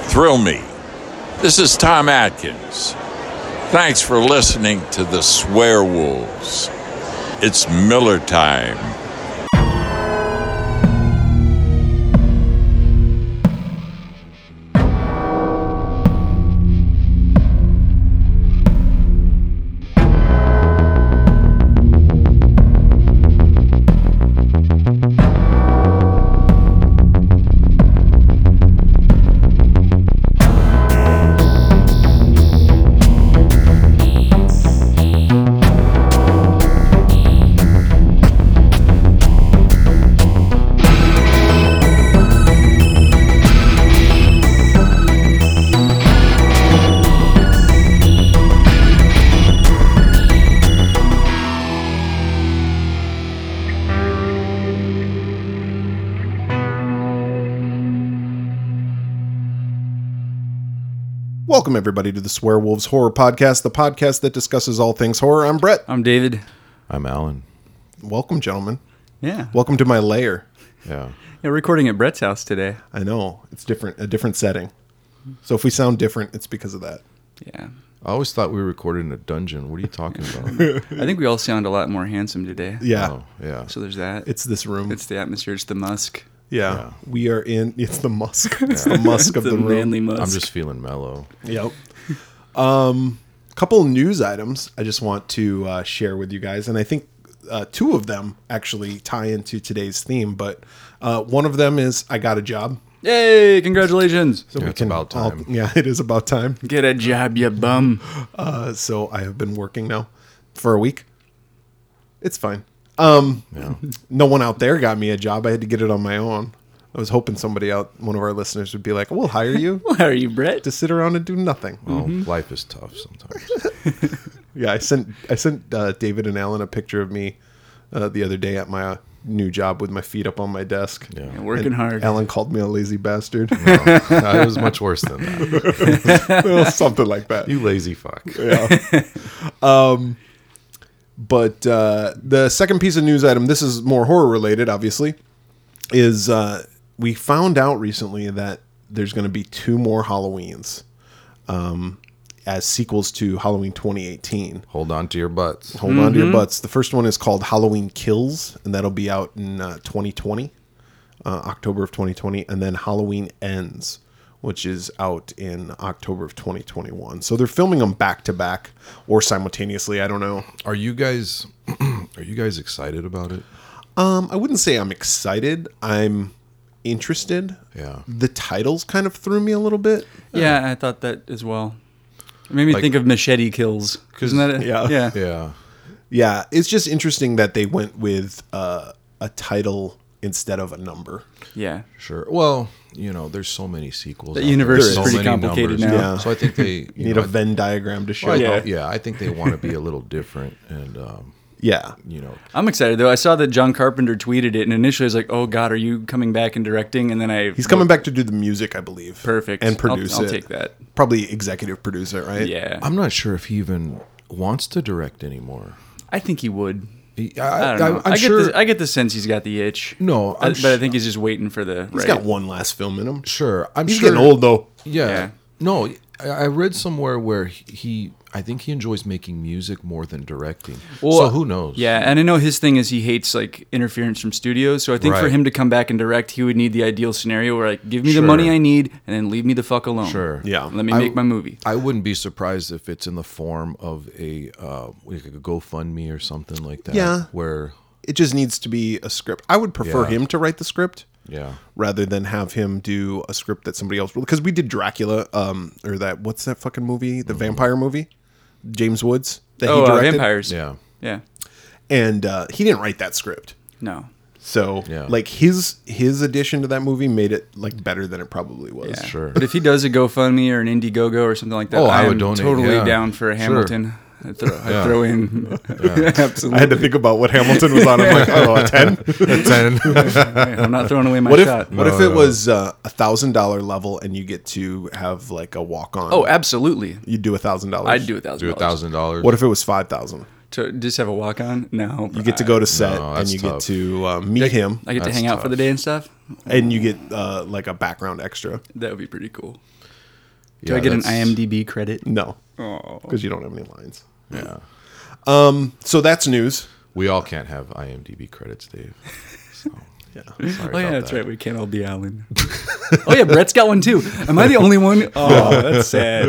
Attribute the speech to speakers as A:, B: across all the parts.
A: thrill me. This is Tom Atkins. Thanks for listening to the Swear Wolves. It's Miller time.
B: Welcome, everybody, to the Swear Wolves Horror Podcast, the podcast that discusses all things horror. I'm Brett.
C: I'm David.
D: I'm Alan.
B: Welcome, gentlemen.
C: Yeah. Well,
B: Welcome to my lair.
D: Yeah.
C: yeah, recording at Brett's house today.
B: I know it's different, a different setting. So if we sound different, it's because of that.
C: Yeah.
D: I always thought we recorded in a dungeon. What are you talking about?
C: I think we all sound a lot more handsome today.
B: Yeah,
D: oh, yeah.
C: So there's that.
B: it's this room.
C: it's the atmosphere. It's the musk.
B: yeah. we are in. It's the musk. It's the musk of
C: the,
B: the, room.
C: manly musk.
D: I'm just feeling mellow.
B: Yep. Um, couple news items I just want to uh, share with you guys, and I think uh, two of them actually tie into today's theme. But uh, one of them is I got a job.
C: Yay! Congratulations.
B: So
D: Yeah,
B: we
D: it's
B: can
D: about
B: all-
D: time.
B: yeah, it is about time.
C: Get a job, you bum.
B: Uh, so I have been working now for a week. It's fine. Um, No one out there got me a job. I had to get it on my own. I was hoping somebody out, one of our listeners, would be like, "We'll hire you
C: How are you, Brett?
B: to sit around and do nothing."
D: Well, life is tough sometimes.
B: Yeah, I sent I sent uh, David and Alan a picture of me uh, the other day at my uh, new job with my feet up on my desk.
D: Yeah.
C: Working hard.
B: Alan called me a lazy bastard,
D: No, it was much worse than that.
B: Well, something like that.
D: You lazy fuck.
B: But uh, the second piece of news item, this is more horror related, obviously, is uh, we found out recently that there's going to be two more Halloweens um, as sequels to Halloween 2018.
D: Hold on to your butts.
B: Hold on to your butts. The first one is called Halloween Kills, and that'll be out in uh, 2020, uh, October of 2020, and then Halloween Ends, which is out in October of 2021. So they're filming them back to back or simultaneously. I don't know.
D: Are you guys are you guys excited about it?
B: Um, I wouldn't say I'm excited. I'm interested.
D: Yeah.
B: The titles kind of threw me a little bit.
C: yeah, I thought that as well. It made me think of machete kills. Isn't that it?
B: Yeah.
C: Yeah.
D: Yeah.
B: Yeah, it's just interesting that they went with uh, a title instead of a number.
C: Yeah.
D: Sure. Well, you know, there's so many sequels.
C: The
D: out there,
C: universe
D: so
C: is pretty
D: many
C: complicated
D: numbers.
B: now. Yeah.
D: So I think they you
B: Need
D: know,
B: a Venn diagram to show.
D: I-
B: how-
D: yeah. I think they want to be a little different and um,
B: yeah.
D: you know,
C: I'm excited though. I saw that John Carpenter tweeted it, and initially I was like, "Oh God, are you coming back and directing?" And then I
B: He's coming back to do the music, I believe.
C: Perfect.
B: And
C: I'll-
B: produce
C: I'll
B: it.
C: take that.
B: Probably executive produce it, right?
C: Yeah,
D: I'm not sure if he even wants to direct anymore.
C: I think he would.
D: He,
C: I don't know.
D: am
C: I get
D: sure.
C: the, I get the sense he's got the itch.
D: No,
C: I-
D: I'm
C: but I
D: su-
C: think he's just waiting for the
B: He's
C: right.
B: got one last film in him.
D: Sure, I'm
B: He's
D: sure.
B: getting old though.
D: Yeah.
C: Yeah.
D: No, I I read somewhere where he, I think he enjoys making music more than directing. so who knows?
C: Yeah, and I know his thing is he hates like interference from studios. So I think for
D: Right.
C: him to come back and direct, he would need the ideal scenario where like, give me
D: Sure.
C: the money I need, and then leave me the fuck alone.
D: Sure.
B: Yeah.
C: Let me
D: I-
C: make my movie.
D: I wouldn't be surprised if it's in the form of a uh, like a GoFundMe or something like that.
B: Yeah.
D: Where,
B: It just needs to be a script. I would prefer
D: Yeah.
B: him to write the script
D: yeah,
B: rather than have him do a script that somebody else because we did Dracula, um, or that what's that fucking movie?
D: Mm-hmm.
B: The vampire movie? James Woods that
C: oh, uh, vampires.
D: yeah,
C: Yeah.
B: And uh, he didn't write that script.
C: No.
B: So
D: Yeah.
B: like his his addition to that movie made it like better than it probably was.
C: Yeah.
D: Sure.
C: But if he does a GoFundMe or an Indiegogo or something like that,
D: Oh,
C: I,
D: I would
C: am
D: donate,
C: totally
D: yeah.
C: down for a
D: Sure.
C: Hamilton. I throw, I throw in
B: I
C: absolutely.
B: had to think about what Hamilton was on. I'm like, oh, a 10?
C: I'm not throwing away my
B: What if
C: shot.
B: what if it was uh, a thousand dollar level and you get to have like a walk on?
C: oh, absolutely.
B: you'd do a thousand dollars.
C: I'd do a thousand.
D: do a
C: dollars.
D: thousand dollars.
B: What if it was five thousand?
C: To just have a walk on? No.
B: You get to go to set
D: No,
B: and
D: that's
B: you get
D: tough.
B: to uh, meet him,
C: I get to
D: That's
C: hang out for
D: tough.
C: the day and stuff.
B: and you get uh, like a background extra.
C: That would be pretty cool. Do I get an IMDb credit?
B: No,
C: Oh.
B: because you don't have any lines. Um,
D: Yeah.
B: So that's news.
D: We all can't have IMDb credits, Dave. So, yeah. Sorry
C: Oh yeah,
D: about
C: that's
D: that.
C: right. We can't all be Alan. oh yeah, Brett's got one too. Am I the only one? Oh, that's sad.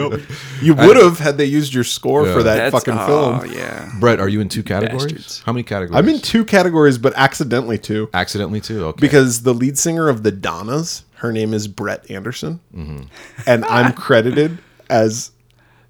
B: You would have had they used your score
D: Yeah.
B: for that
C: That's-
B: fucking
C: oh,
B: film.
C: yeah.
D: Brett, are you in two categories?
C: Bastards.
D: How many categories?
B: I'm in two categories, but accidentally two.
D: Accidentally too. Okay.
B: because the lead singer of the Donnas, her name is Brett Anderson,
D: Mm-hmm.
B: and I'm credited as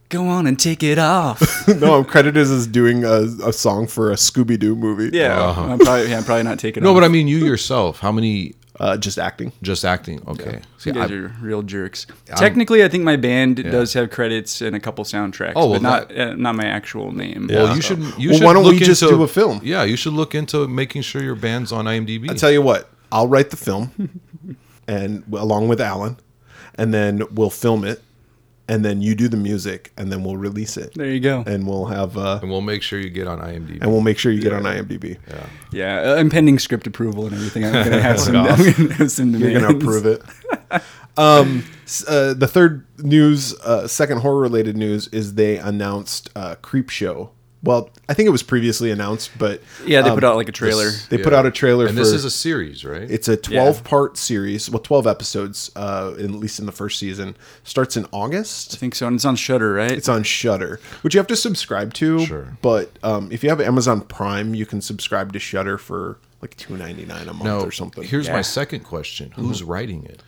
C: Go on and take it off.
B: no, I'm credited as doing a, a song for a Scooby Doo movie.
C: Yeah, I'm probably yeah, I'm probably not taking.
D: Uh-huh. no,
C: off.
D: but I mean you yourself. How many
B: uh, just acting.
D: just acting? Okay. See,
C: You guys
D: I-
C: are real jerks. Technically, I think my band does have credits and a couple soundtracks,
D: Oh,
C: but
D: well,
C: not uh, not my actual name.
D: well, you should. You
B: Well,
D: should
B: why don't
D: look
B: we just
D: into-
B: do a film?
D: Yeah, you should look into making sure your band's on IMDb.
B: I tell you what, I'll write the film, and along with Alan, and then we'll film it, and then you do the music, and then we'll release it,
C: There you go.
B: and we'll have uh,
D: and we'll make sure you get on IMDb.
B: and we'll make sure you get on IMDb.
C: Yeah, uh, I'm pending script approval and everything. I'm gonna have some. I'm gonna have some demands.
B: You're gonna approve it. um, s- uh, the third news, uh, second horror related news, is they announced uh, Creep Show. Well, I think it was previously announced, but
C: Yeah, they
B: um,
C: put out like a trailer.
B: they put out a trailer.
D: and
B: for,
D: this is a series, right?
B: it's a twelve part series, well, twelve episodes, uh, in- at least in the first season. Starts in
C: I
B: August.
C: think so, and it's on Shutter, right?
B: It's on Shutter, which you have to subscribe to.
D: Sure.
B: But um, if you have Amazon Prime, you can subscribe to Shutter for like two ninety nine a month
D: no,
B: or something. Mm-hmm.
D: Here's my
C: Yeah.
D: second question: Who's writing it?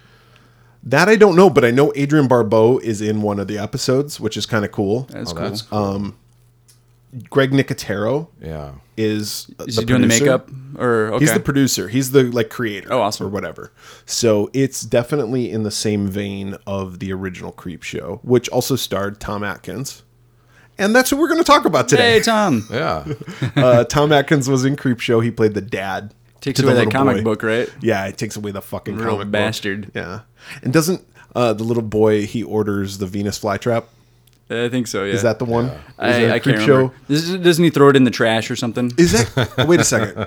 B: That I don't know, but I know Adrian Barbeau is in one of the episodes, which is kind of cool.
C: that's
D: Oh,
C: cool.
D: that's cool.
B: uh, Greg Nicotero
D: yeah.
B: is
C: Is he doing
B: producer.
C: the makeup or okay?
B: He's the producer. He's the like creator.
C: Oh, awesome.
B: Or whatever. So it's definitely in the same vein of the original Creep Show, which also starred Tom Atkins, and that's what we're going to talk about
C: hey
B: today.
C: Tom,
D: Yeah.
B: uh, Tom Atkins was in Creep Show. He played the dad.
C: takes
B: to the
C: away that
B: little
C: comic
B: boy.
C: book, right?
B: Yeah, it takes away the fucking
C: Real
B: comic book.
C: bastard.
B: Yeah, and doesn't uh, the little boy he orders the Venus flytrap?
C: I think so. Yeah.
B: Is that the one? Is
C: I,
B: that
C: I
B: Creep
C: can't remember. Does- Doesn't he throw it in the trash or something?
B: Is that? Wait a second.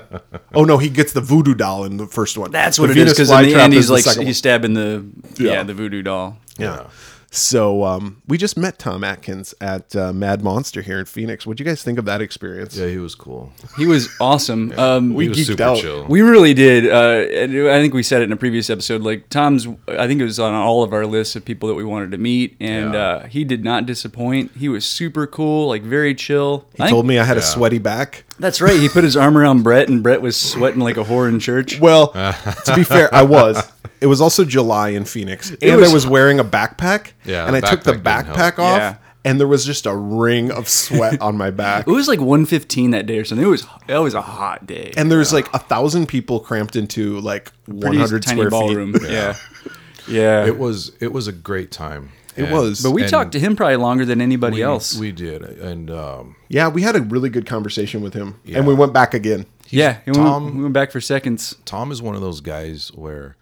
B: Oh no, he gets the voodoo doll in the first one.
C: That's
B: The
C: what it is.
B: Venus
C: Because in the
B: flytrap
C: end,
B: is
C: he's like
B: second
C: he's stabbing the yeah.
B: Yeah.
C: the voodoo doll.
B: one. yeah. So um, we just met Tom Atkins at uh, Mad Monster here in Phoenix. What'd you guys think of that experience?
D: Yeah, he was cool.
C: He was awesome. Um,
D: He
C: we
D: was
B: geeked
D: super
B: out.
D: chill.
C: we really did. Uh, and I think we said it in a previous episode. Like Tom's, I think it was on all of our lists of people that we wanted to meet, and
D: Yeah.
C: uh, he did not disappoint. He was super cool, like very chill.
B: He told me I had a sweaty back.
C: that's right. He put his arm around Brett, and Brett was sweating like a whore in church.
B: Well, to be fair, I was. It was also July in Phoenix, and
C: was-
B: I was wearing a backpack.
D: Yeah,
B: and I
D: the
B: took the
D: backpack didn't
B: backpack
D: help.
B: off,
C: Yeah.
B: and there was just a ring of sweat on my back.
C: It was like 115 that day or something. It was it was a hot day.
B: And there's like a thousand people cramped into like
C: Pretty
B: 100
C: tiny
B: square feet.
C: ballroom. Yeah, yeah.
D: It was it was a great time.
B: It was.
C: but we
D: and
C: talked to him probably longer than anybody
D: we,
C: else.
D: We did, and um,
B: Yeah, we had a really good conversation with him, and we went back again.
C: yeah, and we went-
D: Tom-
C: we went back for seconds.
D: Tom is one of those guys where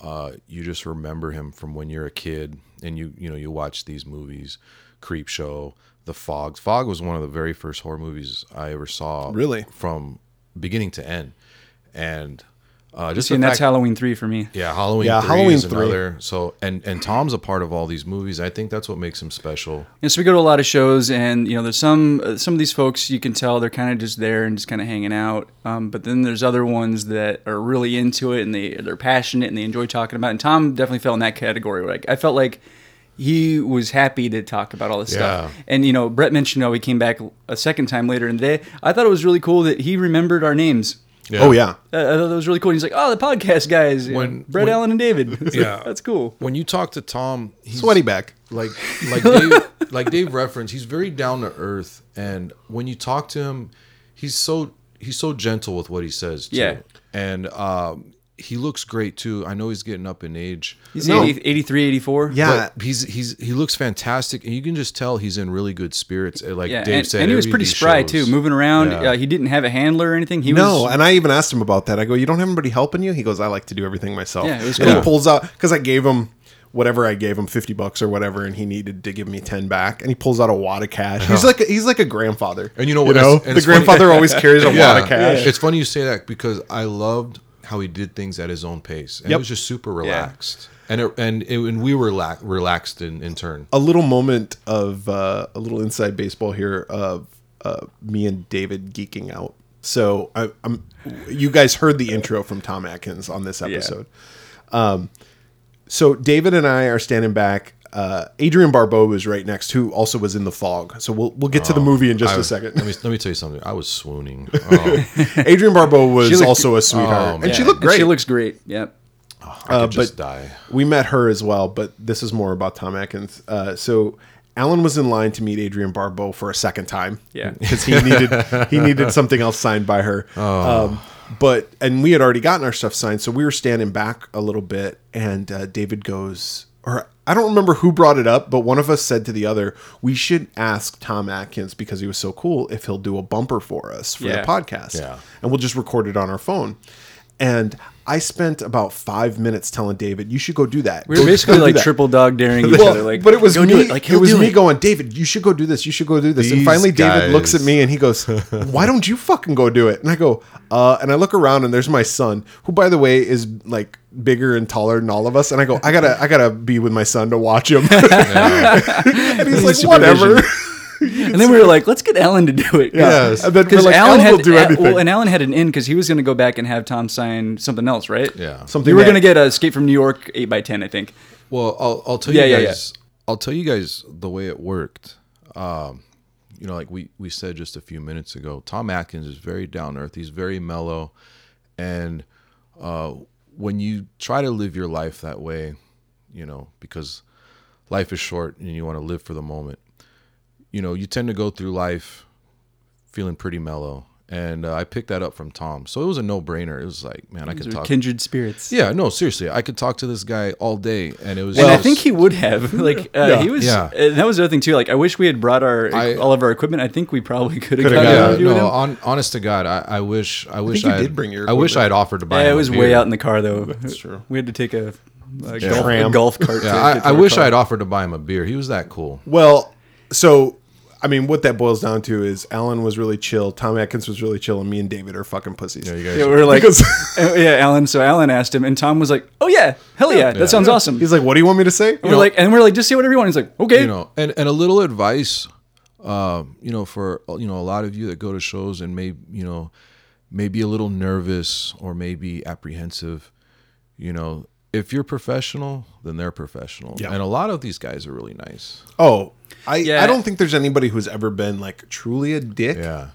D: uh, you just remember him from when you're a kid, and you you know you watch these movies, Creep Show, The Fog. Fog was one of the very first horror movies I ever saw.
B: Really?
D: from beginning to end, and uh, just
C: See,
D: the
C: and that's
D: fact-
C: Halloween three for me.
D: Yeah, Halloween.
B: Yeah,
D: Yeah, 3
B: Halloween
D: is
B: 3.
D: another. So, and and Tom's a part of all these movies. I think that's what makes him special.
C: And so we go to a lot of shows, and you know, there's some uh, some of these folks you can tell they're kind of just there and just kind of hanging out. Um, but then there's other ones that are really into it and they they're passionate and they enjoy talking about. It. And Tom definitely fell in that category. Like I felt like he was happy to talk about all this stuff.
D: Yeah.
C: And you know, Brett mentioned how we came back a second time later in the day. I thought it was really cool that he remembered our names.
B: Oh yeah,
C: Uh, I thought that was really cool. And he's like, "Oh, the podcast guys, you know,
D: When-
C: Brett,
D: when-
C: Allen, and David.
D: Yeah.
C: that's cool."
D: When you talk to Tom, he's
B: sweaty back.
D: like like Dave, like Dave referenced, he's very down to earth, and when you talk to him, he's so he's so gentle with what he says. Too.
C: Yeah.
D: and um, he looks great too. I know he's getting up in age.
C: He's
B: No.
C: 80, 83, 84.
B: Yeah,
D: But he's he's he looks fantastic, and you can just tell he's in really good spirits. uh, Like
C: Yeah,
D: Dave
C: and,
D: said,
C: and he was
D: every
C: pretty
D: of these
C: spry
D: shows.
C: too, moving around.
D: Yeah.
C: Uh, he didn't have a handler or anything. He
B: no, uh,
C: was
B: and I even asked him about that. I go, "You don't have anybody helping you?" He goes, "I like to do everything myself."
C: Yeah, it was
B: and
C: cool.
B: he pulls out because I gave him whatever I gave him, fifty bucks or whatever, and he needed to give me ten back. And he pulls out a wad of cash.
C: Uh-huh.
B: He's like, he's like a grandfather.
D: And you know what?
B: You know,
D: It's- and
B: the
D: it's funny-
B: grandfather always carries a wad of cash.
D: It's funny you say that because I loved how he did things at his own pace, and
B: Yep.
D: it was just super relaxed. and it, and it, and we were la- relaxed in, in turn.
B: a little moment of uh, a little inside baseball here of uh, me and David geeking out. So I, I'm, you guys heard the intro from Tom Atkins on this episode. Um, so David and I are standing back. Uh, Adrian Barbeau was right next, who also was in the fog. So we'll we'll get to the movie in just a
D: I-
B: a second.
D: Oh, Let me let me tell you something. I was swooning. Oh,
B: Adrian Barbeau was
C: looked-
B: also a sweetheart,
D: Oh,
B: and she
D: man.
B: looked
C: And
B: great.
C: she looks great. Yep.
D: I could just
B: Uh, but-
D: die.
B: we met her as well, but this is more about Tom Atkins. Uh, so Alan was in line to meet Adrian Barbeau for a second time.
C: Yeah.
B: because he needed he needed something else signed by her. Um, but and we had already gotten our stuff signed, so we were standing back a little bit, and uh, David goes, or I don't remember who brought it up, but one of us said to the other, "We should ask Tom Atkins because he was so cool if he'll do a bumper for us for
C: Yeah.
B: the podcast,
D: Yeah.
B: and we'll just record it on our phone." And I spent about five minutes telling David, "You should go do that."
C: We were
B: Go-
C: basically
B: go do
C: like
B: that."
C: triple dog daring each
B: well,
C: other. Like,
B: but it was
C: go
B: me.
C: do it. Like,
B: it
C: he'll
B: was
C: do
B: me
C: it.
B: going, David, you should go do this. You should go do this. and
D: These
B: finally, David looks at
D: guys.
B: me and he goes, "Why don't you fucking go do it?" And I go, "Uh." And I look around and there's my son, who by the way is like bigger and taller than all of us. And I go, "I gotta, I gotta be with my son to watch him." and he's like,
C: Supervision.
B: "Whatever."
C: And then we were like, let's get Ellen to do it.
B: Yes. And then we're like, Alan
C: Alan had,
B: will do
C: Al-
B: anything.
C: Well, and Alan had an in because he was going to go back and have Tom sign something else, right?
D: Yeah.
B: Something
C: We were
B: that-
C: going to get a Escape from New York 8x10, I think.
D: Well, I'll I'll tell
C: Yeah, yeah,
D: you
C: yeah.
D: guys. I'll tell you guys the way it worked. Um, you know, like we we said just a few minutes ago, Tom Atkins is very down to earth. He's very mellow, and uh, when you try to live your life that way, you know, because life is short and you want to live for the moment. You know, you tend to go through life feeling pretty mellow, and uh, I picked that up from Tom. So it was a no brainer. It was like, man, I could
C: They're
D: talk.
C: Kindred spirits.
D: Yeah, no, seriously, I could talk to this guy all day, and it was.
C: and I
D: just-
C: think he would have. Like uh, he was.
D: Yeah.
C: And that was the other thing too. Like I wish we had brought our
D: I-
C: all of our equipment. I think we probably could have
B: Coulda
C: gotten
B: got
C: an
D: yeah,
B: it.
C: interview with
D: no,
C: him.
D: on, honest to God, I, I wish I wish
B: you
D: I had-
B: did bring your
D: I wish
B: equipment.
D: I had offered to buy.
C: Yeah,
D: him
C: it
D: a
C: was way
D: beer.
C: out in the car though. That's
B: true.
C: We had to take a, a, golf, a
B: Tram.
C: golf cart.
D: Yeah,
C: to
D: I,
C: get to
D: I
C: our
D: wish
C: car.
D: I had offered to buy him a beer. He was that cool.
B: Well, so I mean, what that boils down to is Alan was really chill, Tom Atkins was really chill, and me and David are fucking pussies.
D: You guys,
C: Yeah, we were like,
B: Because-
C: Uh, yeah, Alan. So Alan asked him, and Tom was like, "Oh yeah, hell yeah, that sounds awesome."
B: He's like, "What do you want me to say?"
C: and we're like, and we're like, just say whatever you want. He's like, okay.
D: you know, and and a little advice, um, you know, for you know a lot of you that go to shows and may you know, maybe a little nervous or maybe apprehensive, you know. If you're professional, then they're professional,
B: Yeah.
D: and a lot of these guys are really nice.
B: Oh, I
C: Yeah.
B: I don't think there's anybody who's ever been like truly a dick.
D: Yeah,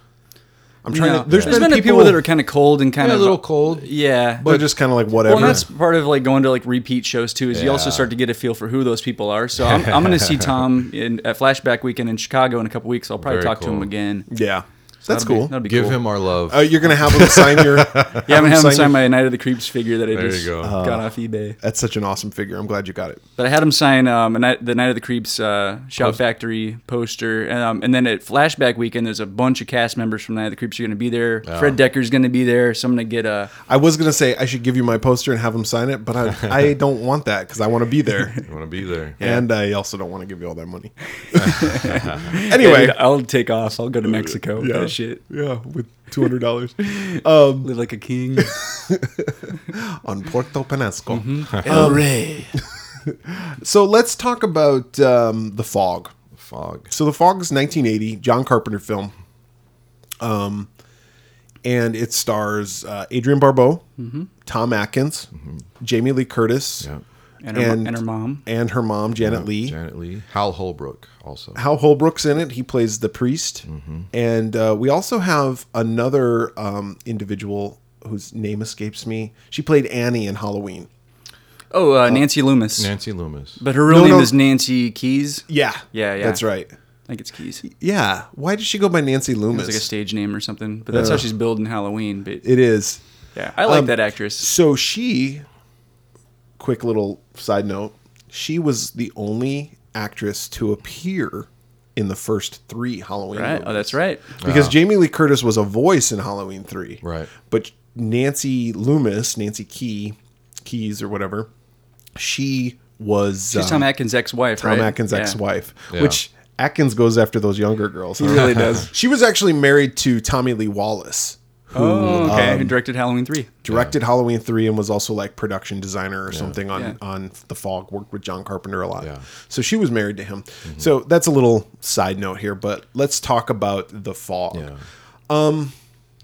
B: I'm trying
C: No.
B: to. There's
C: There's
B: been, people,
C: that are kind of cold and kind
D: a
C: of
D: little cold.
C: Yeah,
B: They're just kind of like whatever.
C: Well, and that's part of like going to like repeat shows too. Is you also
D: Yeah.
C: start to get a feel for who those people are. So I'm, I'm going to see Tom in at Flashback Weekend in Chicago in a couple weeks. I'll probably
D: Very
C: talk to him
D: cool.
C: again.
B: yeah, that's
C: That'd be-
B: cool.
C: that'd be
D: Give
C: cool.
D: him our love.
B: uh, you're gonna have them sign your.
C: Yeah, I'm gonna have him sign
B: your-
C: my Night of the Creeps figure that I
D: you
C: just
D: go.
B: Uh-huh.
C: got off eBay.
B: That's such an awesome figure. I'm glad you got it.
C: But I had him sign um, a night, the Night of the Creeps uh, Shout Factory poster, um, and then at Flashback Weekend, there's a bunch of cast members from Night of the Creeps are gonna be there. Fred Decker's gonna be there, so I'm gonna get a.
B: I was gonna say I should give you my poster and have them sign it, but I I don't want that because I want to be there,
D: you want to be there?
B: and I also don't want to give you all that money. anyway,
C: Dude, I'll take off. I'll go to Mexico.
B: yeah,
C: That shit.
B: yeah, with two hundred dollars
C: Live like a king.
B: on Puerto Penasco.
C: Mm-hmm.
B: Uh-huh.
C: El Rey.
B: So let's talk about um, the fog.
D: Fog.
B: So The Fog is 1980, John Carpenter film. Um, and it stars uh, Adrian Barbeau,
C: Mm-hmm.
B: Tom Atkins, Jamie Lee Curtis,
D: Yeah.
C: And her mo- and her mom.
B: and her mom Janet Lee.
D: Janet Lee. Hal Holbrook also.
B: Hal Holbrook's in it. He plays the priest,
C: Mm-hmm.
B: and uh, we also have another um, individual whose name escapes me. She played Annie in Halloween.
C: Oh, uh, Nancy Loomis.
D: Nancy Loomis.
C: But her real
B: No,
C: name
B: no.
C: is Nancy Keys.
B: Yeah,
C: Yeah, yeah.
B: that's right.
C: I think it's Keys. It's
B: Yeah, why did she go by Nancy Loomis?
C: like a stage name or something. But that's how she's billed in Halloween. But
B: it is.
C: yeah, I like
B: um,
C: that actress.
B: So she, quick little side note, she was the only actress to appear in the first three Halloween.
C: Right? Oh,
B: movies.
C: that's right.
B: Because Jamie Lee Curtis was a voice in Halloween three,
D: Right.
B: But Nancy Loomis, Nancy Key, Keys or whatever, she was
C: She's
B: um,
C: Tom Atkins' ex-wife,
B: Tom
C: right?
B: Atkins'
C: Yeah.
B: ex-wife,
D: Yeah.
B: which Atkins goes after those younger girls. He
C: really does.
B: She was actually married to Tommy Lee Wallace, who
C: Oh, okay.
B: Um,
C: Who directed Halloween three?
B: directed Halloween three and was also like production designer or something on
C: Yeah.
B: on The Fog. Worked with John Carpenter a lot,
D: Yeah. Mm-hmm.
B: so she was married to him. So that's a little side note here, but let's talk about The Fog.
D: Yeah. Um,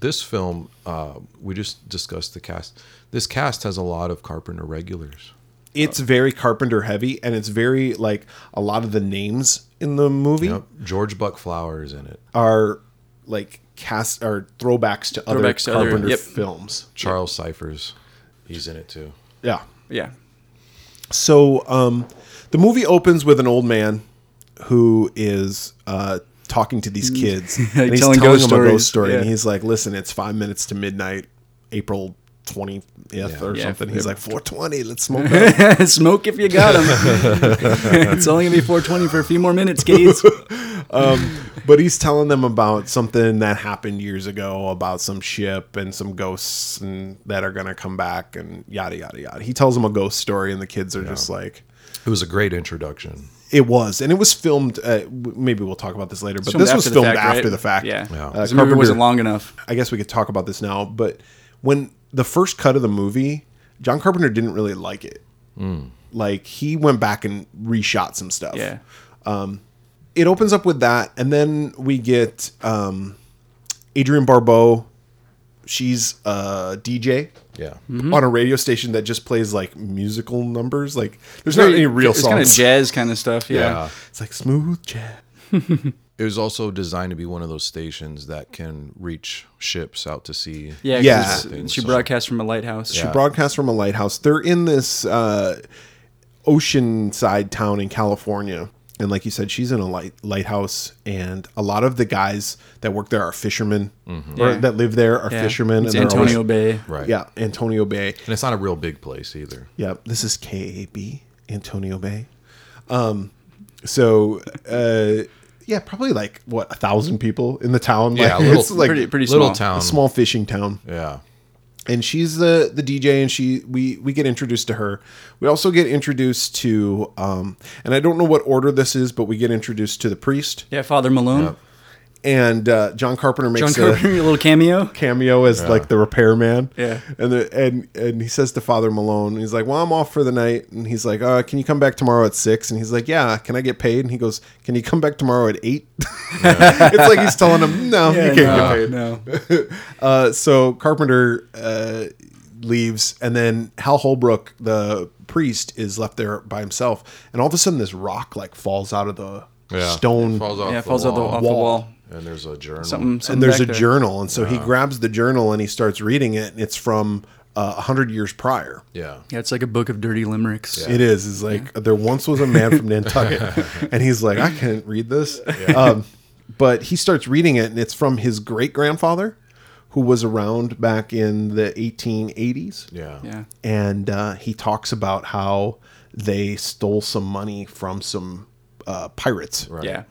D: this film, uh, we just discussed the cast. This cast has a lot of Carpenter regulars.
B: It's very Carpenter heavy, and it's very like a lot of the names in the movie
D: Yep. George Buck Flower is in it.
B: are like cast are throwbacks to other
C: Throwbacks to other-
B: Carpenter
C: yep.
B: films.
D: Charles Cyphers, he's in it too.
B: Yeah.
C: Yeah.
B: So um, the movie opens with an old man who is uh, talking to these kids, and he's telling,
C: Telling
B: them
C: ghost
B: a
C: stories,
B: ghost story, and
C: yeah.
B: he's like, "Listen, it's five minutes to midnight, April." 20th or
C: Yeah,
B: something.
C: if-
B: He's like 420. Let's smoke. up."
C: Smoke if you got them. it's only gonna be 420 for a few more minutes, kids.
B: but he's telling them about something that happened years ago about some ship and some ghosts and that are gonna come back and yada yada yada. He tells them a ghost story and the kids are just like,
D: It was a great introduction.
B: It was, and it was filmed. Uh, w- maybe we'll talk about this later, but
C: Filmed
B: this was
C: after the
B: filmed
C: fact,
B: after
C: right?
B: the fact.
C: Yeah.
D: Yeah.
B: Uh,
D: This
C: the movie
B: Carpenter-
C: wasn't long enough.
B: I guess we could talk about this now, but when the first cut of the movie, John Carpenter didn't really like it. Like he went back and reshot some stuff.
C: Yeah.
B: It opens up with that, and then we get um, Adrienne Barbeau. She's a DJ
D: Yeah.
C: Mm-hmm.
B: on a radio station that just plays like musical numbers. Like there's not
C: Very-
B: any real
C: it's
B: songs.
C: kind of jazz kind of stuff. Yeah.
D: Yeah.
B: It's like smooth jazz.
D: It was also designed to be one of those stations that can reach ships out to sea.
C: Yeah, 'cause
B: Yeah.
C: it's-
D: Thing,
C: she
D: so-
C: broadcast from a lighthouse.
B: She broadcasts from a lighthouse. They're in this uh, oceanside town in California. And like you said, she's in a light, lighthouse, and a lot of the guys that work there are fishermen, or
C: Yeah.
B: that live there are
C: Yeah.
B: fishermen.
C: It's
B: and they're always-
C: Antonio Bay.
D: Right.
B: yeah, Antonio Bay.
D: And it's not a real big place either.
B: Yeah, this is KAB, Antonio Bay. Um, so uh, yeah, probably like what a thousand people in the town.
D: Yeah,
B: like,
D: a little-
B: it's like
C: pretty pretty
D: Little
C: small.
D: town.
B: a small fishing town.
D: Yeah.
B: and she's the the DJ, and she we we get introduced to her. We also get introduced to, um, and I don't know what order this is, but we get introduced to the priest,
C: Yeah, Father Malone.
B: and uh, John Carpenter
C: John
B: makes a
C: Carpenter, a little cameo.
B: cameo as like the repairman.
C: Yeah.
B: and the and and he says to Father Malone, he's like, "Well, I'm off for the night," and he's like, uh, "Can you come back tomorrow at 6? And he's like, "Yeah, can I get paid?" And he goes, "Can you come back tomorrow at 8? it's like he's telling him, "No, you can't get paid."
C: no.
B: Uh, so Carpenter uh, leaves, and then Hal Holbrook, the priest, is left there by himself. And all of a sudden, this rock like falls out of the stone,
D: It falls off
C: Yeah,
D: the
C: falls off the,
D: wall.
C: off the
B: Wall.
C: wall.
D: And there's a journal.
C: Something, something
B: and there's a
C: back there.
B: journal. And so he grabs the journal and he starts reading it, and it's from uh, a hundred years prior.
D: Yeah.
C: Yeah, it's like a book of dirty limericks.
B: It is. It's like there once was a man from Nantucket, and he's like, I can't read this. Um, but he starts reading it, and it's from his great grandfather, who was around back in the 1880s.
D: Yeah.
C: Yeah.
B: and uh, he talks about how they stole some money from some uh, pirates.
D: Right.
C: Yeah.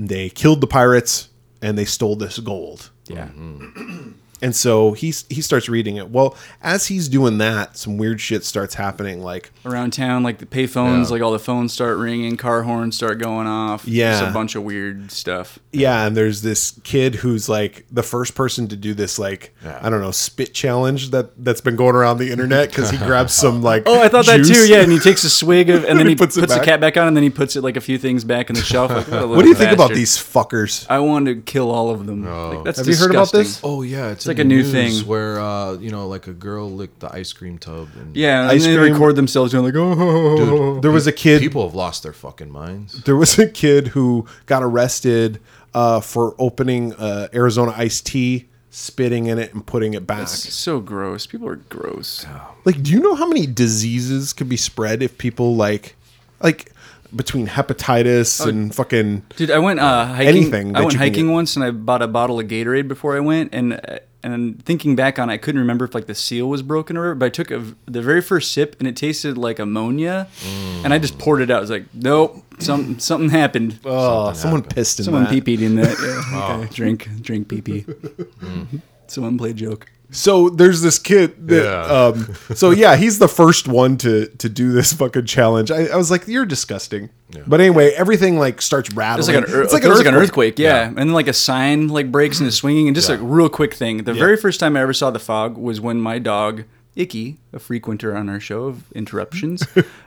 B: They killed the pirates and they stole this gold.
C: Yeah.
B: And so he he starts reading it. Well, as he's doing that, some weird shit starts happening. Like
C: Around town, like the payphones,
D: Yeah.
C: like all the phones start ringing, car horns start going off.
B: Yeah.
C: Just a bunch of weird stuff.
B: yeah, and there's this kid who's like the first person to do this like
D: Yeah.
B: I don't know spit challenge that that's been going around the internet because he grabs some like
C: Oh, I thought
B: juice.
C: that too. Yeah, and he takes a swig of, and then he,
B: puts
C: puts,
B: it
C: the
B: back.
C: cap back on, and then he puts it like a few things back in the shelf. Like, what, a
B: What do you
C: little
B: think about
C: bastard.
B: these fuckers?
C: I want to kill all of them. Like, that's
B: Have you heard about
C: disgusting.
B: this?
D: Oh yeah, it's, in
C: like
D: the
C: a new
D: news
C: thing.
D: where uh, you know, like a girl licked the ice cream tub. And
C: Yeah, and
B: Ice
C: then they
B: cream.
C: record themselves going like, oh, oh, oh, oh.
B: There was a kid
D: people have lost their fucking minds.
B: there was a kid who got arrested uh, for opening uh, Arizona iced tea, spitting in it, and putting it back.
C: so gross. People are gross.
B: Like, do you know how many diseases could be spread if people like, like, between hepatitis and fucking
C: Dude, I went uh, hiking.
B: Anything that
C: I went
B: you can
C: hiking
B: get.
C: once, and I bought a bottle of Gatorade before I went, and uh, and thinking back on, it, I couldn't remember if like the seal was broken or whatever. But I took a, the very first sip, and it tasted like ammonia, and I just poured it out. I was like, nope, something something happened.
B: oh, someone pissed in
C: Someone
B: that.
C: pee peed in that. Yeah, okay. Drink, drink pee pee. Someone played joke.
B: So there's this kid that
D: Yeah.
B: um so yeah, he's the first one to to do this fucking challenge. I, I was like, You're disgusting. But anyway, everything like starts rattling.
C: It's like an, ear-
B: It's
C: it feels like an earthquake, yeah. And then like a sign like breaks and is swinging, and just a real quick thing. The very first time I ever saw the fog was when my dog Icky, a frequenter on our show of interruptions,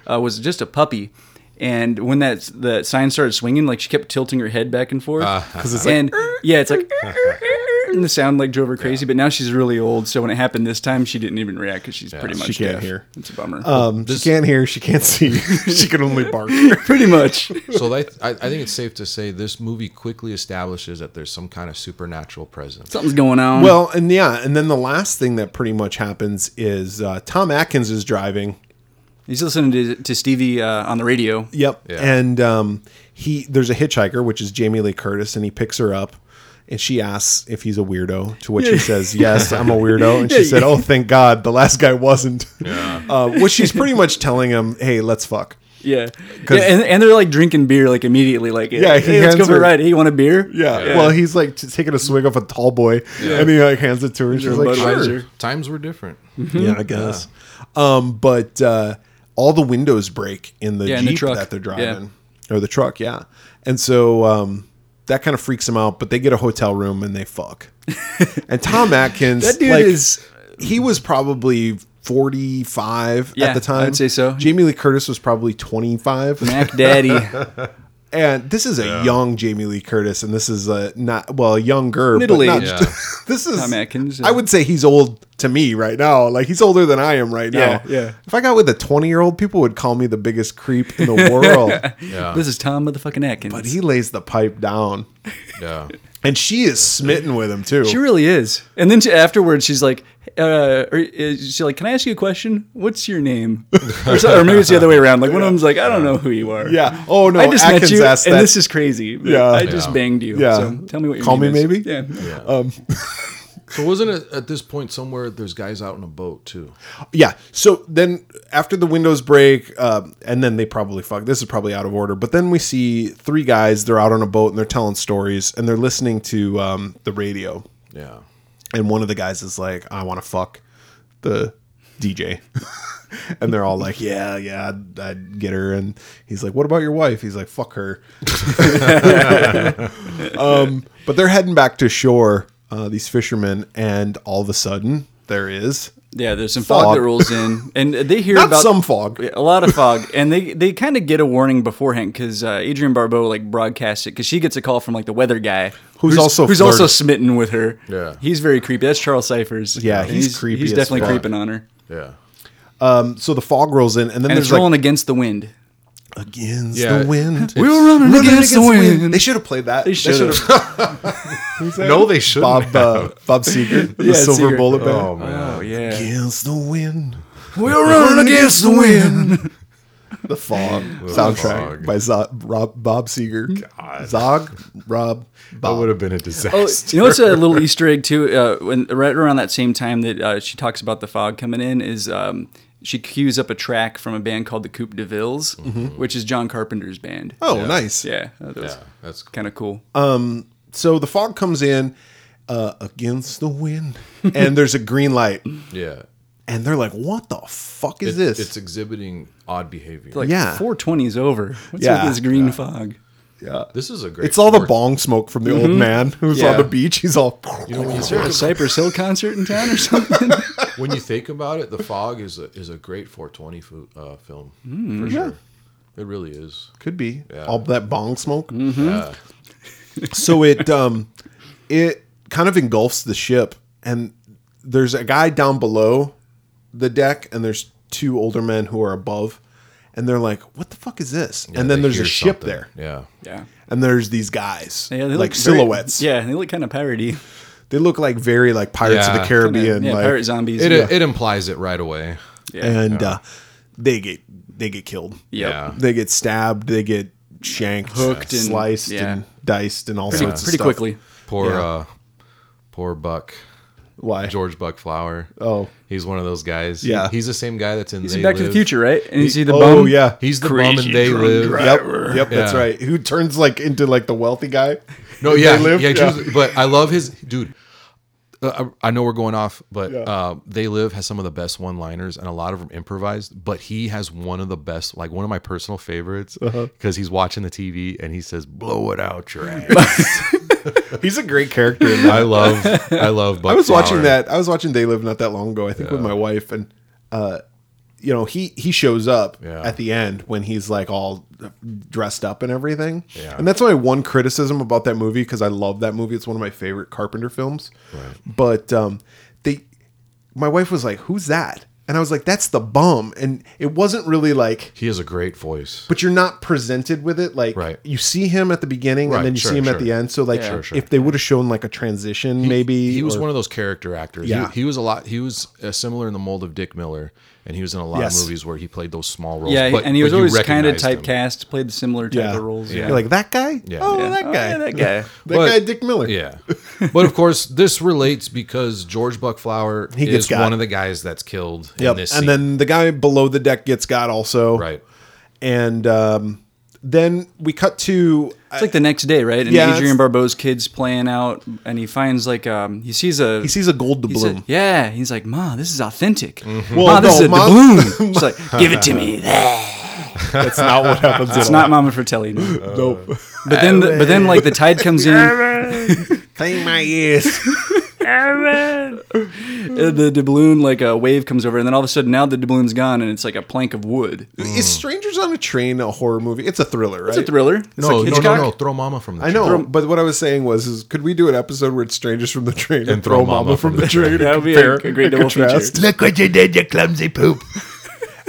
C: uh, was just a puppy. And when that the sign started swinging, like she kept tilting her head back and forth,
B: Ah. it's like,
C: and yeah, it's like. And the sound like drove her crazy, but now she's really old. So when it happened this time, she didn't even react because she's pretty much
B: she can't
C: deaf.
B: hear.
C: It's a bummer.
B: Um, she can't hear, she can't see, she can only bark.
C: pretty much.
D: so that, I, I think it's safe to say this movie quickly establishes that there's some kind of supernatural presence.
C: Something's going on.
B: Well, and yeah, and then the last thing that pretty much happens is uh, Tom Atkins is driving.
C: he's listening to, to Stevie uh, on the radio.
B: Yep.
D: Yeah.
B: And um, he there's a hitchhiker, which is Jamie Lee Curtis, and he picks her up. And she asks if he's a weirdo, to which he says, "Yes, I'm a weirdo." And she said, "Oh, thank God, the last guy wasn't." Uh, which she's pretty much telling him, "Hey, let's fuck."
C: Yeah.
B: 'Cause-
C: yeah and, and they're like drinking beer like immediately. Like, yeah,
B: he
C: hey, let's go
B: hands
C: for a
B: her-
C: ride. Hey, you want a beer?
B: Yeah. Well, he's like t- taking a swig off a tall boy, and he like hands it to her. And she's
C: her
B: like, "Sure."
C: Budweiser.
D: Times were different.
C: Mm-hmm.
B: Yeah, I guess. Um, but uh, all the windows break in the
C: Yeah, in
B: jeep
C: the truck.
B: that they're driving, or the truck, yeah. And so um, that kind of freaks them out. But they get a hotel room and they fuck. and Tom Atkins,
C: That dude
B: like,
C: is-
B: he was probably. 45
C: Yeah,
B: at the time.
C: I'd say so.
B: Jamie Lee Curtis was probably 25.
C: Mac Daddy.
B: And this is a young Jamie Lee Curtis and this is a not well, younger but
C: Middle
B: not-
C: age.
D: Yeah.
B: this is
C: Tom Atkins, yeah.
B: I would say he's old to me right now. Like he's older than I am right now.
C: Yeah, yeah.
B: If I got with a twenty year old, people would call me the biggest creep in the world.
D: Yeah.
C: This is Tom motherfucking Atkins.
B: but he lays the pipe down,
D: yeah.
B: and she is smitten with him too.
C: she really is. And then she, afterwards, she's like, uh, or is she's like, can I ask you a question? What's your name? or, so, or maybe it's the other way around. Like, one of them's like, I don't know who you are.
B: yeah. Oh no,
C: I just
B: Atkins
C: met you,
B: asked
C: and
B: that.
C: this is crazy. but
B: Yeah.
C: I just
D: Yeah.
C: banged you.
B: Yeah.
C: So tell me what your
B: Call
C: name
B: me
C: is.
B: maybe?
C: Yeah.
D: So wasn't it at this point somewhere there's guys out in a boat too?
B: yeah. So then after the windows break, um, and then they probably fuck. This is probably out of order. But then we see three guys. They're out on a boat and they're telling stories and they're listening to um, the radio.
D: Yeah.
B: and one of the guys is like, "I want to fuck the DJ," and they're all like, "Yeah, yeah, I'd, I'd get her." And he's like, "What about your wife?" He's like, "Fuck her." um, but they're heading back to shore, uh, these fishermen, and all of a sudden there is
C: Yeah, there's some fog,
B: Fog.
C: that rolls in, and they hear
B: not
C: about
B: some fog.
C: a lot of fog, and they they kind of get a warning beforehand because uh, Adrian Barbeau like broadcasts it because she gets a call from like the weather guy
B: Who's also
C: who's also
B: flirting.
C: smitten with her.
D: Yeah.
C: he's very creepy. That's Charles Cyphers.
B: Yeah,
C: And
B: he's creepy
C: He's
B: as
C: definitely
B: fuck.
C: creeping on her,
D: Yeah.
B: So the fog rolls in, and then
C: and it's
B: there's like
C: rolling against the wind.
B: against
D: Yeah.
B: the wind.
C: We were running,
B: Running
C: against, the wind.
B: They should have played that.
C: They should've.
D: No, they shouldn't.
B: Bob uh, Bob Seger, the
C: Yeah,
B: Silver
C: Seger.
B: Bullet Band.
D: Oh man.
C: Oh yeah,
B: Against the wind.
C: we were running against the wind.
B: The Fog soundtrack
D: Fog.
B: by Zog, Rob, Bob Seger. Zog, Rob,
D: That
B: Bob.
D: would have been a
C: Oh,
D: disaster.
C: you know what's a little Easter egg too? Uh, when right around that same time that uh, she talks about the fog coming in is um, she cues up a track from a band called the Coupe de Villes, which is John Carpenter's band.
B: Mm-hmm. Oh, Uh, nice.
C: yeah, that was
D: Yeah, that's cool.
C: kind of cool.
B: So the fog comes in uh, against the wind, and there's a green light,
D: Yeah.
B: and they're like, "What the fuck is
D: It-
B: this?"
D: It's exhibiting odd behavior.
C: like
B: yeah.
C: 420 is over. What's
B: Yeah.
C: with this green fog?
D: this is a great.
B: it's all the
D: fourth-
B: bong smoke from the old man who's
C: Mm-hmm. Yeah.
B: on the beach. He's all.
C: Is there a Cypress Hill concert in town or something?
D: When you think about it, the fog is a is a great 420 fo- uh, film
B: Hmm,
D: for sure. It really is.
B: Could be
D: Yeah.
B: all that bong smoke.
C: Mm-hmm.
D: Yeah.
B: so it um it kind of engulfs the ship and there's a guy down below the deck and there's two older men who are above and they're like what the fuck is this and then
D: They
B: there's a
D: hear
B: ship
D: something.
B: there
D: Yeah.
C: yeah.
B: and there's these guys
C: Yeah, they
B: like
C: look very-
B: silhouettes
C: yeah, they look kind of parody.
B: they look like very like pirates of
D: Yeah.
B: the caribbean
C: yeah,
B: like
C: pirate zombies.
D: It
C: yeah.
D: it implies it right away.
B: and uh they get they get killed
C: Yep.
D: Yeah.
B: they get stabbed they get shanked
C: Hooked and-
B: sliced
C: yeah.
B: and diced and all sorts of
C: Pretty
B: stuff.
C: quickly.
D: Poor
B: Yeah.
D: uh, poor Buck
B: why
D: George Buck Flower.
B: oh
D: He's one of those guys.
B: Yeah.
D: He's the same guy that's in.
C: He's
D: They
C: in Back to the
D: Live.
C: Future, right? And you see the
B: oh
C: bum?
B: yeah
D: He's the bum and they live.
B: Yep, yep, that's
D: Yeah.
B: right. Who turns like into like the wealtch guy?
D: No, yeah,
B: live?
D: yeah, he
B: Yeah.
D: chooses- But I love his dude. uh, I, I know we're going off, but uh, They Live has some of the best one liners and a lot of them improvised. But he has one of the best, like one of my personal favorites,
B: Uh-huh.
D: because he's watching the TV and he says, "Blow it out your ass."
B: He's a great character. In that.
D: I love, I love.
B: I was watching that. I was watching They Live not that long ago, I think, with my wife, and uh, you know, he he shows up
D: Yeah.
B: at the end when he's like all dressed up and everything.
D: Yeah.
B: And that's my one criticism about that movie because I love that movie. It's one of my favorite Carpenter films. But um, they, my wife was like, "Who's that?" And I was like, "That's the bum." And it wasn't really like.
D: He has a great voice.
B: But you're not presented with it like
D: Right.
B: you see him at the beginning
D: Right,
B: and then you
D: sure,
B: see him at
D: sure.
B: the end. So like
C: Sure,
D: sure.
B: if they would have shown like a transition, maybe
D: he was
B: or-
D: one of those character actors. He-
B: Yeah.
D: he, was a lot. He was uh, similar in the mold of Dick Miller, and he was in a lot
B: Yes.
D: of movies where he played those small roles.
C: Yeah,
D: but-
C: and he
D: but
C: was
D: you
C: always kind of
D: recognized him.
C: typecast, played the similar type
B: yeah.
C: of roles.
B: You're like that guy?
D: Yeah.
B: Oh,
D: Yeah.
B: that
C: Oh,
B: guy.
C: yeah, that guy.
B: That
D: But-
B: guy, Dick Miller.
D: Yeah, but of course, this relates because George Buckflower
B: He gets
D: is
B: got.
D: one of the guys that's killed in
B: Yep.
D: this.
B: And
D: scene.
B: then the guy below the deck gets got also.
D: right,
B: And um, then we cut to
C: It's like the next day, right? And
B: Yeah, it's-
C: Adrian Barbeau's kids playing out, and he finds like um, he sees a
B: he sees a gold
C: He said-
B: doubloon.
C: yeah, he's like, Ma, this is authentic.
D: Mm-hmm.
B: Well,
C: Ma, this
B: no,
C: is a
B: Ma-
C: doubloon. She's like, give it to me.
B: That's not what happens.
C: It's not Mama Fratelli. No.
D: Uh,
B: Nope.
C: But then, the, but then, like the tide comes in, uh, and
B: Clean my ears.
C: the doubloon, like a wave comes over, and then all of a sudden, now the doubloon's gone, and it's like a plank of wood.
B: Is Strangers on a Train a horror movie? It's a thriller, right?
C: It's a thriller. It's
D: no,
C: like
D: no,
C: Hitchcock.
D: no, no, throw Mama from the.
B: I know, but what I was saying was, is could we do an episode where it's Strangers from the Train and,
D: throw
B: throw,
D: Mama
B: Mama,
D: from
B: from,
D: the
B: the Train?
C: That would be a, a great double feature.
B: contrast.
E: Look what you did, you clumsy poop.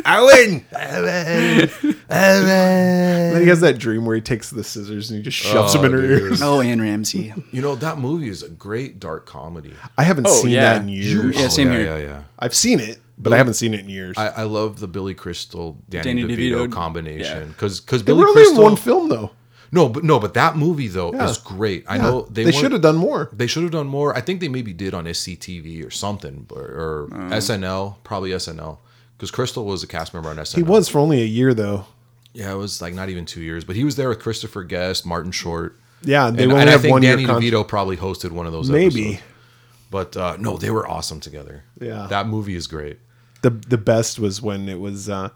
E: Owen! Owen! Owen!
B: And he has that dream where he takes the scissors and he just shoves
D: Oh,
B: them in her
D: dude.
B: ears.
C: Oh, Anne Ramsey.
D: You know that movie is a great dark comedy. Oh,
B: I haven't
C: Oh,
B: seen
C: yeah.
B: that in years.
C: Yeah, same
D: yeah,
C: here.
D: yeah, yeah.
B: I've seen it, but I haven't seen it in years.
D: I, I love the Billy Crystal Danny,
C: Danny
D: DeVito,
C: DeVito.
D: combination
C: Yeah.
D: because because
B: they
D: Billy
B: were only in
D: Crystal
B: one film though.
D: no but no but that movie though
B: Yeah.
D: is great. I
B: Yeah.
D: know they,
B: they
D: weren't-
B: should have done more.
D: They should have done more. I think they maybe did on SCTV or something or, or
B: Uh.
D: SNL, probably SNL, because Crystal was a cast member on SNL.
B: He was for only a year though.
D: Yeah, it was like not even two years, but he was there with Christopher Guest, Martin Short.
B: Yeah, they
D: and,
B: only
D: and I
B: have
D: think
B: one
D: Danny
B: year contract.
D: DeVito probably hosted one of those.
B: Maybe.
D: episodes. but uh, no, they were awesome together.
B: Yeah.
D: that movie is great.
B: The the best was when it was uh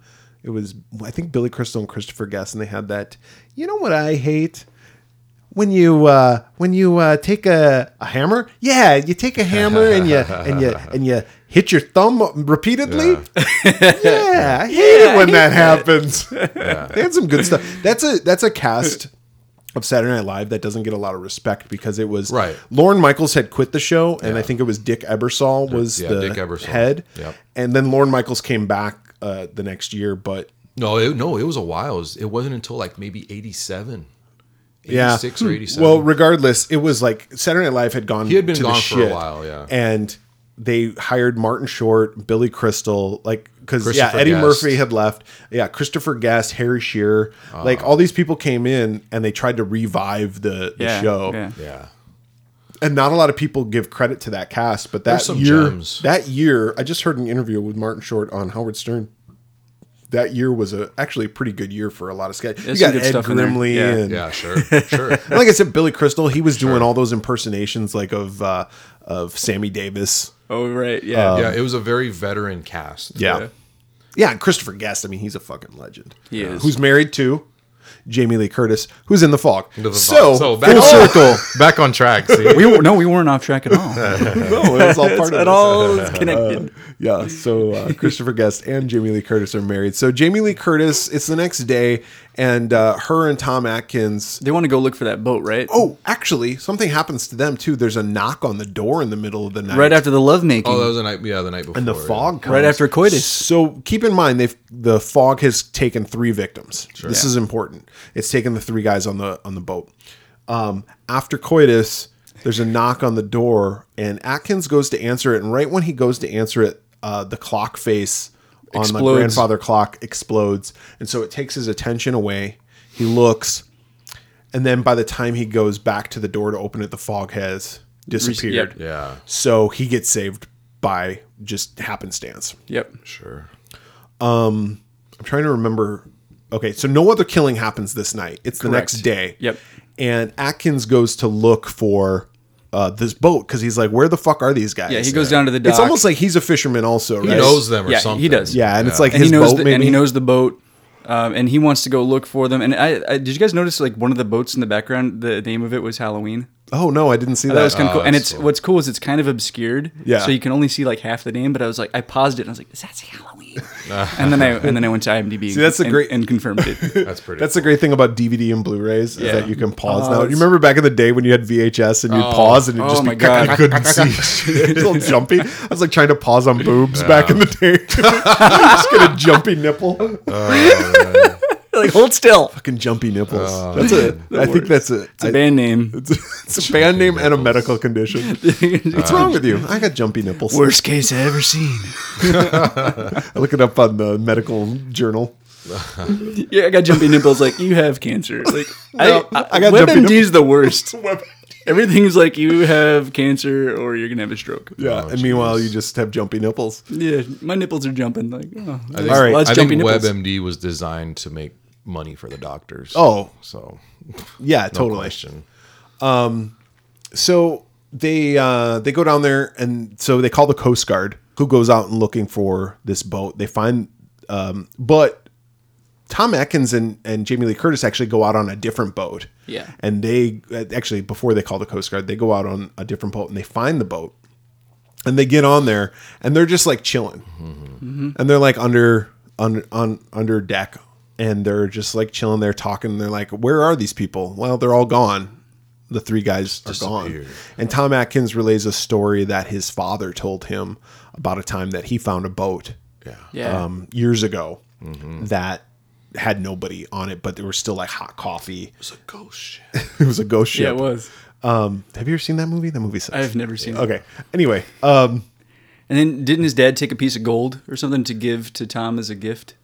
B: it was I think Billy Crystal and Christopher Guest and they had that you know what I hate? When you uh when you uh take a, a hammer? Yeah, you take a hammer and you and you and you hit your thumb repeatedly. Yeah, I hate it when that happens. they had some good stuff. That's a that's a cast of Saturday Night Live that doesn't get a lot of respect because it was
D: Right.
B: Lauren Michaels had quit the show, and I think it was Dick Ebersol was
D: Yeah,
B: the
D: Dick Ebersol.
B: head.
D: Yep.
B: And then Lauren Michaels came back uh, the next year, but
D: No, it, no, it was a while. It, was, it wasn't until like maybe eighty seven.
B: yeah, Hmm.
D: six or eighty seven.
B: Well, regardless, it was like Saturday Night Live had gone.
D: He had been
B: to the
D: gone for a
B: shit,
D: while, yeah.
B: and they hired Martin Short, Billy Crystal, like because yeah,
D: Christopher
B: Eddie
D: Guest.
B: Murphy had left. Yeah, Christopher Guest, Harry Shearer, like
D: Uh.
B: all these people came in and they tried to revive the, the
C: Yeah,
B: show.
C: yeah.
D: yeah,
B: and not a lot of people give credit to that cast, but that
D: There's some
B: year,
D: gems.
B: that year, I just heard an interview with Martin Short on Howard Stern. That year was a actually a pretty good year for a lot of sketch. You
C: some
B: got
C: good
B: Ed
C: stuff in there.
B: Grimley
C: Yeah.
B: and,
D: yeah, sure, sure.
B: and like I said, Billy Crystal. He was doing all those impersonations like of uh, of Sammy Davis.
C: Oh right, yeah,
B: Uh,
D: yeah, it was a very veteran cast.
B: Yeah, yeah, and Christopher Guest. I mean, he's a fucking legend.
C: He is.
B: Who's married to Jamie Lee Curtis, who's in the fog.
D: The- the-
B: so,
D: back
B: full
D: on-
B: circle.
D: back on track. See?
C: we were, no, we weren't off track at all.
B: no, Oh, it was all part of
C: at
B: it.
C: all connected.
B: Yeah, so uh, Christopher Guest and Jamie Lee Curtis are married. So Jamie Lee Curtis, it's the next day, and uh, her and Tom Atkins.
C: They want to go look for that boat, right?
B: Oh, actually, something happens to them too. There's a knock on the door in the middle of the night.
C: right after the lovemaking,
D: Oh, that was the night. Yeah, the night before.
B: and the
D: yeah.
B: fog comes.
C: right after coitus.
B: So keep in mind, they've the fog has taken three victims. This is important. It's taken the three guys on the on the boat. Um, after coitus, there's a knock on the door, and Atkins goes to answer it. And right when he goes to answer it, uh, the clock face on
C: Explodes.
B: the grandfather clock explodes, and so it takes his attention away. He looks, and then by the time he goes back to the door to open it, the fog has disappeared.
D: Yeah,
B: So he gets saved by just happenstance.
C: Yep.
D: sure.
B: I'm trying to remember. Okay, so no other killing happens this night. It's the
C: Correct.
B: next day.
C: Yep.
B: And Atkins goes to look for uh, this boat because he's like, where the fuck are these guys?
C: Yeah, he goes down to the dock.
B: It's almost like he's a fisherman also, right?
D: He knows them or
C: yeah,
D: something.
C: he does.
B: Yeah, and it's like
C: and
B: his
C: he knows
B: boat.
C: the,
B: maybe
C: and he knows the boat um, and he wants to go look for them and I, I did you guys notice like one of the boats in the background the name of it was halloween
B: Oh no, I didn't see that.
C: that was kind of cool and
D: that's
C: it's what's cool is it's kind of obscured
B: Uh, Yeah.
C: so you can only see like half the name but i was like i paused it and i was like does that say halloween and then i and then i went to imdb see,
B: that's a
C: and,
B: great-
C: and confirmed it
D: That's pretty.
B: That's the great thing about DVD and Blu-rays is
C: Yeah.
B: that you can pause
C: Oh,
B: now. You
C: it's-
B: remember back in the day when you had VHS and you'd pause and it
C: oh
B: just
C: my
B: be God.
C: God.
B: I couldn't see shit. It's all jumpy. I was like trying to pause on boobs back in the day. just get a jumpy nipple.
C: like hold still
B: Fucking jumpy nipples. that's a. I think that's a.
C: it's a band name
B: It's, a band name and a medical condition. What's wrong with you? I got jumpy nipples.
C: worst case i ever seen
B: I look it up on the medical journal.
C: yeah i got jumpy nipples like you have cancer like
B: No,
C: i,
B: I
C: I
B: got
C: got
B: jumpy
C: webmd is the worst everything's like you have cancer or you're gonna have a stroke
B: Yeah, and meanwhile you just have jumpy nipples.
C: Yeah, my nipples are jumping. Like, oh,
D: I think,
B: All right.
C: Well, that's
D: I think
C: jumpy nipples.
D: WebMD was designed to make money for the doctors.
B: Oh,
D: so
B: yeah,
D: no
B: totally.
D: question.
B: so they uh they go down there and so they call the coast guard who goes out and looking for this boat they find um but tom atkins and and jamie lee curtis actually go out on a different boat
C: Yeah.
B: and they actually before they call the coast guard they go out on a different boat and they find the boat and they get on there and they're just like chilling and they're like under on on under deck and they're just like chilling there talking and they're like where are these people well they're all gone the three guys are gone and tom atkins relays a story that his father told him about a time that he found a boat
C: yeah.
B: um, years ago that had nobody on it but there was still like hot coffee
D: It's a ghost ship.
B: it was a ghost ship
C: yeah, it was.
B: Um, have you ever seen that movie that movie sucks
C: I've never seen it.
B: okay anyway um
C: And then didn't his dad take a piece of gold or something to give to Tom as a gift?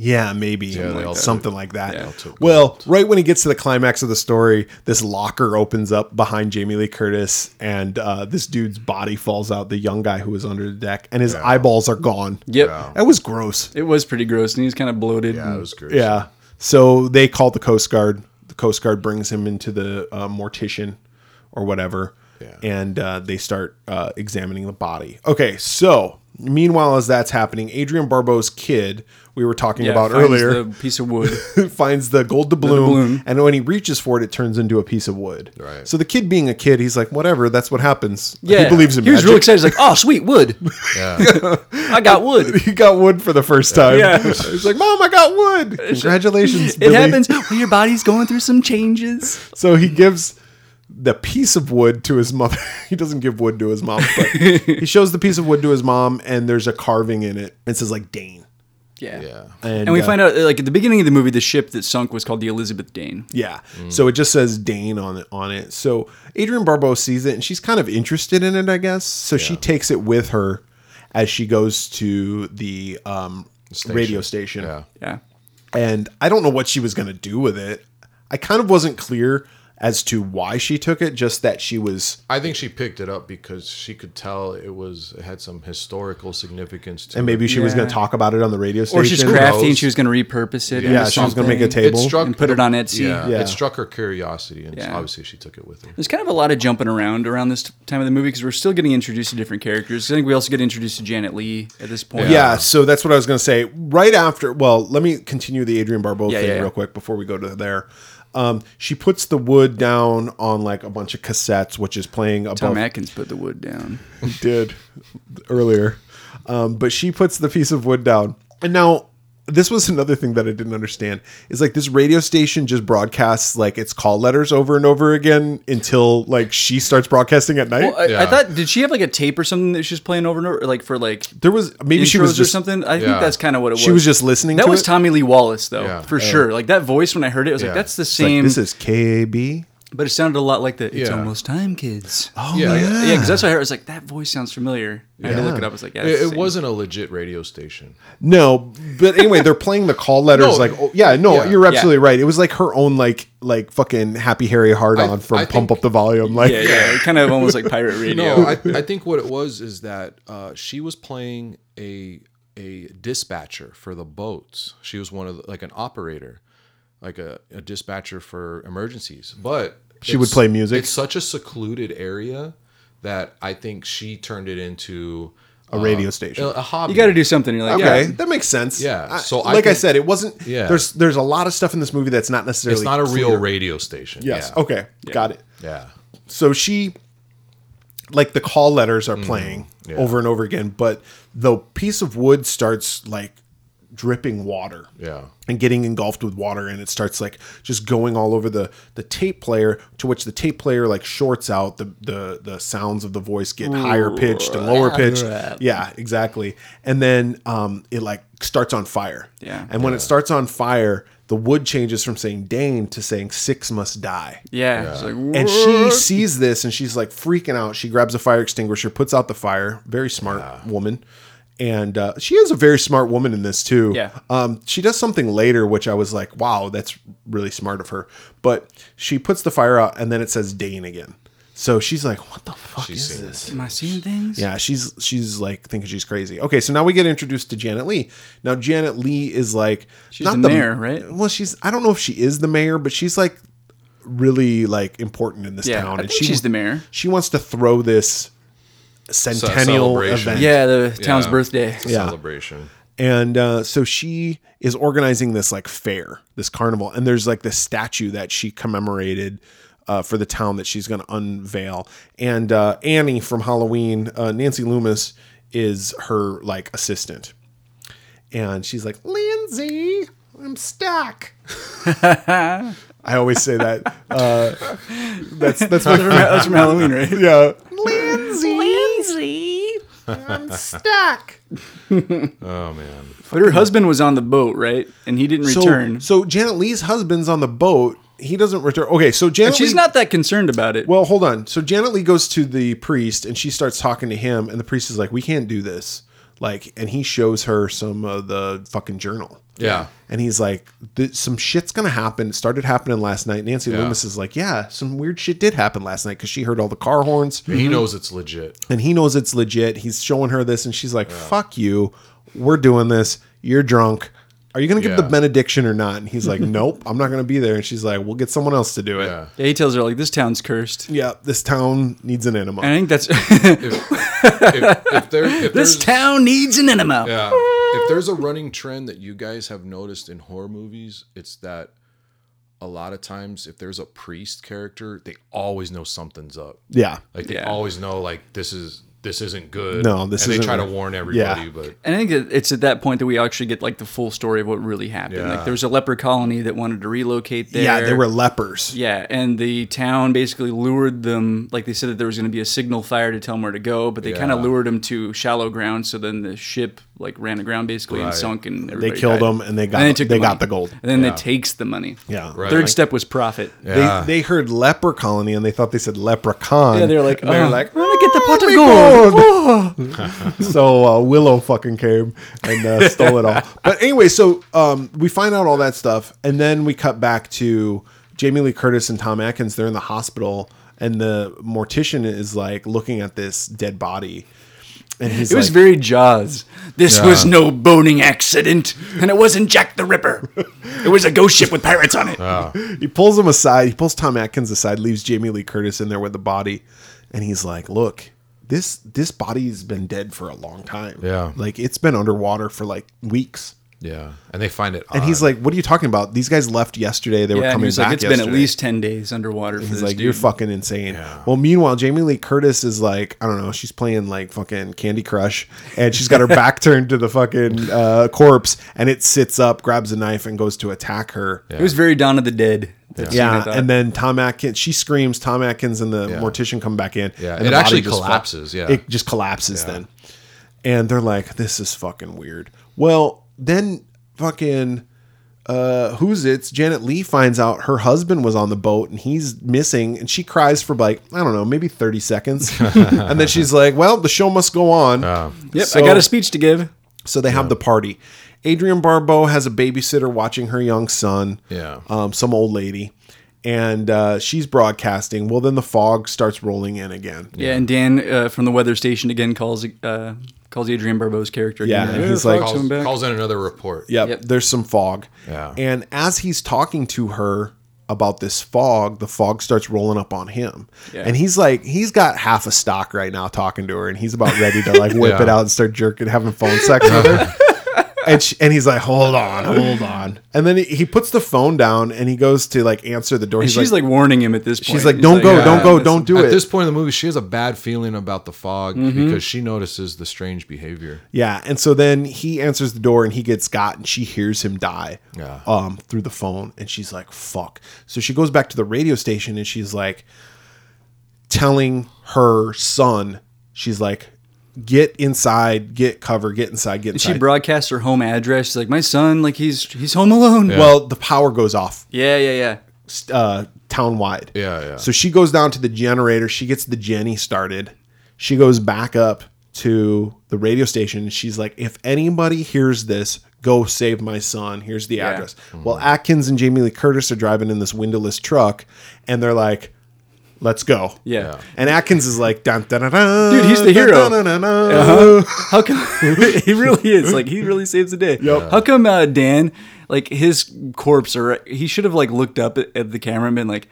B: Yeah, maybe something,
D: they
B: like,
D: all
B: that.
D: took-
B: something like that.
C: all
B: well, right when he gets to the climax of the story, this locker opens up behind Jamie Lee Curtis, and uh, this dude's body falls out. The young guy who was under the deck, and his eyeballs are gone.
C: Yep.
B: that was gross.
C: It was pretty gross, and he was kind of bloated.
D: Yeah, it
C: and-
D: was great.
B: Yeah. So they call the Coast Guard. The Coast Guard brings him into the uh, mortician or whatever.
D: Yeah.
B: And uh, they start uh, examining the body. Okay. So meanwhile, as that's happening, Adrian Barbeau's kid, we were talking
C: Yeah,
B: about
C: finds
B: earlier.
C: the piece of wood.
B: finds the gold doubloon,
C: doubloon.
B: and when he reaches for it, it turns into a piece of wood.
D: Right.
B: So the kid, being a kid, he's like, "Whatever, that's what happens."
C: Yeah,
B: He believes in
C: He was
B: magic.
C: real excited. He's like, "Oh, sweet wood!
D: Yeah.
C: I got wood."
B: he got wood for the first time.
C: Yeah.
B: he's like, "Mom, I got wood! Congratulations!"
C: It
B: Billy."
C: happens when your body's going through some changes.
B: So he gives the piece of wood to his mother. he doesn't give wood to his mom, but he shows the piece of wood to his mom, and there's a carving in it. It says like Dane,
C: Yeah.
D: yeah.
C: And we
B: uh,
C: find out, like at the beginning of the movie, the ship that sunk was called the Elizabeth Dane.
B: Yeah. So it just says Dane on it on it. So Adrian Barbeau sees it and she's kind of interested in it, I guess. So she takes it with her as she goes to the um, radio station.
D: Yeah.
C: Yeah.
B: And I don't know what she was going to do with it. I kind of wasn't clear as to why she took it, just that she was
D: I think she picked it up because she could tell it was it had some historical significance to
B: and
D: it.
B: maybe she was going to
C: Yeah.
B: talk about it on the radio station.
C: Or she's
D: crafty
C: crafty
D: and knows?
C: and
D: she
C: she was going to repurpose it.
B: Yeah, she was going to make a
D: it
B: table.
D: struck
C: and put it on Etsy.
D: Yeah,
B: Yeah.
D: It struck her curiosity and
C: Yeah.
D: obviously she took it with her.
C: There's kind of a lot of jumping around around this time of the movie because we're still getting introduced to different characters. I think we also get introduced to Janet Lee at this point.
B: Yeah, so that's what I was going to say. Right after, well, let me continue the Adrian Barbeau
C: Yeah,
B: thing
C: yeah, yeah.
B: real quick before we go to there. Um, she puts the wood down on like a bunch of cassettes, which is playing above.
C: Tom Atkins put the wood down.
B: did earlier, um, but she puts the piece of wood down. And now, this was another thing that I didn't understand is like this radio station just broadcasts like its call letters over and over again until like she starts broadcasting at night.
C: Well, I, I
D: Yeah.
C: thought did she have like a tape or something that she was playing over and over, like for like
B: there was maybe
C: intros
B: she was
C: or
B: just
C: something? I
D: Yeah.
C: think that's kind of what it was.
B: she was just listening.
C: That
B: to
C: was
B: it.
C: Tommy Lee Wallace though,
D: Yeah.
C: for sure. Like that voice when I heard it, I was
D: Yeah.
C: like, that's the
B: It's like,
C: same.
B: this is KAB.
C: but it sounded a lot like the "It's
D: Yeah.
C: Almost Time, Kids."
B: Oh
D: Yeah.
C: yeah, because that's what I heard. I was like, that voice sounds familiar. I had to look it up. I was like, yeah, it's
D: It,
C: the
D: it
C: same.
D: wasn't a legit radio station.
B: No, but anyway, they're playing the call letters
D: No.
B: like, oh, yeah, no,
D: Yeah.
B: you're absolutely right. It was like her own like like fucking Happy Harry hard on
D: I-
B: from
D: I
B: Pump
D: think-
B: Up the Volume. Like,
C: Yeah, yeah, kind of almost like pirate radio.
D: No, I, I think what it was is that uh, she was playing a a dispatcher for the boats. She was one of the, like an operator, like a, a dispatcher for emergencies. But
B: She would play music.
D: It's such a secluded area that I think she turned it into
B: A radio station.
D: a hobby.
C: You got to do something. You're like,
B: Okay,
C: yeah,
B: that makes sense.
D: Uh, Yeah,
B: I-
D: so I
B: like I
D: think-
B: said, it wasn't.
D: Yeah.
B: There's there's a lot of stuff in this movie that's not necessarily.
D: It's not a real
B: clear.
D: radio station.
B: Yes. Oh.
D: Yeah.
B: Okay. Got it.
D: Yeah.
B: So she, like the call letters are
D: Mm-hmm.
B: playing over and over again, but the piece of wood starts like dripping water.
D: Yeah.
B: And getting engulfed with water, and it starts like just going all over the the tape player. To which the tape player like shorts out the the the sounds of the voice get higher pitched and lower pitched. Yeah, exactly. And then um, it like starts on fire.
C: Yeah.
B: And when it starts on fire, the wood changes from saying Dane to saying six must die.
C: yeah. It's like,
B: And she sees this and she's like freaking out. She grabs a fire extinguisher, puts out the fire. Very smart woman. And uh, she is a very smart woman in this too.
C: Yeah.
B: Um, she does something later, which I was like, wow, that's really smart of her. But she puts the fire out and then it says Dane again. So she's like, what the fuck is
D: seen
B: this?
C: am I seeing things?
B: Yeah, she's she's like thinking she's crazy. Okay, so now we get introduced to Janet Lee. Now Janet Lee is like
C: She's the mayor, right?
B: Well, she's I don't know if she is the mayor, but she's like really like important in this
C: Yeah,
B: town.
C: I think she's the mayor.
B: She wants to throw this centennial
D: celebration.
B: event.
C: Yeah, the town's
D: Yeah.
C: birthday.
B: Yeah.
D: Celebration.
B: And uh, so she is organizing this like fair, this carnival, and there's like this statue that she commemorated uh, for the town that she's going to unveil. And uh, Annie from Halloween, uh, Nancy Loomis, is her like assistant, and she's like, "Lindsay, I'm stuck." I always say that. Uh, that's that's my
C: That's from Halloween, right?
B: yeah. Lindsay, Lindsay, I'm stuck.
D: Oh man.
C: But her husband was on the boat, right? And he didn't
B: So-
C: return.
B: So, Janet Lee's husband's on the boat. He doesn't return. Okay, so Janet
C: She's
B: Lee-
C: not that concerned about it.
B: Well, hold on. So Janet Lee goes to the priest and she starts talking to him, and the priest is like, "We can't do this." Like, and he shows her some of the fucking journal.
D: Yeah.
B: And he's like, "Th- "Some shit's gonna happen. It started happening last night." Nancy Loomis is like, "Yeah, some weird shit did happen last night because she heard all the car horns."
D: He knows it's legit.
B: and he knows it's legit. He's showing her this, and she's like, "Fuck you, we're doing this. You're drunk. Are you gonna give the
D: Yeah.
B: benediction or not?" And he's like, "Nope, I'm not gonna be there." And she's like, "We'll get someone else to do it."
D: Yeah.
C: yeah, he tells her like this town's cursed.
B: Yeah, this town needs an enema.
C: And I think that's
D: If, if there,
C: this
D: if there's,
C: town needs an enema.
D: yeah, if there's a running trend that you guys have noticed in horror movies, it's that a lot of times if there's a priest character, they always know something's up.
B: yeah,
D: Like they
C: Yeah.
D: always know like this is this isn't good.
B: No, this
D: and
B: isn't
D: they try to
B: right.
D: warn everybody,
B: Yeah.
D: but
C: And I think it- it's at that point that we actually get like the full story of what really happened.
D: Yeah.
C: Like there was a leper colony that wanted to relocate there.
B: yeah, they were lepers.
C: Yeah, and the town basically lured them. Like they said that there was going to be a signal fire to tell them where to go, but they kind of
D: Yeah.
C: lured them to shallow ground. So then the ship like ran aground basically and sunk, and
B: They
C: everybody
B: killed
C: died.
B: them, and they got
C: And
B: they,
C: they took the
B: got
C: money.
B: the gold.
C: And then it takes the money.
B: Yeah,
D: Right.
C: Third
D: Like-
C: step was profit.
D: Yeah.
B: They, they heard leper colony and they thought they said leprechaun.
C: Yeah, they're like,
B: And they're
C: "Oh,
B: like,
C: I'm gonna get the pot of
B: my God."
C: gold."
B: so uh, Willow fucking came and uh, stole it all. But anyway, so um, we find out all that stuff, and then we cut back to Jamie Lee Curtis and Tom Atkins. They're in the hospital, and the mortician is like looking at this dead body, and he's
C: It was
B: like,
C: very Jaws. This was no boning accident, and it wasn't Jack the Ripper. It was a ghost ship with pirates on
B: Uh,
C: it.
B: he pulls him aside. He pulls Tom Atkins aside, leaves Jamie Lee Curtis in there with the body, and he's like, "Look, this this body's been dead for a long time.
D: Yeah.
B: like it's been underwater for like weeks."
D: yeah, and they find it.
B: And he's
D: odd.
B: like, "What are you talking about? These guys left yesterday. They were
C: Yeah, and
B: coming
C: he was
B: back.
C: like, "It's been at
B: yesterday."
C: least ten days underwater." For
B: He's
C: this
B: like,
C: dude.
B: you're fucking insane. Well, meanwhile, Jamie Lee Curtis is like, I don't know, she's playing like fucking Candy Crush, and she's got her back turned to the fucking uh, corpse, and it sits up, grabs a knife, and goes to attack her.
C: It was very Dawn of the Dead. that scene, I
B: Yeah,
C: thought.
B: and then Tom Atkins, she screams. Tom Atkins and the mortician come back in.
D: Yeah,
B: and
D: it
B: the
D: actually
B: body just
D: collapses, yeah.
B: it just collapses then, and they're like, "This is fucking weird." Well, then fucking uh, who's it's Janet Lee finds out her husband was on the boat and he's missing, and she cries for like I don't know, maybe thirty seconds, and then she's like, "Well, the show must go on."
C: yep,
B: so-
C: I got a speech to give.
B: So they have the party. Adrian Barbeau has a babysitter watching her young son.
D: Yeah.
B: Um, some old lady. And uh, she's broadcasting. Well, then the fog starts rolling in again.
C: Yeah, and Dan uh, from the weather station again calls uh, calls Adrian Barbeau's character.
B: Yeah,
C: again.
B: and he's like-
C: talk to
D: calls,
C: him back.
D: calls in another report.
B: Yep,
C: Yep.
B: There's some fog.
D: Yeah.
B: And as he's talking to her, about this fog, the fog starts rolling up on him.
C: Yeah.
B: And he's like, he's got half a stock right now talking to her, and he's about ready to like whip
D: Yeah.
B: it out and start jerking, having phone sex with her. And, she, and he's like, hold on, hold on. And then he, he puts the phone down and he goes to like answer the door.
C: And
B: He's
C: she's
B: like,
C: like, warning him at this point.
B: she's like,
C: He's
B: don't go,
C: "Yeah,
B: don't go,
C: this
B: don't
C: is-
B: do
D: At
B: it.
D: this point in the movie, she has a bad feeling about the fog
C: Mm-hmm.
D: because she notices the strange behavior.
B: Yeah, and so then he answers the door and he gets got and she hears him die
D: Yeah.
B: um through the phone and she's like fuck. So she goes back to the radio station and she's like telling her son she's like get inside, get cover, get inside, get
C: And
B: inside.
C: she broadcasts her home address. She's like, my son, like he's he's home alone. Yeah,
B: well, the power goes off
C: yeah, yeah. yeah.
B: uh town wide.
D: Yeah, yeah.
B: So she goes down to the generator, she gets the Jenny started. She goes back up to the radio station and she's like, if anybody hears this, go save my son. Here's the address.
C: Mm-hmm.
B: Well, Atkins and Jamie Lee Curtis are driving in this windowless truck and they're like, let's go.
D: Yeah.
B: And Atkins is like, dun, dun, dun, dun,
C: Dude, he's the
B: dun,
C: hero.
B: dun, dun, dun, dun."
C: Uh-huh. How come he really is like he really saves the day? How come uh, Dan like his corpse or he should have like looked up at, at the camera and been like,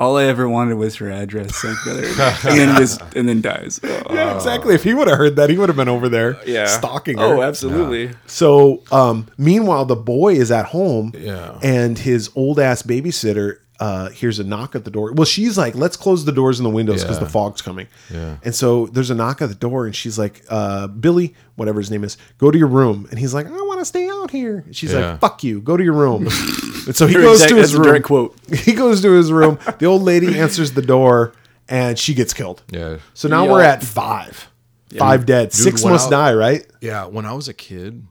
C: all I ever wanted was her address, like, the other- and then just and then dies. Oh,
B: Yeah, exactly. If he would have heard that, he would have been over there stalking her.
C: Oh, absolutely.
B: So, um, meanwhile, the boy is at home,
D: Yeah.
B: and his old ass babysitter uh, hears a knock at the door. Well, she's like, "Let's close the doors and the windows because
D: Yeah.
B: the fog's coming."
D: Yeah.
B: And so there's a knock at the door, and she's like, uh, "Billy, whatever his name is, go to your room." And he's like, "I want to stay out here." And she's
D: Yeah.
B: like, "Fuck you, go to your room." and so he
C: Her
B: goes
C: exact-
B: to his
C: that's a
B: room.
C: direct quote.
B: He goes to his room. The old lady answers the door, and she gets killed.
D: Yeah.
B: So now
C: Yeah.
B: we're at five, five dead, six
D: when
B: must
D: I-
B: die, right?
D: Yeah, when I was a kid,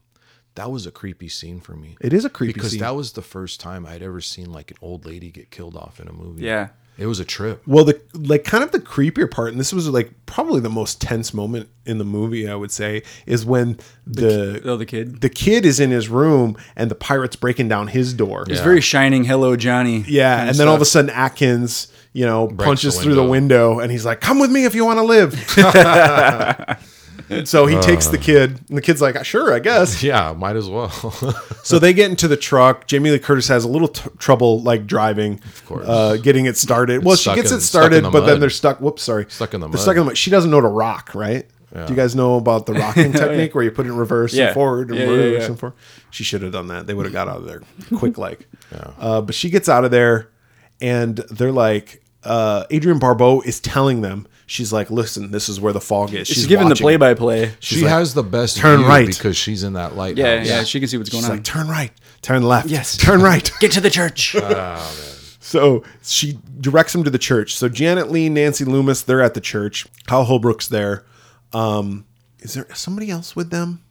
D: that was a creepy scene for me.
B: It is a creepy
D: because
B: scene.
D: that was the first time I'd ever seen like an old lady get killed off in a movie.
C: Yeah.
D: It was a trip.
B: Well, the like kind of the creepier part, and this was like probably the most tense moment in the movie, I would say, is when the the,
C: Oh, the kid.
B: kid is in his room and the pirates breaking down his door. Yeah,
C: It's very shining. Hello, Johnny.
B: and then all of a sudden Atkins, you know, punches
D: the
B: through the window and he's like, "Come with me if you want to live." so he takes the kid, and the kid's like, "Sure, I guess."
D: Yeah, might as well.
B: So they get into the truck. Jamie Lee Curtis has a little t- trouble like driving, of
D: course.
B: uh, getting it started. well, she
D: stuck
B: gets
D: in-
B: it
D: stuck in
B: started,
D: the
B: but then
D: mud.
B: they're stuck. Whoops, sorry,
D: Stuck in the
B: they're
D: mud.
B: stuck in the mud. She doesn't know to rock, right? Do you guys know about the rocking technique where you put it in reverse
C: Yeah.
B: and forward and
C: Yeah, yeah,
B: reverse
C: yeah.
B: and forward? She should have done that. They would have got out of there quick, like. Uh, but she gets out of there, and they're like, uh, Adrian Barbeau is telling them. She's like, "Listen, this is where the fog is."
C: She's, given the
B: watching.
C: play-by-play.
D: she
B: like,
D: has the best
B: "Turn
D: view
B: right."
D: because she's in that light.
C: Yeah, yeah, She can see what's going
B: She's
C: on.
B: like, "Turn right, turn left,
C: Yes.
B: turn right."
C: Get to the church.
B: So she directs him to the church. So Janet Lee, Nancy Loomis, they're at the church. Kyle Holbrook's there. Um, is there somebody else with them?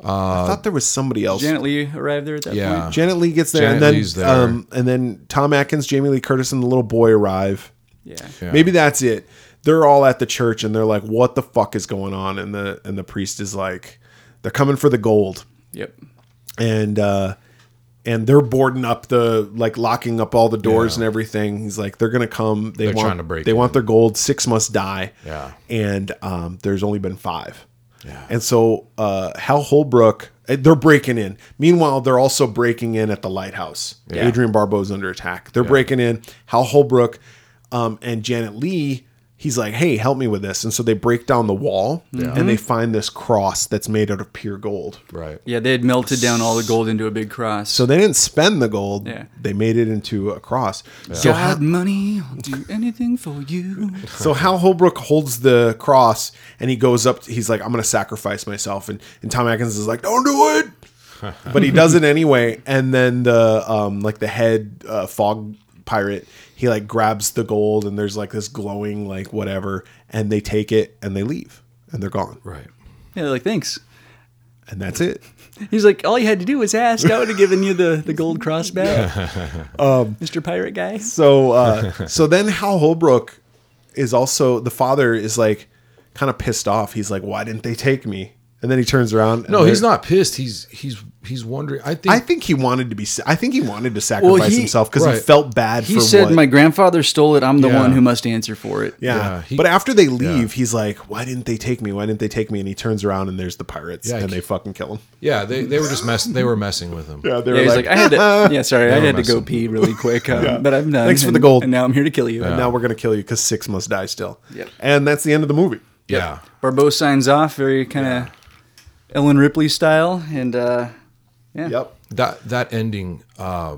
B: I thought there was somebody else. Janet,
C: Janet Lee arrived there at that
D: Yeah.
C: point.
B: Lee gets there,
D: Janet
B: and then
D: Leigh's there.
B: Um, and then Tom Atkins, Jamie Lee Curtis, and the little boy arrive.
C: Yeah.
B: Maybe that's it. They're all at the church, and they're like, "What the fuck is going on?" And the and the priest is like, "They're coming for the gold."
C: Yep.
B: and uh and they're boarding up the like locking up all the doors and everything. He's like, they're gonna come. They
D: They're
B: want
D: trying to break
B: they
D: in.
B: want their gold. Six must die.
D: Yeah.
B: and um, there's only been five. Yeah, and so uh, Hal Holbrook, eh, they're breaking in. Meanwhile, they're also breaking in at the lighthouse. Adrian Barbeau's under attack. They're breaking in. Hal Holbrook um, and Janet Lee. He's like, hey, help me with this. And so they break down the wall and
D: Mm-hmm.
B: they find this cross that's made out of pure gold.
D: Right.
C: Yeah, they had melted down all the gold into a big cross.
B: So they didn't spend the gold.
C: Yeah.
B: They made it into a cross. So,
C: God,
B: Hal,
C: money, I'll do anything for you.
B: so Hal Holbrook holds the cross and he goes up. He's like, I'm going to sacrifice myself. And, and Tom Atkins is like, don't do it. but he does it anyway. And then the, um, like the head uh, fog pirate, he like grabs the gold and there's like this glowing, like whatever. And they take it and they leave and they're gone.
D: Right.
C: Yeah, like thanks.
B: And that's it.
C: He's like, all you had to do was ask. I would have given you the, the gold cross back,
B: Um,
C: Mr. Pirate Guy.
B: So uh, so then Hal Holbrook is also the father is like kind of pissed off. He's like, "Why didn't they take me?" And then he turns around. and
D: No, he's
B: there-
D: not pissed. He's he's he's wondering. I think
B: I think he wanted to be. sa- I think he wanted to sacrifice
C: he-
B: himself because he
D: right.
B: felt bad.
C: He
B: for
C: said,
B: what,
C: "My grandfather stole it. I'm the
D: Yeah.
C: one who must answer for it."
B: Yeah.
D: Yeah, he-
B: but after they leave, he's like, "Why didn't they take me? Why didn't they take me?" And he turns around and there's the pirates,
D: Yeah, I
B: and they
D: can't-
B: fucking kill him.
D: yeah, they, they were just mess they were messing with him.
B: Yeah, they
C: Yeah,
B: were
C: he's
B: like,
C: like, I had to. Yeah, sorry, I had to go
D: messing.
C: pee really quick, um, but I'm done.
B: Thanks for the
C: and-
B: gold.
C: And now I'm here to kill you.
B: "And now we're gonna kill you because six must die still."
C: Yep.
B: And that's the end of the movie.
D: Yeah.
C: Barbeau signs off, very kind of Ellen Ripley style, and uh, yeah,
B: Yep.
D: That that ending uh,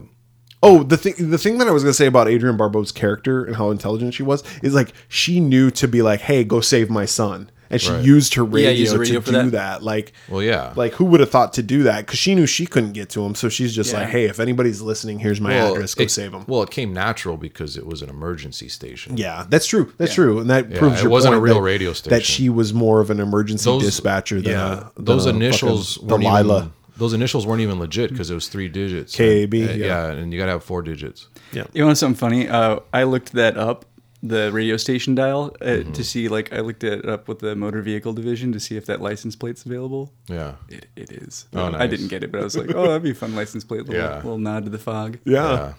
B: Oh, the thing the thing that I was gonna say about Adrian Barbeau's character and how intelligent she was is like she knew to be like, "Hey, go save my son," and she
D: Right.
B: used her radio,
C: Yeah, use the radio
B: to
C: for
B: do that.
C: that.
B: Like,
D: Well, yeah.
B: like who would have thought to do that? Because she knew she couldn't get to him, so she's just
C: Yeah.
B: like, "Hey, if anybody's listening, here's my
D: well,
B: address. Go
D: it-
B: save him."
D: Well, it came natural because it was an emergency station.
B: Yeah, that's true. That's true, and that proves
D: it
B: your
D: wasn't a
B: point
D: real
B: that-
D: radio
B: That
D: station.
B: she was more of an emergency
D: Those-
B: dispatcher than a- than
D: those
B: a
D: initials
B: fucking
D: weren't
B: Delilah.
D: even those initials weren't even legit because it was three digits.
B: KB,
D: Uh, yeah.
B: yeah.
D: and you gotta have four digits.
C: You want something funny? Uh, I looked that up, the radio station dial, uh,
D: Mm-hmm.
C: to see like I looked it up with the motor vehicle division to see if that license plate's available.
D: Yeah,
C: It, it is.
D: Oh,
C: I
D: nice.
C: didn't get it, but I was like, oh, that'd be a fun license plate. Little,
D: Yeah.
C: little nod to the fog.
B: Yeah.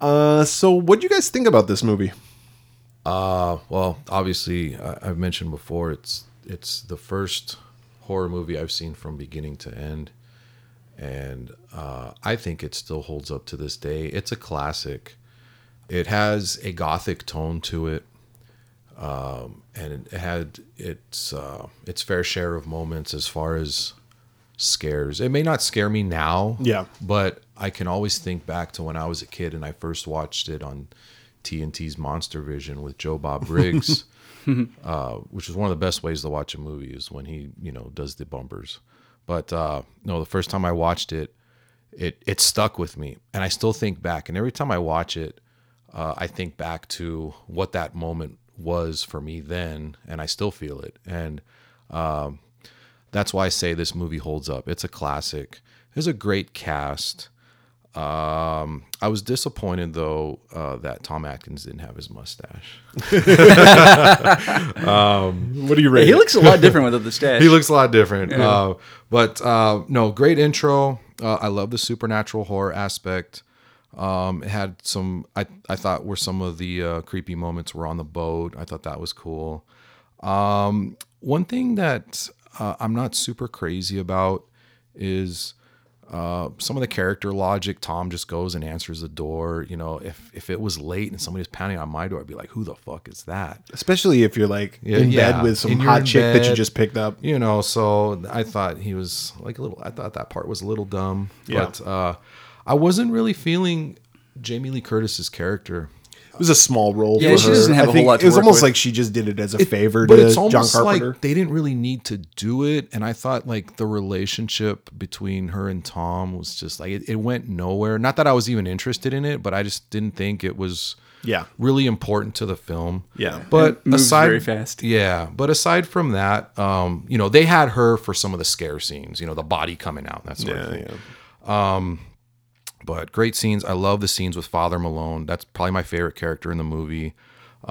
B: Uh, so what do you guys think about this movie?
D: Uh, well, obviously, I, I've mentioned before it's it's the first horror movie I've seen from beginning to end, and uh, I think it still holds up to this day. It's a classic. It has a gothic tone to it, um, and it had its uh, its fair share of moments as far as scares. It may not scare me now,
B: Yeah.
D: but I can always think back to when I was a kid and I first watched it on TNT's Monster Vision with Joe Bob Briggs, uh, which is one of the best ways to watch a movie is when he you know does the bumpers. But uh, no, the first time I watched it, it it stuck with me, and I still think back. And every time I watch it, uh, I think back to what that moment was for me then, and I still feel it. And um, that's why I say this movie holds up. It's a classic. There's a great cast. Um, I was disappointed though uh, that Tom Atkins didn't have his mustache.
B: What do you rate?
C: He
B: it?
C: looks a lot different without the stash.
D: He looks a lot different. Uh, but uh, no, great intro. Uh, I love the supernatural horror aspect. Um, it had some. I I thought were some of the uh, creepy moments were on the boat. I thought that was cool. Um, one thing that uh, I'm not super crazy about is uh, some of the character logic. Tom just goes and answers the door. You know, if if it was late and somebody was pounding on my door, I'd be like, "Who the fuck is that?"
B: especially if you're like
D: Yeah,
B: in
D: yeah.
B: bed with some
D: And you're
B: hot
D: in
B: chick that you
D: bed.
B: just picked up.
D: you know so i thought he was like a little i thought that part was a little dumb
B: Yeah.
D: but uh i wasn't really feeling jamie lee curtis's character
B: It was a small role.
C: Yeah,
B: for
C: she
B: her.
C: doesn't have
B: I
C: a
B: think
C: whole
B: It
C: lot to
B: was
C: work
B: almost
C: with.
B: like she just did it as a favor
D: but
B: to
D: it's
B: John
D: almost
B: Carpenter.
D: like they didn't really need to do it and i thought like the relationship between her and tom was just like it, it went nowhere not that i was even interested in it but i just didn't think it was
B: Yeah.
D: really important to the film
B: Yeah.
D: but
C: It moves
D: aside
C: very fast.
D: yeah but aside from that um you know they had her for some of the scare scenes you know the body coming out and that sort of
B: yeah,
D: thing
B: yeah.
D: but great scenes. I love the scenes with Father Malone. That's probably my favorite character in the movie.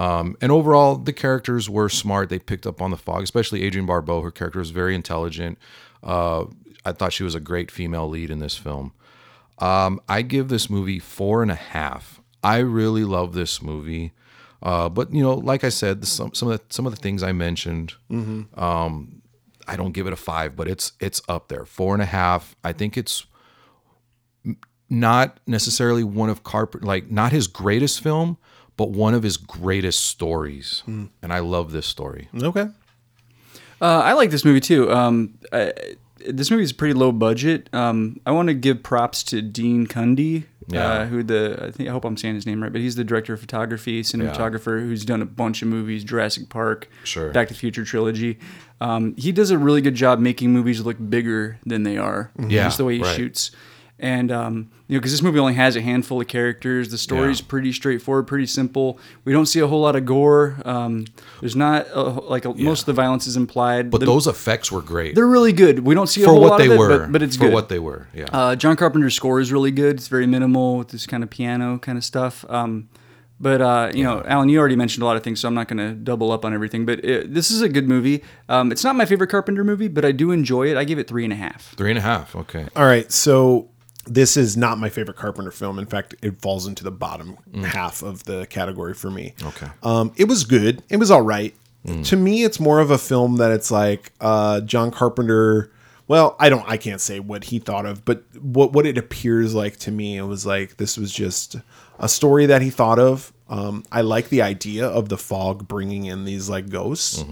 D: Um, and overall, the characters were smart. They picked up on the fog, especially Adrienne Barbeau. Her character was very intelligent. Uh, I thought she was a great female lead in this film. Um, I give this movie four and a half. I really love this movie. Uh, but you know, like I said, some some of the, some of the things I mentioned, um, I don't give it a five, but it's it's up there, four and a half. I think it's not necessarily one of Carpenter, like not his greatest film, but one of his greatest stories. And I love this story.
B: Okay.
C: Uh, I like this movie too. Um, I, this movie is pretty low budget. Um, I want to give props to Dean Cundy, uh,
D: Yeah.
C: who the I think I hope I'm saying his name right, but he's the director of photography, cinematographer, who's done a bunch of movies, Jurassic Park,
D: Sure.
C: Back to the Future trilogy. Um, he does a really good job making movies look bigger than they are.
D: Yeah,
C: just the way he
D: right.
C: shoots. And um, you know, because this movie only has a handful of characters, the story's pretty straightforward, pretty simple. We don't see a whole lot of gore. Um, there's not a, like a, most of the violence is implied,
D: But
C: The-
D: those effects were great
C: they're really good. We don't see a
D: for
C: whole
D: what
C: lot
D: they
C: of it,
D: were.
C: but, but it's
D: for
C: good.
D: what they were. Yeah.
C: uh, John Carpenter's score is really good. It's very minimal with this kind of piano kind of stuff. Um, But uh, you know, Alan, you already mentioned a lot of things, so I'm not going to double up on everything. But it, this is a good movie. Um, it's not my favorite Carpenter movie, but I do enjoy it. I give it three and a half.
D: Three and a half. Okay.
B: All right, so this is not my favorite Carpenter film. In fact, it falls into the bottom half of the category for me.
D: Mm. Okay.
B: Um, it was good. It was all right. To me, it's more of a film that it's like uh, John Carpenter. Well, I don't. I can't say what he thought of, but what what it appears like to me, it was like this was just a story that he thought of. Um, I like the idea of the fog bringing in these like ghosts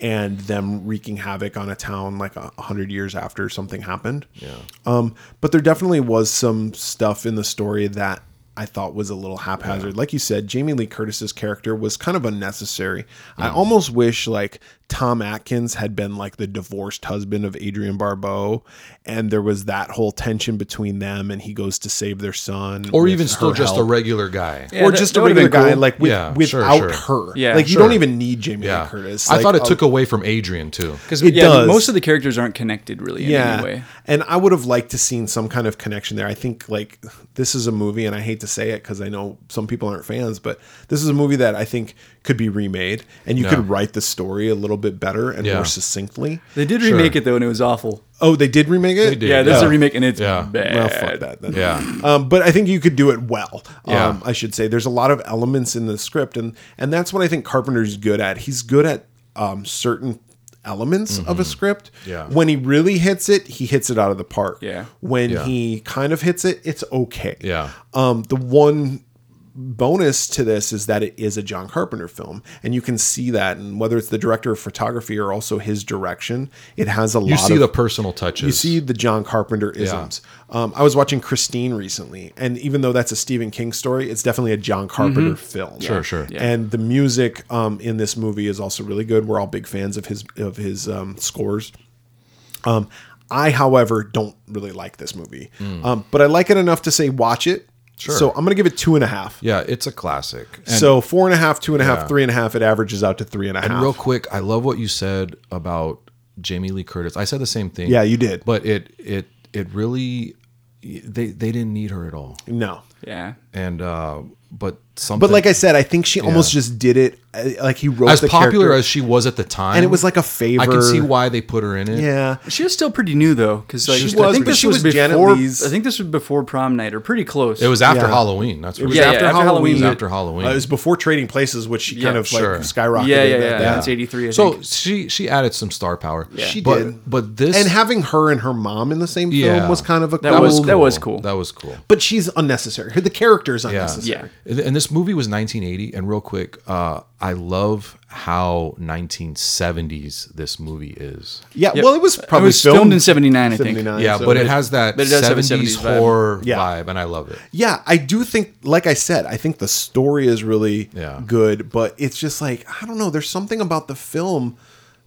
B: and them wreaking havoc on a town like a hundred years after something happened. Yeah. Um, but there definitely was some stuff in the story that I thought was a little haphazard. Like you said, Jamie Lee Curtis's character was kind of unnecessary.
D: Mm.
B: I almost wish like Tom Atkins had been like the divorced husband of Adrian Barbeau, and there was that whole tension between them, and he goes to save their son,
D: Or
B: with
D: even
B: her
D: still just a
B: help.
D: regular guy.
C: Yeah,
B: or
C: that-
B: just
C: that
B: a
C: would've been
B: regular guy,
C: cool.
B: like with,
D: Yeah, sure,
B: without
D: sure.
B: her.
C: Yeah,
B: like you
D: sure.
B: don't even need Jamie
D: Yeah.
B: Lee Curtis.
D: I
B: Like,
D: thought it
B: a-
D: took away from Adrian too.
C: Because
B: It
C: yeah,
B: does.
C: most of the characters aren't connected really in any way.
B: And I would have liked to seen some kind of connection there. I think like this is a movie, and I hate to say it because I know some people aren't fans, but this is a movie that I think could be remade, and you
D: Yeah.
B: could write the story a little bit better and
D: Yeah.
B: more succinctly.
C: They did remake it though, and it was awful.
B: Oh, they did remake it. They
D: did.
C: Yeah, there's
D: Yeah.
C: a remake, and it's
D: Yeah.
C: bad.
B: Well, fuck that then.
D: Yeah.
B: Um, but I think you could do it well.
D: Yeah.
B: Um, I should say there's a lot of elements in the script, and and that's what I think Carpenter's good at. He's good at um, certain elements of a script.
D: Mm-hmm. Yeah.
B: When he really hits it, he hits it out of the park.
C: Yeah.
B: When
D: Yeah.
B: he kind of hits it, it's okay.
D: Yeah.
B: Um, the one bonus to this is that it is a John Carpenter film, and you can see that. And whether it's the director of photography or also his direction, it has a
D: You
B: lot
D: see
B: of
D: the personal touches.
B: you see the John Carpenter isms. Um, I was watching Christine recently, and even though that's a Stephen King story, it's definitely a John Carpenter film. Sure,
D: Mm-hmm. sure.
C: Yeah.
B: And the music um, in this movie is also really good. We're all big fans of his of his um, scores. Um, I, however, don't really like this movie, um, but I like it enough to say watch it.
D: Mm. Sure.
B: So I'm gonna give it two and a half.
D: Yeah, it's a classic. And-
B: so four and a half, two and a half,
D: Yeah.
B: three and a half. It averages out to three and a half.
D: And real quick, I love what you said about Jamie Lee Curtis. I said the same thing.
B: Yeah, you did.
D: But it it it really they they didn't need her at all.
B: no.
C: Yeah,
D: And uh but something
B: But like I said, I think she almost just did it. uh, Like he wrote
D: as
B: the
D: popular
B: character.
D: as she was at the time.
B: and it was like a favor.
D: I can see why they put her in it.
B: Yeah,
C: she was still pretty new though, because like,
B: She
C: I
B: was,
C: think
B: but
C: this
B: she
C: was
B: was Janet
C: before.
B: Leigh's-
C: I think this was before prom night, or pretty close.
D: It was after
B: Yeah.
D: Halloween. That's
B: it
D: what
B: was
D: it
C: Yeah,
B: after,
C: yeah, after
B: Halloween.
C: Halloween.
D: was after Halloween.
B: Uh, it was before Trading Places, which he kind of
D: sure.
B: like skyrocketed.
C: yeah, yeah,
B: at
C: yeah.
B: that.
C: That's '83. I
D: so
C: think.
D: she she added some star power.
B: She
D: but,
B: did.
D: But this
B: And having her and her mom in the same film
D: Yeah.
B: was kind of a
C: That
B: cool-
C: was- that was cool.
D: That was cool.
B: but she's unnecessary. The character is
D: Yeah.
B: unnecessary.
D: And and this movie was 1980. And real quick, uh, I love how 1970s this movie is.
B: Yeah, well, it was probably
C: was filmed in 79, I think.
B: 79,
D: Yeah,
B: so
D: but it has that
C: But it does have a 70s
D: 70s,
C: vibe.
D: horror
B: Yeah.
D: vibe, and I love it.
B: Yeah, I do think, like I said, I think the story is really
D: Yeah.
B: good, but it's just like I don't know. There's something about the film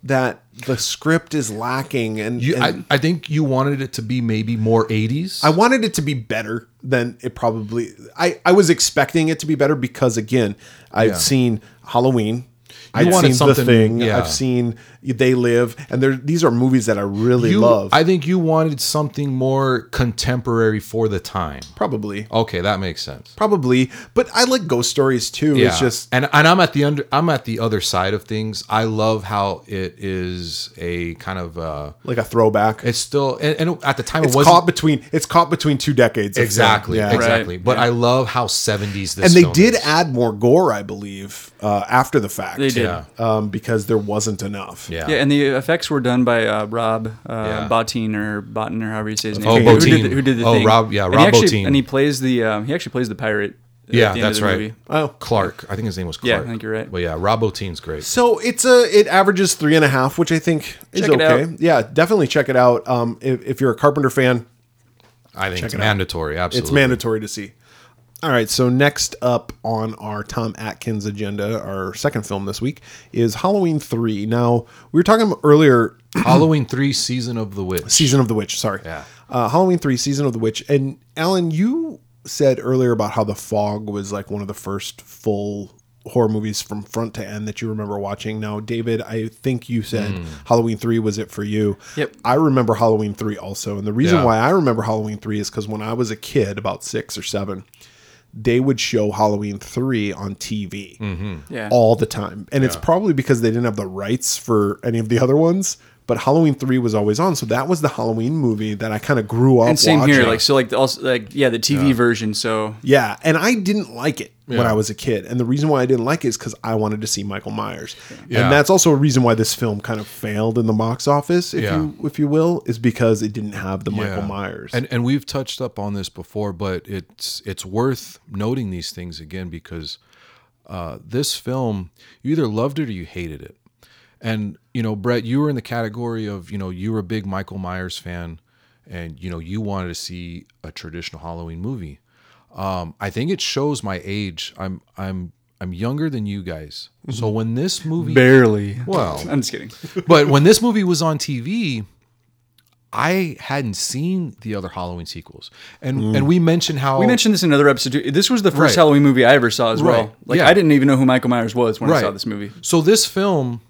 B: that the script is lacking, and,
D: You,
B: and
D: I, I think you wanted it to be maybe more 80s.
B: I wanted it to be better than it probably. I I was expecting it to be better because again, I've
D: Yeah.
B: seen Halloween. I've
D: wanted
B: seen The
D: something-
B: Thing.
D: yeah.
B: I've seen They Live, and there these are movies that I really
D: you,
B: love.
D: I think you wanted something more contemporary for the time.
B: probably,
D: Okay, that makes sense.
B: probably, but I like ghost stories too.
D: Yeah.
B: It's just
D: and and I'm at the under I'm at the other side of things. I love how it is a kind of uh
B: like a throwback. It's,
D: it's still and, and at the time it was
B: caught between it's caught between two decades. of
D: Exactly,
B: film. Yeah.
D: exactly.
C: Right,
D: But
C: yeah.
D: I love how 70s this
B: And they
D: film
B: did
D: is.
B: add more gore, I believe, uh, after the fact.
C: They did.
D: Yeah.
B: um, because there wasn't enough.
D: Yeah.
C: Yeah, and the effects were done by uh, Rob uh,
D: Yeah.
C: Bottin or Botin or however you say his name.
D: Oh,
C: who did
D: Bottin.
C: the, who did the
D: Oh,
C: thing.
D: Rob- yeah,
C: and he
D: Rob
C: actually-
D: Bottin.
C: And he plays the um, he actually plays the pirate. at the
D: Yeah,
C: end
D: that's
C: of the
D: right.
C: Movie.
B: Oh.
D: Clark. I think his name was
C: Yeah, I
D: Clark.
C: think you're right.
D: But yeah, Rob Bottin's great.
B: So it's a it averages three and a half, which I think is
C: Check it
B: okay.
C: out.
B: Yeah, definitely check it out. Um, if, if you're a Carpenter fan,
D: I think it's mandatory. Absolutely.
B: it's mandatory to see. All right, so next up on our Tom Atkins agenda, our second film this week is Halloween three. Now we were talking earlier
D: Halloween 3 Season of the Witch.
B: Season of the Witch. Sorry.
D: Yeah.
B: Uh, Halloween three, Season of the Witch, and Alan, you said earlier about how the fog was like one of the first full horror movies from front to end that you remember watching. Now, David, I think you said
D: Hmm.
B: Halloween three was it for you.
C: Yep.
B: I remember Halloween three also, and the reason
D: Yeah.
B: why I remember Halloween three is because when I was a kid, about six or seven. they would show Halloween 3 on TV
D: Mm-hmm.
C: Yeah.
B: all the time. And it's probably because they didn't have the rights for any of the other ones, but Halloween 3 was always on. So that was the Halloween movie that I kind of grew up
C: and same here,
B: watching.
C: like so, like the- also like yeah, the TV version. So
B: Yeah, and I didn't like it when I was a kid, and the reason why I didn't like it is because I wanted to see Michael Myers,
D: Yeah.
B: and that's also a reason why this film kind of failed in the box office, if
D: Yeah.
B: you if you will, is because it didn't have the Michael
D: Yeah.
B: Myers.
D: And and we've touched up on this before, but it's it's worth noting these things again because uh, this film you either loved it or you hated it. And you know, Brett, you were in the category of you know you were a big Michael Myers fan, and you know you wanted to see a traditional Halloween movie. Um, I think it shows my age. I'm I'm I'm younger than you guys. So
B: Mm-hmm.
D: when this movie
C: barely.
D: well,
C: I'm just kidding.
D: but when this movie was on TV, I hadn't seen the other Halloween sequels, and
B: Mm.
D: and we mentioned how
C: We mentioned this in another episode. too. This was the first
D: Oh. Right.
C: Halloween movie I ever saw as
D: Right.
C: well. Like
D: Yeah.
C: I didn't even know who Michael Myers was when I saw
D: Right.
C: this movie.
D: So this film,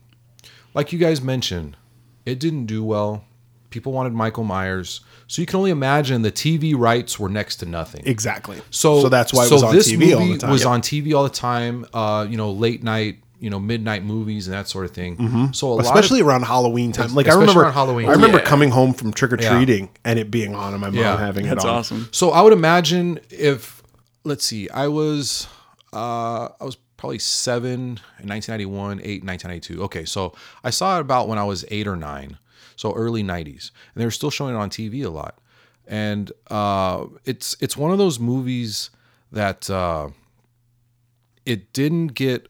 D: like you guys mentioned, it didn't do well. People wanted Michael Myers, so you can only imagine the TV rights were next to nothing.
B: exactly.
D: So
B: so that's why it
D: so
B: was on
D: this
B: TV
D: movie
B: all the time.
D: Was
B: Yep.
D: on TV all the time. Uh, you know, late night, you know, midnight movies and that sort of thing. So a lot of,
B: Mm-hmm. especially around Halloween time. Like I
D: especially
B: remember
D: around Halloween.
B: I remember
C: Yeah.
B: coming home from trick or treating and it being on and my mom
D: Yeah.
B: having
C: That's
B: it on.
C: awesome.
D: So I would imagine if let's see, I was uh I was probably seven in 1991, eight in 1992. Okay, so I saw it about when I was eight or nine, so early 90s, and they were still showing it on TV a lot. And uh, it's it's one of those movies that uh, it didn't get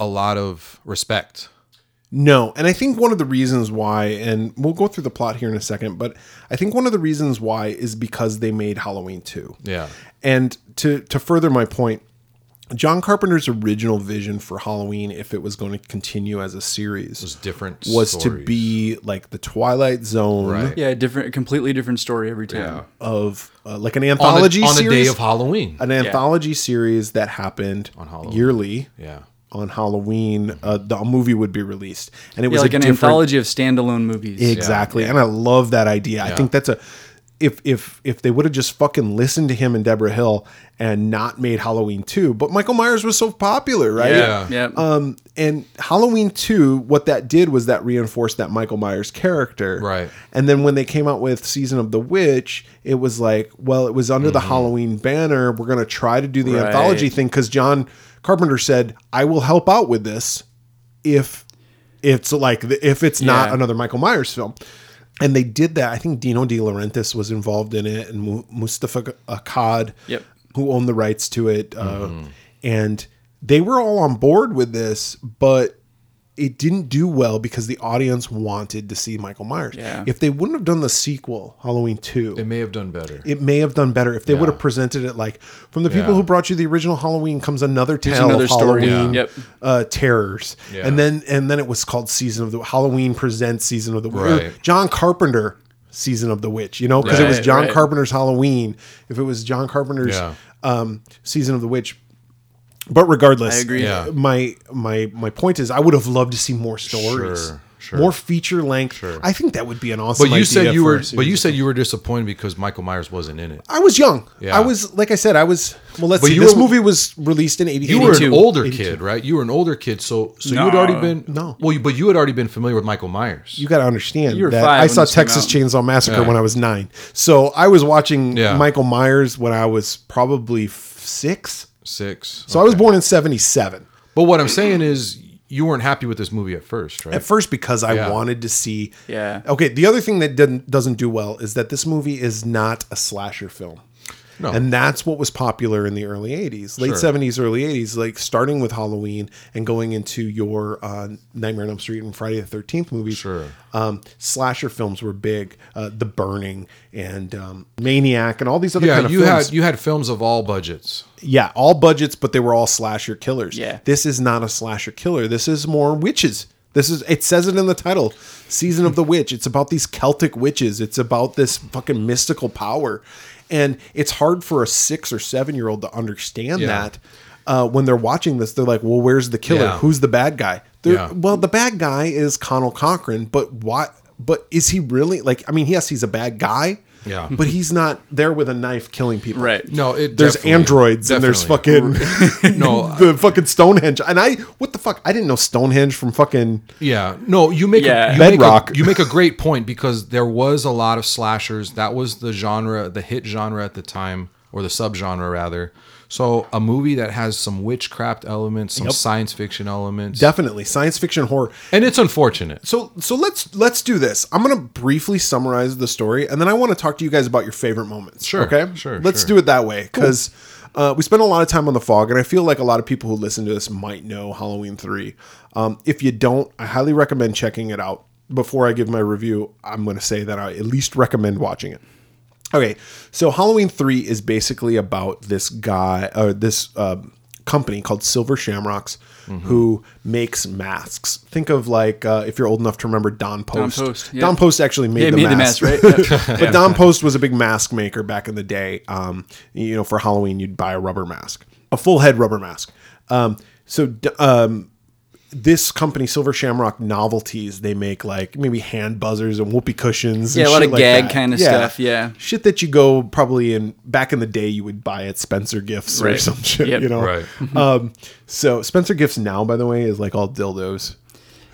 D: a lot of respect.
B: No, and I think one of the reasons why, and we'll go through the plot here in a second, but I think one of the reasons why is because they made Halloween two.
D: Yeah,
B: And to to further my point, John Carpenter's original vision for Halloween, if it was going to continue as a series, was,
D: it's different.
B: to
D: stories.
B: be like the Twilight Zone
D: Right.
C: Yeah, different, completely different story every time.
B: of uh, like an
D: on
B: anthology
D: the, on the
B: series,
D: day of Halloween.
B: an anthology series that happened
D: Halloween.
B: yearly
D: Yeah.
B: on Halloween. Uh, the a movie would be released, and it
C: Yeah,
B: was
C: like
B: a
C: an
B: different,
C: anthology of standalone movies.
B: Exactly. And I love that idea. I think that's a if if if they would have just fucking listened to him and Deborah Hill and not made Halloween 2, but Michael Myers was so popular, right?
D: Yeah.
C: Yeah.
B: Um and Halloween 2, what that did was that reinforced that Michael Myers character.
D: Right.
B: And then when they came out with Season of the Witch, it was like, well, it was under the Halloween banner. We're going to try to do the
C: Mm-hmm. Right.
B: anthology thing cuz John Carpenter said, "I will help out with this if it's like the, if it's not
C: Yeah.
B: another Michael Myers film. And they did that. I think Dino De Laurentiis was involved in it, and Mu- Mustafa Akkad,
C: Yep. Mm-hmm.
B: who owned the rights to it, uh, and they were all on board with this, but it didn't do well because the audience wanted to see Michael Myers.
C: Yeah.
B: If they wouldn't have done the sequel, Halloween Two,
D: It may have done better.
B: it may have done better if they would have presented it like from the people
D: Yeah.
B: who brought you the original Halloween comes another tale
C: another
B: of
C: story.
B: Halloween
C: Yeah. Yep.
B: uh, terrors,
D: Yeah.
B: and then and then it was called Season of the Halloween presents Season of the Witch.
D: Right.
B: John Carpenter Season of the Witch, you know, because it was
C: Right,
B: John
C: right.
B: Carpenter's Halloween. If it was John Carpenter's
D: Yeah.
B: um, Season of the Witch. But regardless, uh,
C: I agree.
D: Yeah.
B: my my my point is, I would have loved to see more stories,
D: Sure, sure.
B: more feature length. I think that would be an awesome.
D: But you said
B: idea
D: you
B: for a
D: were, but
B: series.
D: you said you were disappointed because Michael Myers wasn't in it.
B: I was young.
D: Yeah.
B: I was like I said, I was well let's
D: But
B: see
D: you
B: this
D: were-
B: movie was released in eighty
D: You were an
C: 82.
D: older kid, right? You were an older kid, so so you had already
C: No.
D: been
B: No.
D: Well, you, but you had already been familiar with Michael Myers.
B: you gotta understand
C: You were
B: that
C: five
B: I
C: when
B: saw
C: this came
B: Texas
C: out.
B: Chainsaw Massacre when I was nine. So I was watching
D: Yeah.
B: Michael Myers when I was probably f- six.
D: Six.
B: So I was born in seventy seven.
D: but what I'm saying is, you weren't happy with this movie at first, right?
B: At first because I
D: Yeah.
B: wanted to see
C: Yeah.
B: Okay, the other thing that didn't doesn't do well is that this movie is not a slasher film.
D: no.
B: And that's what was popular in the early 80s, late
D: Sure.
B: 70s, early 80s, like starting with Halloween and going into your uh, Nightmare on Elm Street and Friday the 13th movies.
D: Sure.
B: Um, slasher films were big, uh, The Burning and um, Maniac and all these other
D: yeah,
B: kind of
D: you
B: films.
D: had you had films of all budgets.
B: yeah, all budgets, but they were all slasher killers.
C: Yeah.
B: This is not a slasher killer. This is more witches. This is it says it in the title, Season of the Witch. It's about these Celtic witches. It's about this fucking mystical power. And it's hard for a six or seven year old to understand
D: Yeah.
B: that. Uh, when they're watching this, they're like, Well, where's the killer?
D: Yeah.
B: Who's the bad guy? They're,
D: Yeah.
B: Well, the bad guy is Connell Cochran, but why but is he really like I mean, yes, he's a bad guy,
D: Yeah.
B: But he's not there with a knife killing people.
C: Right.
D: No, it
B: There's
D: definitely-
B: androids and there's fucking
D: No,
B: the fucking Stonehenge. And I what the fuck? I didn't know Stonehenge from fucking
D: Yeah, no, you make
C: Yeah.
D: a, you
B: Bedrock.
D: Make a, you make a great point because there was a lot of slashers. That was the genre, the hit genre at the time, or the subgenre rather. So a movie that has some witchcraft elements, some science fiction elements,
B: definitely science fiction horror.
D: and it's unfortunate.
B: So so let's let's do this. I'm gonna briefly summarize the story, and then I want to talk to you guys about your favorite moments.
D: Sure,
B: Okay.
D: sure,
B: Let's
D: sure.
B: do it that way because uh, we spent a lot of time on the fog, and I feel like a lot of people who listen to this might know Halloween three. Um, if you don't, I highly recommend checking it out. Before I give my review, I'm gonna say that I at least recommend watching it. Okay, so Halloween three is basically about this guy or this um company called Silver Shamrocks,
C: Mm-hmm.
B: who makes masks. Think of like uh, if you're old enough to remember Don Post.
C: Post, yeah.
B: Don Post actually made,
C: Yeah,
B: the,
C: made the
B: mask.
C: mask, right? Yeah.
B: but Don Post was a big mask maker back in the day. Um, you know, for Halloween, you'd buy a rubber mask, a full head rubber mask. Um, so d- um, this company, Silver Shamrock Novelties, they make like maybe hand buzzers and whoopee cushions. and
C: Yeah, a lot
B: shit
C: of
B: like
C: gag
B: that.
C: kinda stuff, yeah.
B: shit that you go probably in back in the day you would buy at Spencer Gifts or
C: Right.
B: some shit.
C: Yep.
B: You know,
D: Right.
B: Um, so Spencer Gifts now, by the way, is like all dildos.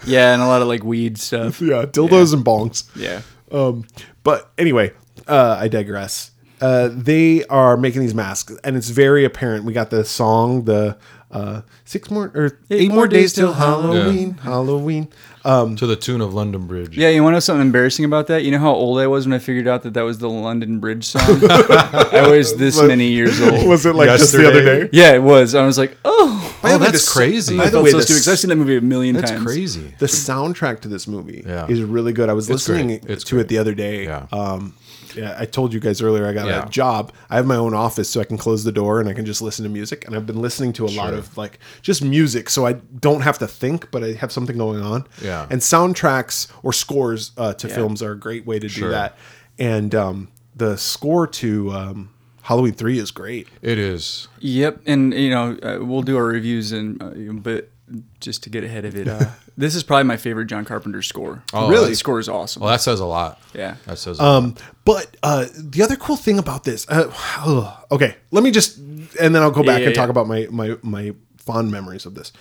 C: yeah, and a lot of like weed stuff.
B: Yeah, dildos and bongs.
C: Yeah.
B: Um, but anyway, uh, I digress. Uh, they are making these masks, and it's very apparent. We got the song, the uh, six more or eight, more days, till Halloween. Halloween.
D: To the tune of London Bridge.
C: Yeah, you want to know something embarrassing about that? You know how old I was when I figured out that that was the London Bridge song? I was this many years old.
B: Was it like just the other day?
C: Yeah, it was. I was like, oh,
D: Oh,
B: the way,
D: that's
B: the-
D: crazy.
B: by
C: I
B: the
C: felt
B: way,
C: so
B: this-
C: stupid because I've seen that movie a million
D: That's
C: times.
D: crazy.
B: The soundtrack to this movie
D: Yeah.
B: is really good. I was
D: It's
B: listening
D: great. It's
B: to it
D: great.
B: the other day.
D: Yeah.
B: Um, yeah, I told you guys earlier I got
D: Yeah.
B: a job. I have my own office, so I can close the door and I can just listen to music. And I've been listening to a lot of like just music, so I don't have to think, but I have something going on.
D: Yeah.
B: And soundtracks or scores uh, to films are a great way to do that. And um, the score to um, Halloween Three is great.
D: It is.
C: Yep, and you know uh, we'll do our reviews and uh, but just to get ahead of it, uh, this is probably my favorite John Carpenter score.
D: Oh, Really?
C: the score is awesome.
D: Well, that says a lot.
C: Yeah.
D: that says. A lot.
B: Um, but uh, the other cool thing about this, uh, ugh, okay, let me just, and then I'll go back
C: yeah,
B: and talk
C: yeah.
B: about my my my fond memories of this.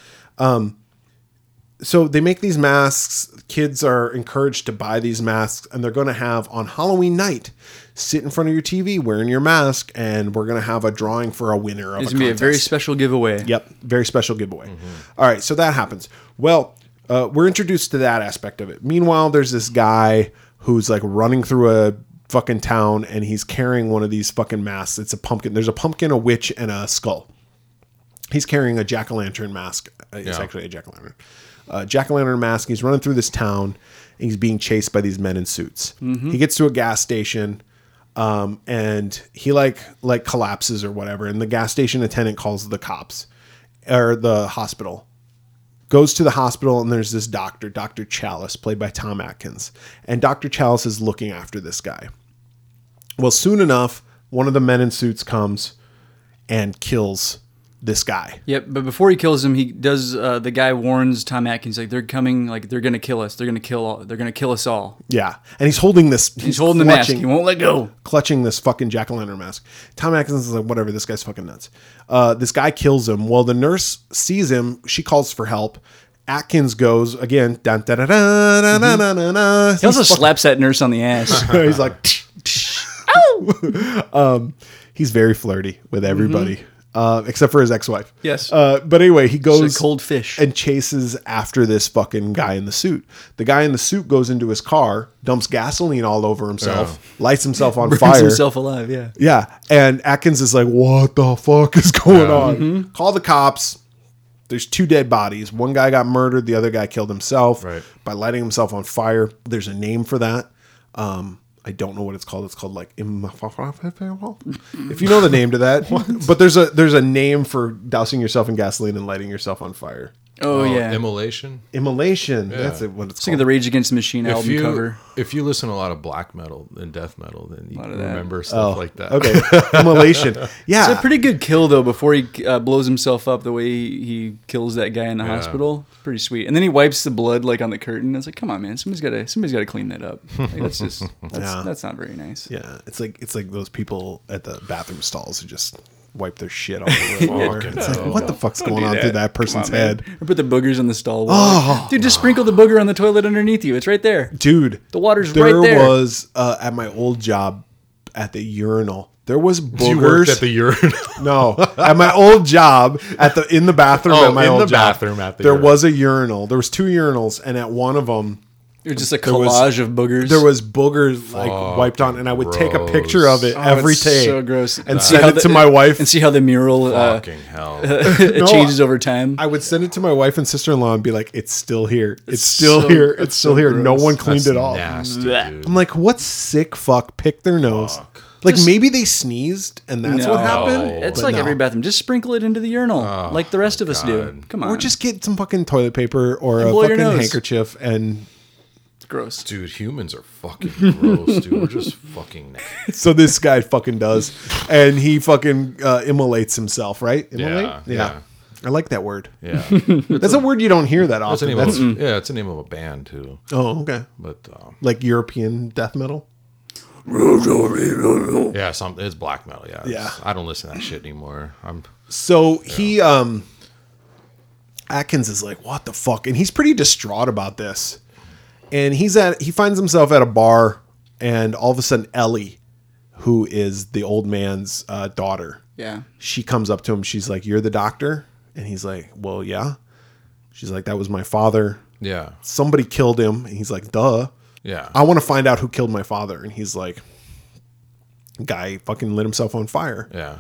B: Um, so they make these masks. Kids are encouraged to buy these masks, and they're going to have on Halloween night, sit in front of your TV wearing your mask, and we're going to have a drawing for a winner of
C: it's
B: a
C: gonna be a very
B: contest.
C: special giveaway.
B: Yep, very special giveaway. All right, so that happens. Well, uh, we're introduced to that aspect of it. Meanwhile, there's this guy who's like running through a fucking town and he's carrying one of these fucking masks. It's a pumpkin. There's a pumpkin, a witch, and a skull. He's carrying a jack o' lantern mask. Uh, It's
D: Yeah.
B: actually a jack o' lantern. Uh, jack o' lantern mask. He's running through this town and he's being chased by these men in suits. He gets to a gas station um, and he like like collapses or whatever. And the gas station attendant calls the cops or the hospital. Goes to the hospital and there's this doctor, Doctor Chalice, played by Tom Atkins, and Doctor Chalice is looking after this guy. Well, soon enough, one of the men in suits comes and kills this guy.
C: Yep, but before he kills him, he does. Uh, the guy warns Tom Atkins like they're coming, like they're gonna kill us. They're gonna kill. All, they're gonna kill us all.
B: Yeah, and he's holding this. He's,
C: He's holding the mask.
B: clutching,
C: He won't let go.
B: clutching this fucking jack o' lantern mask. Tom Atkins is like, whatever. This guy's fucking nuts. Uh, this guy kills him. Well, the nurse sees him. She calls for help. Atkins goes again. Dun, da, da, da, da, da, da, da, da.
C: He also slaps that nurse on the ass.
B: he's like, "Tch, tch." um, he's very flirty with everybody, uh, except for his ex-wife.
C: Mm-hmm. Yes.
B: Uh, but anyway, he goes
C: She's a cold fish.
B: and chases after this fucking guy in the suit. The guy in the suit goes into his car, dumps gasoline all over himself,
C: Oh.
B: lights himself on
C: Burns
B: fire.
C: himself alive. Yeah.
B: Yeah. And Atkins is like, what the fuck is going on?
C: Mm-hmm.
B: Call the cops. There's two dead bodies. One guy got murdered. The other guy killed himself
D: Right.
B: by lighting himself on fire. There's a name for that. Um, I don't know what it's called. It's called like im- if you know the name to that. but there's a there's a name for dousing yourself in gasoline and lighting yourself on fire.
C: Oh, yeah.
D: Immolation.
B: Immolation. That's it, what it's
C: Think of
B: called.
C: the Rage Against the Machine
D: If
C: album
D: you
C: cover.
D: if you listen to a lot of black metal and death metal, then you
C: lot of that.
D: remember stuff like that.
B: Oh, okay, immolation. Yeah,
C: It's a pretty good kill though. Before he uh, blows himself up, the way he, he kills that guy in the hospital, it's pretty sweet. And then he wipes the blood like on the curtain. It's like, come on, man, somebody's got to somebody's got to clean that up. Like, that's just that's,
B: Yeah.
C: that's not very nice.
B: yeah. It's like it's like those people at the bathroom stalls who just wipe their shit all over.
D: Fucking
B: it's like
D: hell.
B: what the fuck's going on Oh. through that person's head,
C: Or put the boogers on the stall wall. Dude, just sprinkle the booger on the toilet underneath you. It's right there.
B: dude?
C: The water's
B: there
C: right there.
B: was uh, at my old job at the urinal. There was boogers.
D: You worked at the urinal.
B: No, at my old job, at the in the bathroom
D: Oh,
B: at my
D: in
B: old
D: the
B: job,
D: bathroom at the
B: there
D: urinal.
B: was a urinal. There was two urinals, and at one of them
C: It was just a
B: was-
C: collage of boogers.
B: there was boogers like wiped on, and I would take a picture of it
C: Oh,
B: every
C: it's
B: day
C: So gross. Uh,
B: and send it
C: the-
B: to my wife.
C: And see how the mural uh,
D: Fucking hell.
C: it
B: No,
C: changes over time.
B: I would send it to my wife and sister in law and be like, "It's still here. It's, still
C: so-
B: here.
C: that's
B: It's still
C: so
B: here. No
C: gross.
B: one cleaned
D: That's
B: it off."
D: Nasty,
B: I'm
D: dude.
B: like, "What sick fuck picked their nose? Like maybe they sneezed and that's
C: No.
B: what happened."
C: It's
B: But
C: like
B: no. Oh,
C: every bathroom. Just sprinkle it into the urinal, like the rest of us do. Come on,
B: Or just get some fucking toilet paper or a
C: blow your
B: fucking
C: nose.
B: handkerchief and
C: It's gross.
D: Dude, humans are fucking gross, dude. We're just fucking. nasty.
B: So this guy fucking does, and he fucking uh, immolates himself, right? Immolate?
D: Yeah, yeah.
B: I like that word.
D: Yeah.
B: That's a word you don't hear that
D: That's
B: often.
D: the name
B: That's,
D: of a, yeah, it's the name of a band too.
B: oh, okay.
D: But um,
B: Like European death metal.
D: yeah, something it's black metal. Yeah, it's-
B: Yeah.
D: I don't listen to that shit anymore. I'm
B: So he, um, Atkins is like, what the fuck? And he's pretty distraught about this. And he's at, he finds himself at a bar, and all of a sudden, Ellie, who is the old man's uh, daughter,
C: Yeah.
B: she comes up to him. She's like, You're the doctor? And he's like, Well, yeah. She's like, That was my father.
D: yeah,
B: Somebody killed him. And he's like, Duh.
D: yeah.
B: I want to find out who killed my father. And he's like, Guy fucking lit himself on fire.
D: Yeah,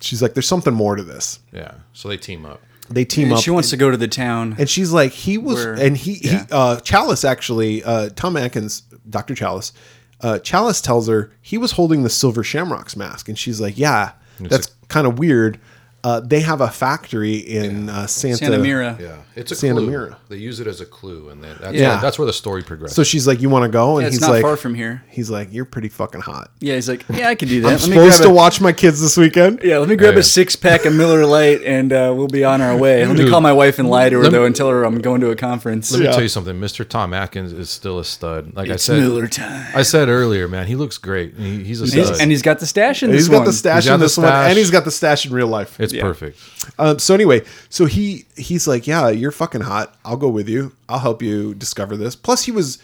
B: She's like, There's something more to this.
D: yeah. So they team up.
B: They team
C: And
B: up.
C: she wants to go to the town.
B: and she's like, He was,
C: Where-
B: and he,
C: yeah.
B: he uh, Chalice actually, uh, Tom Atkins, Dr. Chalice, uh, Chalice tells her he was holding the Silver Shamrocks mask. And she's like, Yeah, that's kind of weird. Uh, they have a factory in uh, Santa,
C: Santa Mira.
D: Yeah, it's a
B: Santa
D: clue.
B: Mira.
D: They use it as a clue, and then that's
B: Yeah.
D: yeah, that's where the story progresses.
B: So she's like, "You want to go?" And
C: Yeah, it's
B: he's
C: not
B: like,
C: far from here.
B: "He's like, you're pretty fucking hot."
C: Yeah, he's like, yeah, I could do that.
B: I'm
C: Let me grab
B: supposed to
C: a-
B: watch my kids this weekend.
C: Yeah, let me grab
D: Yeah.
C: a six pack of Miller Lite, and uh, we'll be on our way. Let me
D: Dude.
C: call my wife and lie to her
D: Lem-
C: though, and tell her I'm going to a conference.
D: Let me
B: Yeah.
D: tell you something. Mr. Tom Atkins is still a stud. Like
C: It's
D: I said,
C: Miller time.
D: I said earlier, man, he looks great. and He, he's a
C: He's-
D: stud.
C: and he's got the stash in
B: And
C: this
B: he's got
C: one.
B: the stash
D: He's got
B: in
D: the
B: this one, and
D: stash.
B: he's got the stash in real life.
D: it's perfect.
B: Um, so anyway, so he he's like, "Yeah, you're fucking hot. I'll go with you. I'll help you discover this." Plus, he was,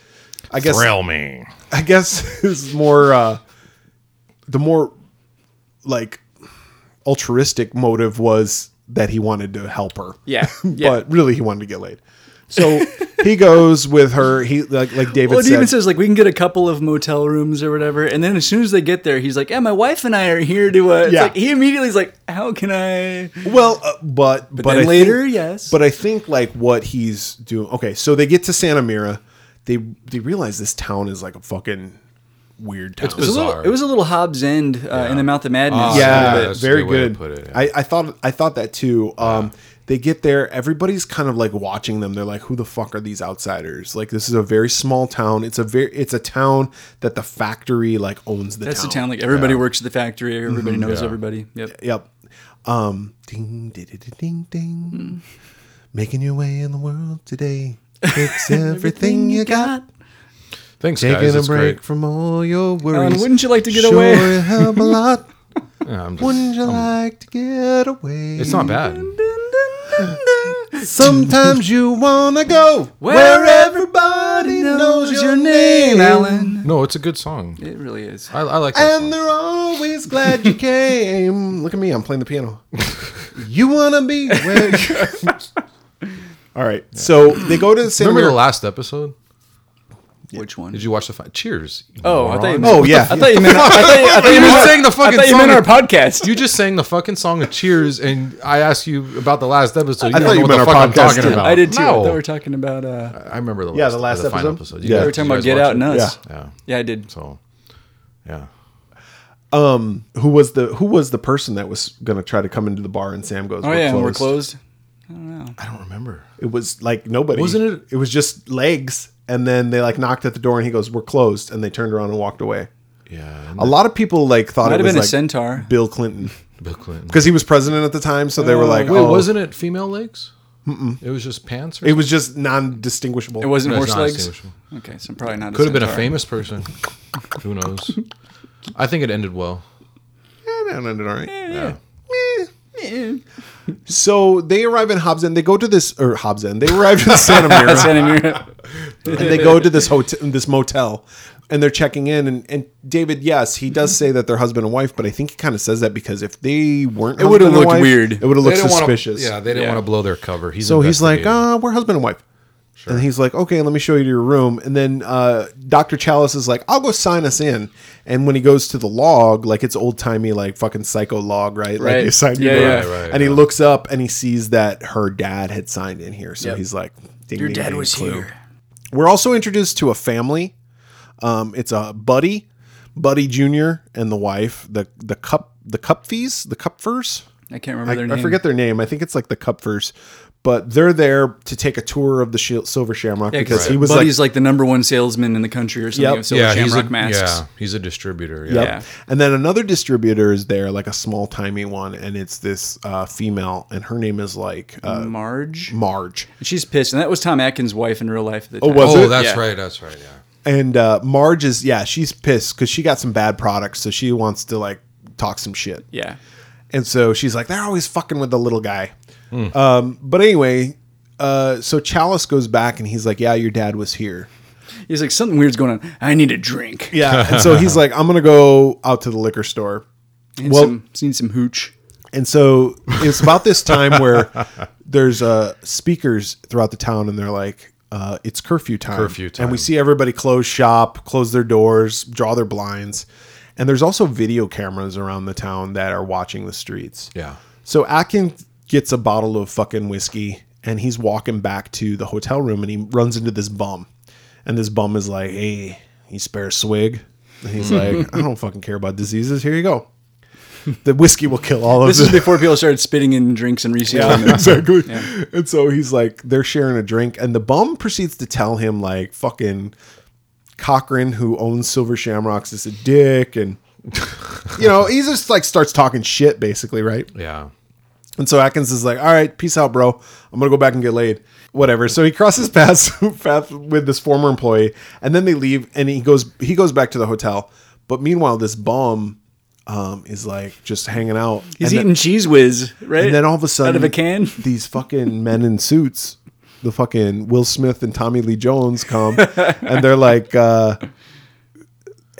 B: I guess,
D: Thrill me.
B: I guess is more uh, the more like altruistic motive was that he wanted to help her.
C: Yeah, yeah.
B: but really, he wanted to get laid. So he goes with her. He like like David
C: Well, it
B: said.
C: even says like we can get a couple of motel rooms or whatever, and then as soon as they get there, he's like, "Yeah, my wife and I are here to." Uh, it's
B: Yeah.
C: like, he immediately is like, "How can I?"
B: Well, uh, but but,
C: then
B: I
C: later,
B: think-
C: yes.
B: But I think like what he's doing. Okay, so they get to Santa Mira. They they realize this town is like a fucking weird town.
C: It was, a little,
D: Bizarre.
C: it was a little Hobbs End uh, in the Mouth of Madness.
D: Oh,
B: yeah,
D: yeah, that's a
B: very
D: good way to
B: good.
D: put it, yeah.
B: I, I thought I thought that too. Um, They get there. Everybody's kind of like watching them. They're like, "Who the fuck are these outsiders?" Like this is a very small town. It's a very it's a town that the factory like owns the
C: That's
B: town.
C: the town. Like everybody works at the factory.
D: Mm-hmm.
C: Everybody knows everybody. Yep.
B: Yep. Um, ding, ding, ding, ding.
C: Hmm.
B: Making your way in the world today. Fix everything you got.
D: Thanks,
B: Taking
D: guys.
B: a
D: That's
B: break
D: great.
B: from all your worries.
C: Alan, wouldn't you like to get
B: sure
C: away?
B: you help a lot.
D: Yeah, I'm just-
B: Wouldn't you
D: I'm-
B: like to get away?
D: Um, it's not bad.
B: Sometimes you wanna go
C: Where
B: where everybody knows your name,
C: Alan.
D: No, it's a good song.
C: It really is.
D: I, I like that song.
B: And they're always glad you came. Look at me, I'm playing the piano. you wanna be where. All right, so they go to San
D: Remember
B: Mar-
D: the last episode?
C: Which one?
D: Did you watch the fi- Cheers? you
C: oh, I thought you.
D: moron.
B: Oh yeah.
C: I thought you meant. I thought you, I thought you
D: You
C: meant our-
D: just sang the
C: I
D: fucking
C: thought you
D: song.
C: meant our podcast.
D: You just sang the fucking song of Cheers, and I asked you about the last episode.
B: I
D: don't
B: thought
D: know
B: you
D: what
B: meant our
D: the fuck I'm
B: podcast,
D: talking
B: too.
D: about.
C: I did too. I
D: No.
C: thought we were talking about. Uh,
D: I remember the last,
B: Yeah, the last
D: the final
B: episode.
D: episode.
B: Yeah.
D: guys-
C: we were talking
D: you
C: about
D: guys
C: Get
D: watch
C: Out
D: it?
C: Nuts.
D: Yeah. Yeah.
C: Yeah, I did.
D: So, yeah.
B: who was the who was the person that was gonna try to come into the bar and Sam goes,
C: Oh
B: "We're
C: yeah, and we're
B: closed."
C: closed.
D: I don't remember.
B: It was like nobody.
D: Wasn't it-
B: It was just legs. And then they like knocked at the door and he goes, We're closed. And they turned around and walked away.
D: Yeah,
B: A lot of people like thought
C: Might
B: it
C: have
B: was
C: been a
B: like
C: centaur.
B: Bill Clinton
D: Bill Clinton.
B: because he was president at the time. So they were like,
D: Wait,
B: oh.
D: wasn't it female legs? Mm-mm. It was just pants. Or
B: It was just non-distinguishable.
C: It wasn't
D: That's
C: horse
D: not
C: legs.
D: distinguishable.
C: Okay, so probably not.
D: Could have been a
C: centaur.
D: famous person. Who knows? I think it ended well.
B: Eh, no, no, no, all right. Meh. So they arrive in Hobbs End. They go to this or Hobbs End. They arrive in Santa Mira.
C: Santa Mira.
B: and they go to this hotel, this motel, and they're checking in. And, and David, yes, he does say that they're husband and wife, but I think he kind of says that because if they weren't, it
C: would've looked weird.
B: It would have looked suspicious.
D: yeah, they didn't
C: Yeah.
D: want to blow their cover. He's
B: So he's like,
D: investigating.
B: uh, we're husband and wife. And he's like, okay, let me show you to your room. And then uh, Dr. Chalice is like, I'll go sign us in. And when he goes to the log, like it's old timey, like fucking psycho log, right? Like
C: Right.
B: you signed
C: Yeah,
B: your
C: yeah.
B: log.
D: Right, right,
B: and he
D: yeah.
B: looks up and he sees that her dad had signed in here. So
C: Yep.
B: he's like, ding,
C: Your
B: ding,
C: dad
B: ding,
C: was
B: clue.
C: here.
B: We're also introduced to a family. Um, it's a buddy, Buddy Junior, and the wife, the the cup the Cupfies, the Cupfers.
C: I can't remember
B: I,
C: their
B: I
C: name.
B: forget their name. I think it's like the Cupfers, but they're there to take a tour of the Shil- Silver Shamrock because he was
C: Buddy's
B: like,
C: like, the number one salesman in the country or something.
B: Yep.
C: Of Silver
D: yeah, he's
C: Shamrock
D: a,
C: masks.
D: yeah, he's a distributor. Yeah.
B: yep.
C: "Oh, yeah.
B: And then another distributor is there, like a small timey one, and it's this uh, female, and her name is like uh,
C: Mm. Marge.
B: Marge.
C: She's pissed, and that was Tom Atkins' wife in real life. At the time.
B: was
D: Oh,
B: it?
D: that's
C: Yeah.
D: right. That's right. Yeah.
B: And uh, Marge is yeah, she's pissed because she got some bad products, so she wants to like talk some shit.
C: Yeah.
B: And so she's like, they're always fucking with the little guy.
C: Mm.
B: Um, but anyway, uh, so Chalice goes back and he's like, yeah, your dad was here.
C: He's like something weird's going on. I need a drink.
B: Yeah. and so he's like, I'm going to go out to the liquor store.
C: And
B: Well-
C: some, seen some hooch.
B: And so it's about this time where there's uh, speakers throughout the town, and they're like, uh, "It's curfew time."
D: Curfew time.
B: And we see everybody close shop, close their doors, draw their blinds, and there's also video cameras around the town that are watching the streets.
D: Yeah.
B: So Atkins gets a bottle of fucking whiskey, and he's walking back to the hotel room, and he runs into this bum, and this bum is like, "Hey, you spare a swig?" And he's like, "I don't fucking care about diseases. Here you go." The whiskey will kill all of
C: This is before people started spitting in drinks and resealing them.
B: exactly. And so he's like, they're sharing a drink, and the bum proceeds to tell him like, fucking Cochran, who owns Silver Shamrocks, is a dick, and you know, he just like starts talking shit, basically, right?
D: Yeah.
B: And so Atkins is like, all right, peace out, bro. I'm gonna go back and get laid. Whatever. So he crosses paths path with this former employee, and then they leave, and he goes he goes back to the hotel. But meanwhile, this bum um, is like just hanging out.
C: He's
B: And then-
C: eating cheese whiz, right?
B: and then all of a sudden,
C: out of a can.
B: these fucking men in suits, the fucking Will Smith and Tommy Lee Jones come, and they're like, uh,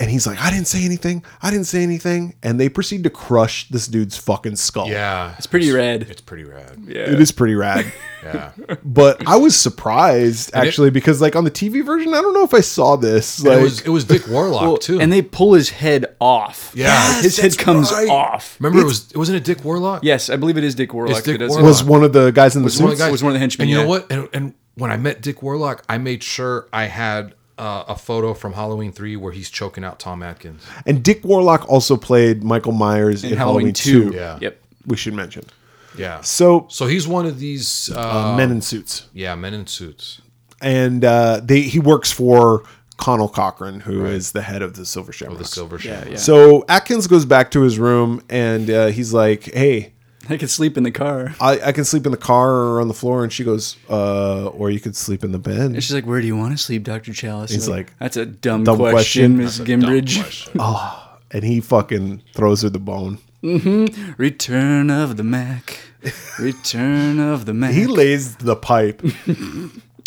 B: and he's like, I didn't say anything, I didn't say anything, and they proceed to crush this dude's fucking skull.
D: Yeah. It's
C: pretty rad.
D: It's pretty rad.
C: Yeah.
B: It is pretty rad,
D: Yeah.
B: but I was surprised actually because like on the TV version, I don't know if I saw this. Like,
D: it was it was Dick Warlock
C: Well,
D: too.
C: And they pull his head off.
D: Yeah. Yes,
C: his head
B: that's
C: comes
B: right.
C: off.
D: remember it was it wasn't it Dick Warlock?
C: Yes, I believe it is Dick Warlock.
D: It's Dick
C: that does it.
D: Warlock.
B: was one of the guys in the
D: It's one of
B: suits.
D: the guys-
C: was one of the henchmen,
D: And you
C: yeah.
D: know what? And, and when I met Dick Warlock, I made sure I had uh, a photo from Halloween three where he's choking out Tom Atkins.
B: and Dick Warlock also played Michael Myers in,
C: in
B: Halloween,
C: Halloween two.
B: 2.
D: Yeah.
C: Yep.
B: We should mention.
D: Yeah.
B: So,
D: So he's one of these.
C: Um,
D: Uh,
B: men in suits.
D: yeah, men in suits.
B: and uh, they he works for Connell Cochran, who is the head of the Silver Shamrock.
D: The silver yeah,
C: Yeah.
B: so Atkins goes back to his room and uh, he's like, "Hey,
C: I could sleep in the car.
B: I, I can sleep in the car or on the floor." And she goes, uh, "Or you could sleep in the bed."
C: And she's like, "Where do you want to sleep, Doctor Chalice?"
B: He's like,
C: "That's a dumb,
B: dumb question.
C: question, Miss Gimbridge."
B: And he fucking throws her the bone.
C: Return of the Mac. Return of the Mac.
B: He lays the pipe.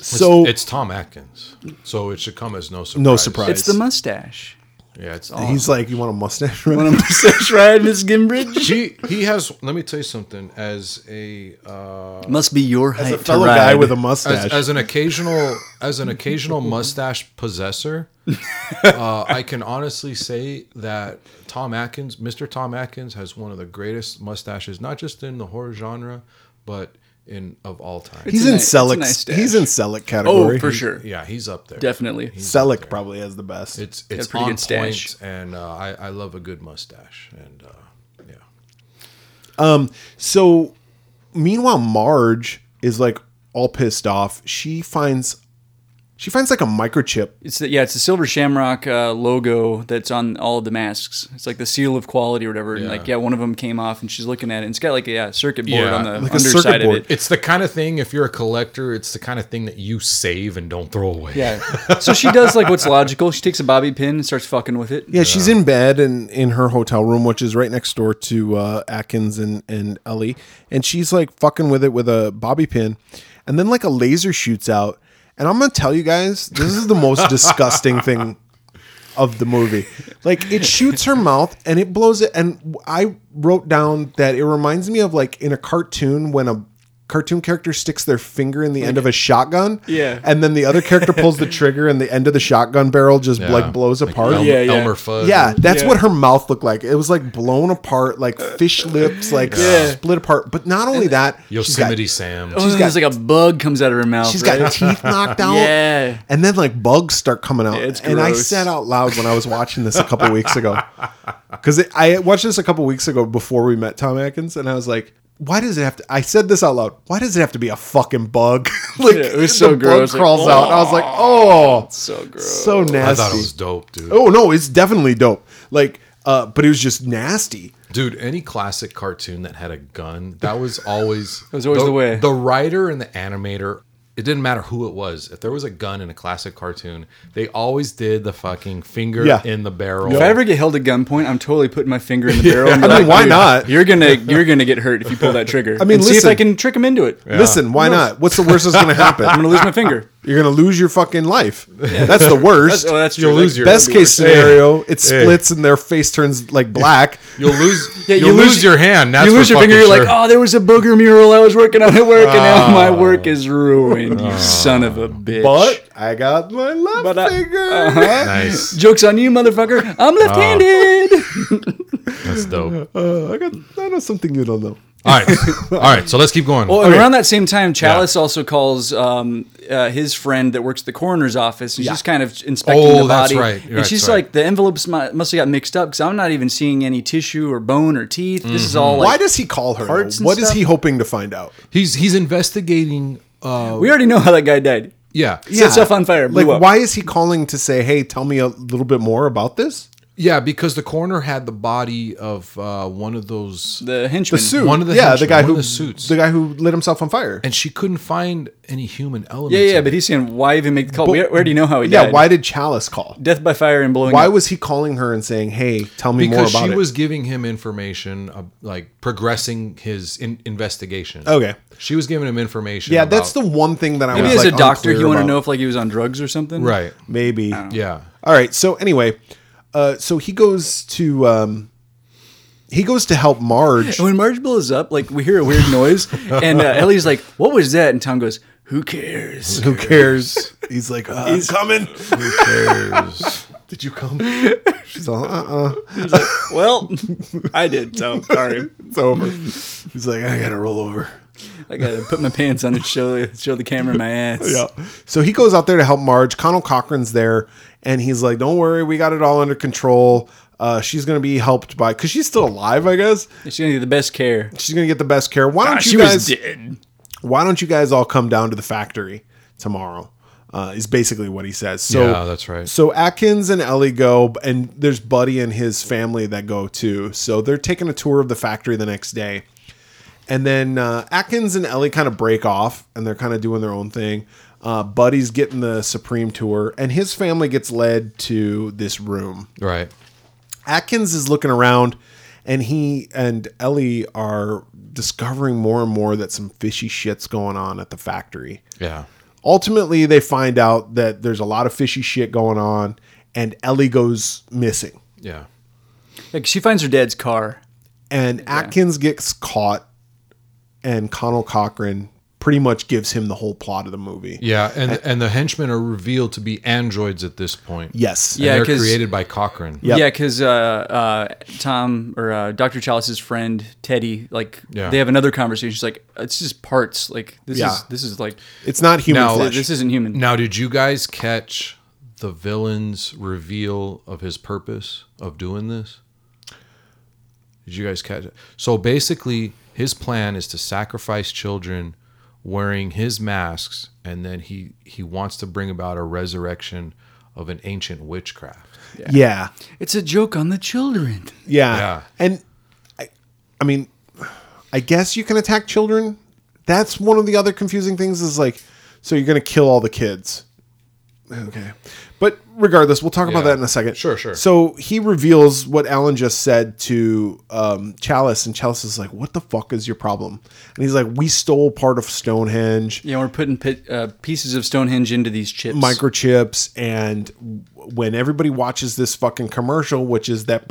B: so
D: It's Tom Atkins, so it should come as no surprise.
B: no surprise.
C: it's the mustache.
D: Yeah, it's
B: He's like, "You want a mustache?" Right?
C: Want a mustache ride, Miss Gimbridge?
D: he he has. Let me tell you something. As a uh,
C: Must be your height
B: a
C: to
B: fellow
C: ride.
B: guy with a
D: as,
B: mustache.
D: as an occasional as an occasional mustache possessor, uh, I can honestly say that Tom Atkins, Mr. Tom Atkins, has one of the greatest mustaches, not just in the horror genre, but in of all time.
B: he's
C: It's a
B: in
C: ni- it's a
B: Selleck.
C: nice stash.
B: he's in Selleck
C: oh,
B: category.
C: for sure,
D: yeah, he's up there.
C: definitely.
B: Selleck probably has the best.
D: It's it's
C: pretty
D: on
C: good stash.
D: point, and uh, I I love a good mustache, and uh, yeah.
B: So, meanwhile, Marge is like all pissed off. She finds she finds like a microchip.
C: It's the, yeah, it's the Silver Shamrock uh, logo that's on all of the masks. It's like the seal of quality or whatever. And like yeah, one of them came off, and she's looking at it. And it's got like a yeah, circuit board
D: Yeah,
C: on the
B: like a circuit
C: underside of
B: board.
C: it.
D: It's the kind of thing, if you're a collector, it's the kind of thing that you save and don't throw away.
C: Yeah. So she does like what's logical. She takes a bobby pin and starts fucking with it.
B: Yeah, she's in bed and in her hotel room, which is right next door to uh, Atkins and, and Ellie. And she's like fucking with it with a bobby pin. And then like a laser shoots out. And I'm going to tell you guys, this is the most disgusting thing of the movie. Like it shoots her mouth and it blows it. And I wrote down that it reminds me of like in a cartoon when a cartoon character sticks their finger in the end of a shotgun.
C: Yeah.
B: And then the other character pulls the trigger and the end of the shotgun barrel just
D: Yeah.
B: like blows apart.
D: Elmer,
C: Yeah, yeah.
D: Elmer Fudd.
B: Yeah, that's
C: Yeah. Uh,
B: what her mouth looked like. It was like blown apart, like fish lips, like split apart. But not only that,
D: Yosemite
B: she's Oh,
D: Sam.
C: She's got, like a bug comes out of her mouth.
B: got, she's
C: right?
B: got teeth knocked out.
C: Yeah.
B: And then like bugs start coming out.
C: It's
B: and I
C: gross.
B: said out loud when I was watching this a couple weeks ago, because I watched this a couple weeks ago before we met Tom Atkins, and I was like, "Why does it have to?" I said this out loud. Why does it have to be a fucking bug? like
C: Yeah, it was so
B: the
C: gross,
B: Bug
C: like,
B: crawls out. I was like, "Oh,
C: so gross.
B: so nasty."
D: I thought it was dope, dude.
B: Oh no, it's definitely dope. Like, uh, but it was just nasty.
D: Dude, any classic cartoon that had a gun, that was always
C: was always the way.
D: The writer and the animator, it didn't matter who it was. If there was a gun in a classic cartoon, they always did the fucking finger
B: Yeah.
D: in the barrel.
C: If I ever get held at gunpoint, I'm totally putting my finger in the barrel. And be
B: I mean,
C: like,
B: why
C: "Dude,
B: not?"
C: You're gonna you're gonna get hurt if you pull that trigger. I
B: mean,
C: mean, see if
B: listen.
C: I can trick him into it.
B: Listen, why not? What's the worst that's gonna
C: I'm
B: happen?
C: gonna lose my finger.
B: You're gonna lose your fucking life. That's the worst.
C: Oh, that's true.
D: You'll
C: Like,
D: lose your
B: Best
D: that'd be
B: case
D: worse. Hey.
B: scenario, it splits and their face turns like black.
D: You'll lose
C: Yeah,
D: you'll
C: you lose
D: lose your hand. That's
C: you lose
D: for
C: your finger. You're
D: fucking
C: like,
D: sure.
C: oh, there was a booger mural I was working on at work, and now my work is ruined. You son of a bitch.
B: Oh. But I got my left
C: But I-
B: finger.
C: "Oh."
D: nice.
C: Jokes on you, motherfucker.
B: Oh.
C: I'm left-handed.
D: That's dope.
B: Uh, I got. I know something you don't know.
D: All right. All right. So let's keep going.
C: Well, and around that same time, Chalice also calls um, uh, his friend that works at the coroner's office. And She's kind of inspecting
D: Oh,
C: the
D: that's
C: body,
D: right.
C: and
D: That's
C: she's
D: right.
C: like, "The envelopes mu- must have got mixed up because I'm not even seeing any tissue or bone or teeth. This is all
B: Why
C: like
B: does he call her? What
C: Hearts
B: is
C: and stuff?
B: he hoping to find out?
D: he's he's investigating uh
C: we already know how that guy died.
D: yeah.
C: Set stuff on fire, blew
B: Like,
C: up.
B: why is he calling to say, "Hey, tell me a little bit more about this"?
D: Yeah, because the coroner had the body of uh one of those
C: The henchman,
B: The suit.
D: One of the
B: yeah, the
D: henchmen,
B: guy
D: one
B: who
D: of the suits.
B: the guy who lit himself on fire.
D: and she couldn't find any human elements.
C: Yeah, yeah.
D: in
C: But
D: it.
C: he's saying, why even make the call? we already know how he
B: yeah,
C: died.
B: why did Chalice call?
C: Death by fire and blowing
B: Why
C: up.
B: was he calling her and saying, "Hey, tell me
D: because
B: more about
D: she
B: it"?
D: was giving him information, uh, like progressing his in- investigation.
B: Okay.
D: she was giving him information.
B: Oh. yeah, that's the
D: about-
B: one thing that I
C: Maybe
B: was
C: as
B: like,
C: a doctor,
B: unclear
C: you want to
B: about.
C: know if like he was on drugs or something,
D: right.
B: maybe.
D: Yeah,
B: All right. So anyway, uh, so he goes to um, he goes to help Marge.
C: And when Marge blows up, like we hear a weird noise, and uh, Ellie's like, "What was that?" And Tom goes, "Who cares?"
B: Who cares? He's like, uh, he's coming.
D: who cares?
B: Did you come? She's all, uh, uh
C: Well, I did. So sorry.
B: it's over. He's like, I gotta roll over.
C: I gotta put my pants on and show show the camera my ass.
B: Yeah. So he goes out there to help Marge. Connell Cochran's there, and he's like, "Don't worry, we got it all under control." Uh, she's gonna be helped by because she's still alive, I guess.
C: She's gonna get the best care.
B: She's gonna get the best care. Why don't you
C: she
B: guys?
C: was dead.
B: why don't you guys all come down to the factory tomorrow? Uh, is basically what he says. So
D: Yeah, that's right.
B: So Atkins and Ellie go, and there's Buddy and his family that go too. So they're taking a tour of the factory the next day, and then uh, Atkins and Ellie kind of break off, and they're kind of doing their own thing. Uh, Buddy's getting the Supreme tour, and his family gets led to this room.
D: right.
B: Atkins is looking around and he and Ellie are discovering more and more that some fishy shit's going on at the factory.
D: Yeah,
B: Ultimately, they find out that there's a lot of fishy shit going on and Ellie goes missing.
D: yeah.
C: Like she finds her dad's car.
B: And Atkins gets caught and Connell Cochran pretty much gives him the whole plot of the movie.
D: Yeah, and and the henchmen are revealed to be androids at this point.
B: Yes.
D: And
C: Yeah,
D: they're
C: 'cause-
D: created by Cochrane.
B: Yep.
C: Yeah, because uh, uh, Tom or uh, Doctor Chalice's friend Teddy, like
D: Yeah.
C: they have another conversation. She's like, "It's just parts. Like this
B: Yeah.
C: is this is like
B: It's not human
D: Now-
B: flesh.
C: this isn't human."
D: Now, did you guys catch the villain's reveal of his purpose of doing this? Did you guys catch it? So basically, his plan is to sacrifice children wearing his masks, and then he he wants to bring about a resurrection of an ancient witchcraft.
B: Yeah.
C: It's a joke on the children.
B: Yeah.
D: Yeah.
B: And I, I mean, I guess you can attack children. That's one of the other confusing things is like, so you're going to kill all the kids. Okay. But regardless, we'll talk about
D: Yeah.
B: that in a second.
D: Sure, sure.
B: So he reveals what Alan just said to um, Chalice, and Chalice is like, What the fuck is your problem? And he's like, We stole part of Stonehenge,
C: Yeah, we're putting pit, uh, pieces of Stonehenge into these chips.
B: microchips, and w- when everybody watches this fucking commercial, which is that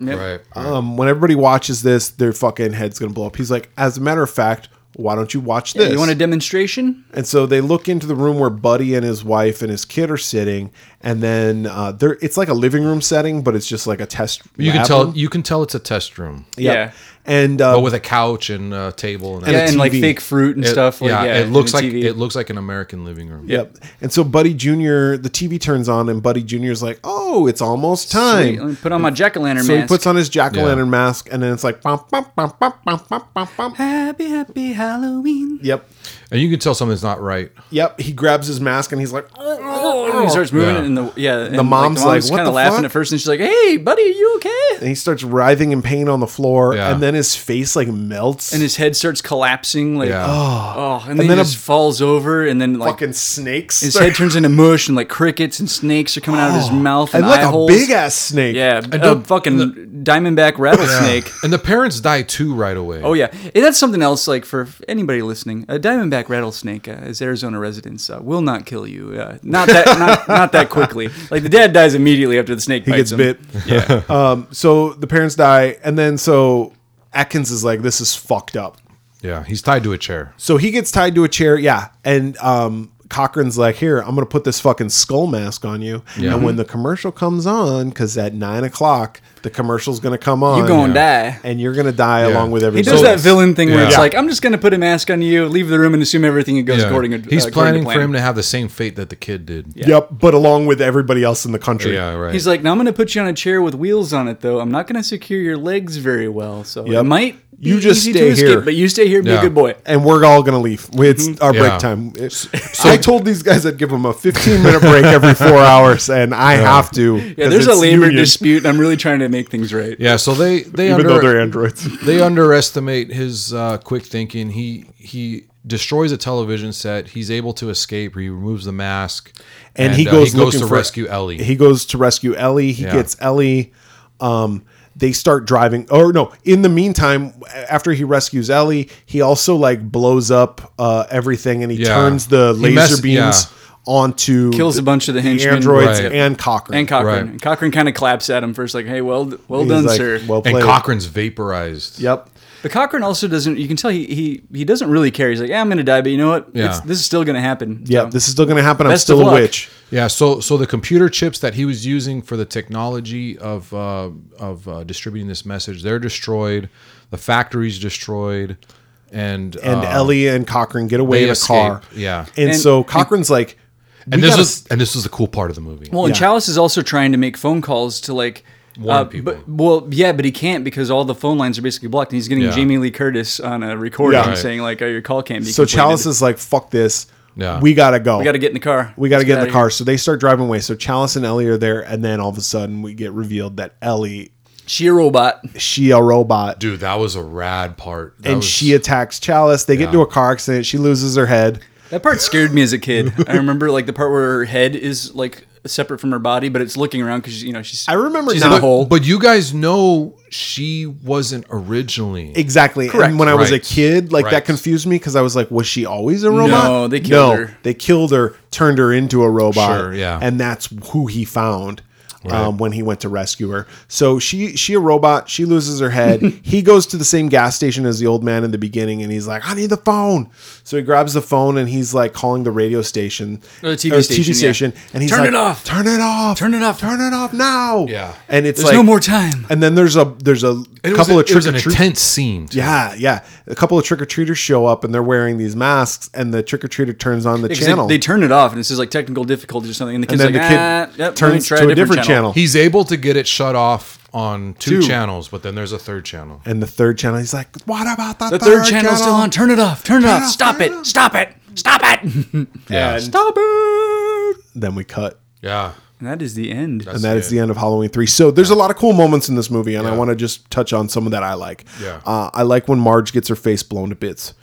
D: Right.
B: Um, when everybody watches this, their fucking head's gonna blow up. He's like, as a matter of fact, why don't you watch this?
C: You want a demonstration?
B: and so they look into the room where Buddy and his wife and his kid are sitting, and then uh, they're it's like a living room setting, but it's just like a test.
D: you can
B: lab
D: tell.
B: room.
D: You can tell it's a test room,
C: Yeah.
B: and uh,
D: but with a couch and a table and,
C: Yeah,
D: everything.
C: and like
B: TV.
C: fake fruit and
D: It-
C: stuff. Like, yeah,
D: it looks
C: and
D: like
C: the TV.
D: it looks like an American living room.
B: Yep. And so Buddy Jr., the TV turns on, and Buddy Jr. is like, "Oh, it's almost time."
C: Wait, let me put on my jack o' lantern
B: So
C: mask.
B: he puts on his jack o' lantern
D: Yeah.
B: mask, and then it's like, bum, bum, bum, bum, bum, bum, bum, bum.
C: Happy, happy Halloween.
B: "Yep,
D: And you can tell something's not right.
B: yep." He grabs his mask, and he's like,
C: Oh, And he starts moving,
D: Yeah.
C: and the yeah, and
B: mom's like, "What
C: kind
B: the
C: of laughing
B: fuck?"
C: at first, and she's like, "Hey, buddy, are you okay?"
B: and he starts writhing in pain on the floor,
D: Yeah.
B: and then his face like melts,
C: And his head starts collapsing, like
D: Yeah.
C: oh, and, then
B: then
C: he
B: a-
C: just falls over, and then like
B: fucking snakes.
C: his
B: start-
C: head turns into mush, and like crickets and snakes are coming out of his mouth, and,
B: and like
C: eye
B: a
C: holes.
B: big ass snake.
C: yeah, a
D: don't-
C: fucking diamondback rattlesnake.
D: And the parents die too right away.
C: Oh yeah, and that's something else. Like for anybody listening, a diamondback rattlesnake, uh, as Arizona residents, uh, will not kill you. Uh, not that, not, not that quickly. Like the dad dies immediately after the snake.
B: he gets bit. Yeah. um. So the parents die, and then so Atkins is like, "This is fucked up."
D: Yeah, he's tied to a chair.
B: So he gets tied to a chair. Yeah, and um. Cochran's like, here, I'm gonna put this fucking skull mask on you, and when the commercial comes on, because at nine o'clock the commercial's gonna come on,
C: You're gonna die.
B: and you're gonna die along with
C: He
B: everybody.
C: does that villain thing where it's
D: Yeah.
C: like, I'm just gonna put a mask on you, leave the room, and assume everything goes
D: Yeah.
C: according. to-
D: he's
C: uh, according
D: planning
C: to
D: for
C: plan.
D: him to have the same fate that the kid did. Yeah,
B: Yep, but along with everybody else in the country.
D: right.
C: He's like, now I'm gonna put you on a chair with wheels on it, though. I'm not gonna secure your legs very well, so it
B: Yep.
C: might. be
B: You just
C: easy
B: stay
C: to escape,
B: here.
C: but you stay here, and be
D: Yeah.
C: a good boy.
B: and we're all gonna leave. It's our
D: Mm-hmm. Yeah.
B: break time. It- I told these guys I'd give them a 15 minute break every four hours, and I have to.
C: Yeah, there's a labor dispute, and I'm really trying to make things right.
D: yeah. So they they
B: even though they're
D: under,
B: androids.
D: they underestimate his uh, quick thinking. He he destroys a television set. He's able to escape. He removes the mask,
B: And, he
D: uh,
B: goes,
D: he goes
B: looking
D: to
B: for-
D: rescue Ellie.
B: He goes to rescue Ellie. He
D: Yeah.
B: gets Ellie. Um, they start driving. Or no, in the meantime, after he rescues Ellie, he also like blows up uh, everything, and he
D: Yeah.
B: turns the
D: He
B: laser
D: mess-
B: beams
D: yeah.
B: onto
C: Kills a bunch of the henchmen.
B: androids
D: Right.
B: and Cochrane.
C: And Cochrane.
D: Right.
C: And Cochrane kind of claps at him first, like, "Hey, well, d- well
B: He's
C: done,
B: like,
C: sir."
B: Well
D: and
B: played.
D: Cochrane's vaporized.
B: Yep.
C: but Cochrane also doesn't. You can tell he he, he doesn't really care. He's like, "Yeah, I'm gonna die, but you know what?
D: Yeah.
C: It's, this is still gonna happen."
B: Yeah,
C: So-
B: this is still going to happen. I'm
C: Best of
B: still a
C: luck.
B: witch.
D: Yeah, so so the computer chips that he was using for the technology of uh, of uh, distributing this message, they're destroyed. The factory's destroyed, and
B: And
D: uh,
B: Ellie and Cochrane get away
D: they
B: in a
D: escape,
B: car.
D: yeah.
B: And,
C: And-
B: so Cochrane's like,
D: and
B: we
D: this
B: gotta
D: was and this was the cool part of the movie.
C: Well, and
B: Yeah.
C: Chalice is also trying to make phone calls to like uh,
D: Warn
C: but-
D: people.
C: well, yeah, but he can't because all the phone lines are basically blocked, and he's getting
D: Yeah.
C: Jamie Lee Curtis on a recording
B: Yeah. Right.
C: saying like, "Oh, your call can't be."
B: so
C: completed.
B: Chalice is like, fuck this.
D: Yeah.
B: We got to go.
C: we got to get in the car.
B: We gotta
C: Let's
B: get in the
C: outta
B: car.
C: here.
B: So they start driving away. So Chalice and Ellie are there. And then all of a sudden we get revealed that Ellie,
C: She a robot.
B: she a robot.
D: Dude, that was a rad part. That
B: and
D: was-
B: she attacks Chalice. They get
D: Yeah.
B: into a car accident. She loses her head.
C: That part scared me as a kid. I remember like the part where her head is like separate from her body, but it's looking around because you know she's.
B: I remember
C: she's
B: now-
C: in a
B: But-
C: hole.
D: But you guys know she wasn't originally.
B: Exactly.
C: Correct.
B: And when I was a
D: Right.
B: kid, like that
D: Right.
B: confused me because I was like, was she always a robot?
C: No, they killed her.
B: They killed her, turned her into a robot.
D: Sure, yeah.
B: And that's who he found. Um, when he went to rescue her, so she she a robot. She loses her head. he goes to the same gas station as the old man in the beginning, and he's like, "I need the phone." So he grabs the phone and he's like calling the radio station,
C: Or the TV station, yeah.
B: and he's
C: Turn
B: like,
C: it off.
B: turn it off,
C: Turn it off.
B: turn it off now."
D: Yeah.
B: and it's
C: There's
B: like
C: no more time.
B: And then there's a there's a
D: It was
B: couple
D: a-
B: of
D: it was
B: trick
D: an
B: or treat
D: intense scene. too.
B: yeah, yeah. A couple of trick or treaters show up and they're wearing these masks, and the trick or treater turns on the
C: 'Cause they-
B: channel.
C: They, turn it off, and it says like technical difficulties or something, and the kid's
B: then
C: like,
B: the kid
C: ah, yep, let me
B: turns
C: try
B: to a different channel.
D: He's able to get it shut off on two,
B: Two.
D: channels, but then there's a third channel.
B: and the third channel, he's like, "What about the,
C: The third channel's still on. Turn it off. Turn it off.
B: off,
C: Stop
B: turn
C: it.
B: it off.
C: Stop it. Stop it.
D: Yeah.
C: Stop it.
B: Then we cut,
D: Yeah.
C: And that is the end.
B: and that is the end of Halloween three. So there's a lot of cool moments in this movie, and I want to just touch on some of that I like.
D: Yeah.
B: uh, I like when Marge gets her face blown to bits.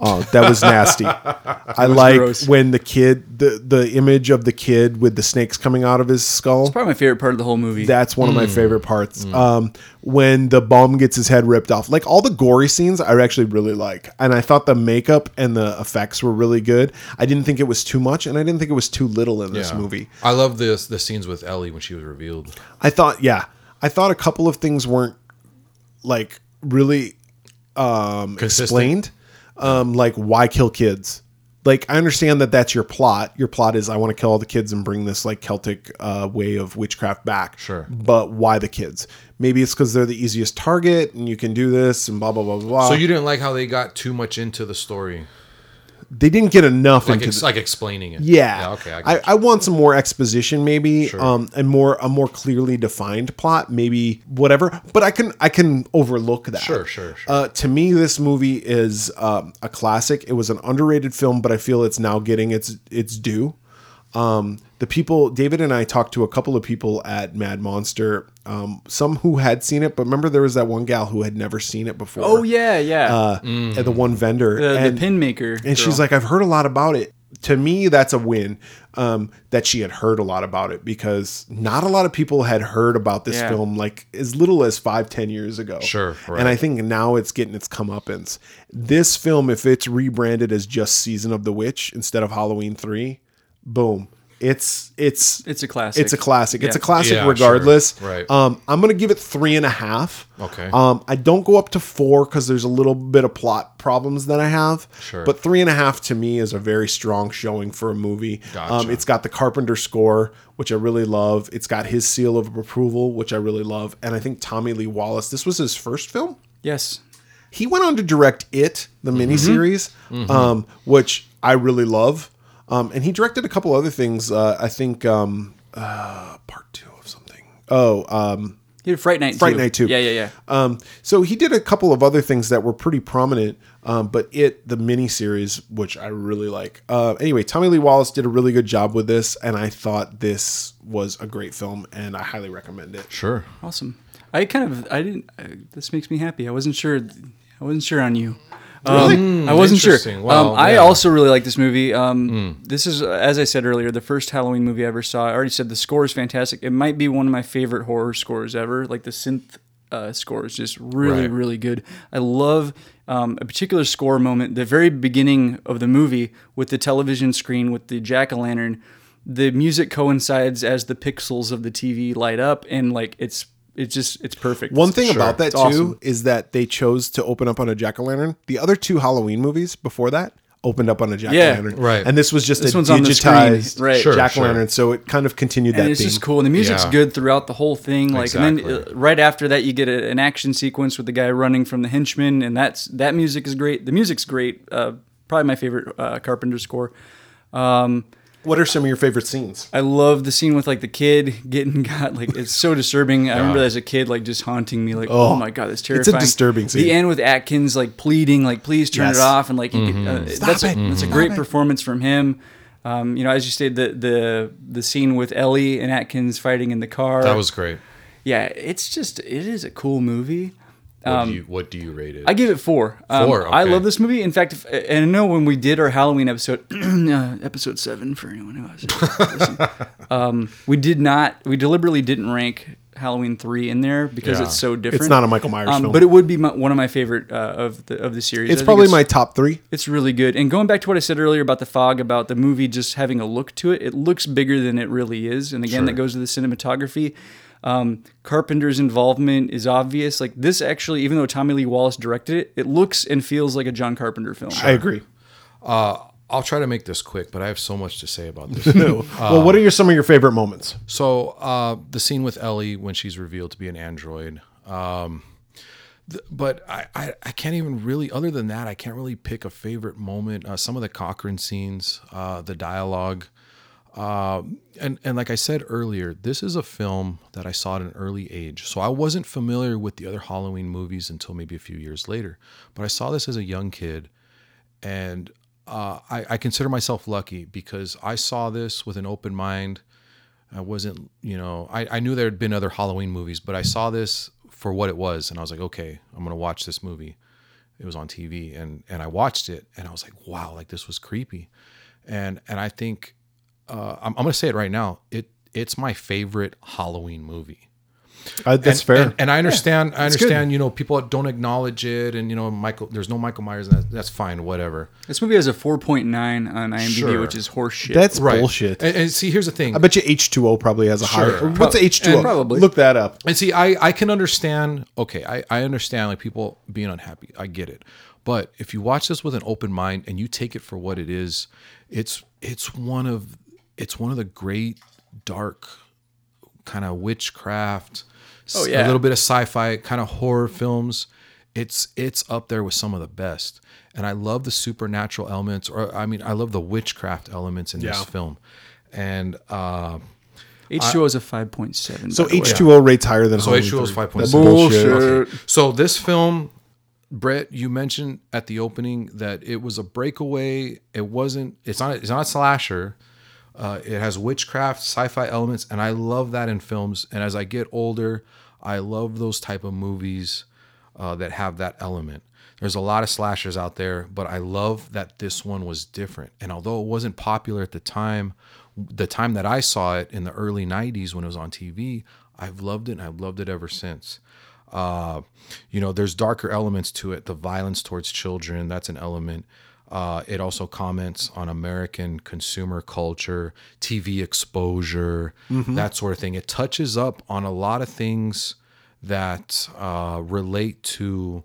B: Uh, that was nasty. I like
C: gross.
B: when the kid, the the image of the kid with the snakes coming out of his skull.
C: Probably my favorite part of the whole movie.
B: That's one of my favorite parts. Um, when the bum gets his head ripped off, like all the gory scenes, I actually really like, and I thought the makeup and the effects were really good. I didn't think it was too much, and I didn't think it was too little in this
D: Yeah.
B: movie.
D: I love this the scenes with Ellie when she was revealed.
B: I thought, yeah, I thought a couple of things weren't like really um,
D: Consistent.
B: explained, um, like why kill kids. Like I understand that that's your plot. Your plot is I want to kill all the kids and bring this like Celtic uh, way of witchcraft back.
D: Sure.
B: but why the kids? Maybe it's because they're the easiest target and you can do this and blah blah blah blah.
D: So you didn't like how they got too much into the story,
B: they didn't get enough
D: like
B: into
D: ex-
B: the-
D: like explaining it.
B: Yeah.
D: okay. I,
B: I, I,
D: got
B: want some more exposition, maybe, um, and more a more clearly defined plot, maybe whatever. But I can I can overlook that.
D: Sure, sure, sure.
B: Uh, to me, this movie is um, a classic. It was an underrated film, but I feel it's now getting its its due. Um, the people David and I talked to a couple of people at Mad Monster, um, some who had seen it, but remember there was that one gal who had never seen it before.
C: oh yeah, yeah.
B: uh, and the one vendor
C: the,
B: and,
C: the pin maker.
B: and she's like, I've heard a lot about it. To me, that's a win um, that she had heard a lot about it because not a lot of people had heard about this
C: Yeah.
B: film like as little as five, ten years ago.
D: Sure, right.
B: And I think now it's getting its comeuppance. This film, if it's rebranded as just Season of the Witch instead of Halloween three, boom. It's it's
C: It's a classic.
B: it's a classic. It's a
C: Yeah.
B: classic
D: Yeah,
B: regardless.
D: sure. Right.
B: Um, I'm gonna give it three and a half.
D: Okay.
B: Um, I don't go up to four because there's a little bit of plot problems that I have.
D: Sure.
B: But three and a half to me is a very strong showing for a movie. Um,
D: Gotcha.
B: it's got the Carpenter score, which I really love. It's got his seal of approval, which I really love. And I think Tommy Lee Wallace. This was his first film.
C: yes.
B: He went on to direct It, the miniseries, um, which I really love. Um, and he directed a couple other things. Uh, I think um, uh, part two of something. Oh, um,
C: He did Fright Night.
B: Fright
C: too.
B: Night too.
C: Yeah, yeah, yeah.
B: Um, so he did a couple of other things that were pretty prominent, um, but it the miniseries, which I really like. Uh, anyway, Tommy Lee Wallace did a really good job with this, and I thought this was a great film, and I highly recommend it.
D: sure.
C: Awesome. I kind of I didn't. Uh, this makes me happy. I wasn't sure. I wasn't sure on you. Um, I wasn't sure.
D: interesting. Wow,
C: um, I
D: yeah.
C: also really like this movie. Um, This is, uh, as I said earlier, the first Halloween movie I ever saw. I already said the score is fantastic. It might be one of my favorite horror scores ever. Like the synth uh, score is just really,
D: Right.
C: really good. I love um, a particular score moment, the very beginning of the movie with the television screen with the jack o' lantern. The music coincides as the pixels of the TV light up, and like it's it's just it's perfect.
B: One thing about that
C: It's
B: too
C: awesome.
B: is that they chose to open up on a jack o' lantern. The other two Halloween movies before that opened up on a jack o' lantern,
D: right.
B: And this was just
C: This
B: a
C: one's on the screen,
B: digitized
C: right.
D: Sure,
B: jack o' lantern, so it kind of continued that
C: and it's
B: theme.
C: just cool and the music's
D: Yeah.
C: good throughout the whole thing like and then
D: Exactly.
C: uh, right after that you get a, an action sequence with the guy running from the henchman and that's that music is great the music's great uh, probably my favorite uh, carpenter score Um,
B: What are some of your favorite scenes?
C: i love the scene with like the kid getting got like it's so disturbing i remember that as a kid like just haunting me like oh, my god that's
B: a
C: terrifying
B: disturbing scene.
C: the end with atkins like pleading like please turn
B: Yes. Mm-hmm.
C: it off and like he could, uh, that's,
B: it.
C: A, that's a great performance from him um, you know, as you stated, the the the scene with Ellie and Atkins fighting in the car.
D: That was great.
C: yeah, it's just it is a cool movie.
D: What, do you, what do you rate it?
C: I give it four. Um,
D: Four,
C: I
D: okay.
C: love this movie. In fact, if, and I know when we did our Halloween episode, uh, episode seven for anyone who has listened, um, we did not, we deliberately didn't rank Halloween three in there because
D: Yeah.
C: it's so different. Um,
B: It's not a Michael Myers film.
C: but it would be my, one of my favorite uh, of the of the series. I
B: It's
C: think
B: probably my top three.
C: It's really good. And going back to what I said earlier about the fog, about the movie just having a look to it, it looks bigger than it really is. And again, that goes to the cinematography. Um, Carpenter's involvement is obvious. Like this, actually, even though Tommy Lee Wallace directed it, it looks and feels like a John Carpenter film.
B: I agree.
D: I'll try to make this quick, but I have so much to say about this.
C: Uh,
B: well, what are your, some of your favorite moments?
D: so uh, the scene with Ellie when she's revealed to be an android. Um, th- but I, I, I can't even really other than that I can't really pick a favorite moment. Uh, some of the Cochrane scenes, uh, the dialogue. and and like I said earlier, this is a film that I saw at an early age. So I wasn't familiar with the other Halloween movies until maybe a few years later. But I saw this as a young kid, and uh, I, I consider myself lucky because I saw this with an open mind. I wasn't, you know, I, I knew there had been other Halloween movies, but I saw this for what it was, and I was like, okay, I'm gonna watch this movie. It was on TV, and and I watched it, and I was like, wow, like this was creepy, and and I think uh, I'm, I'm gonna say it right now. It it's my favorite Halloween movie.
B: Uh, that's
D: and,
B: fair.
D: And, and I understand. I understand. You know, people don't acknowledge it, and you know, Michael. There's no Michael Myers, and that, that's fine. Whatever.
C: This movie has a 4.9 on IMDb,
D: Sure.
C: which is horseshit.
B: that's bullshit.
D: And, and see, here's the thing.
B: I bet you H2O probably has a higher.
D: Sure.
B: What's H2O?
C: And probably.
B: Look that up.
D: And see, I I can understand. Okay, I I understand like people being unhappy. I get it. But if you watch this with an open mind and you take it for what it is, it's it's one of it's one of the great dark kind of witchcraft,
C: Oh,
D: s-
C: yeah.
D: a little bit of sci-fi kind of horror films. It's it's up there with some of the best. And I love the supernatural elements or I mean I love the witchcraft elements in this film. And uh
C: H2O is a 5.7.
B: So
C: by the way.
B: H2O rates higher than
D: so
B: Halloween
D: H2O is
B: three.
D: 5.7.
B: That's bullshit.
D: Okay. So this film, Brett, you mentioned at the opening that it was a breakaway. It wasn't. It's not. It's not a slasher. Uh, it has witchcraft, sci-fi elements, and I love that in films. And as I get older, I love those type of movies uh, that have that element. There's a lot of slashers out there, but I love that this one was different. And although it wasn't popular at the time, the time that I saw it in the early 90s when it was on TV, I've loved it and I've loved it ever since. Uh, you know, there's darker elements to it. The violence towards children, that's an element. Uh, it also comments on American consumer culture, TV exposure,
C: Mm-hmm.
D: that sort of thing. It touches up on a lot of things that uh, relate to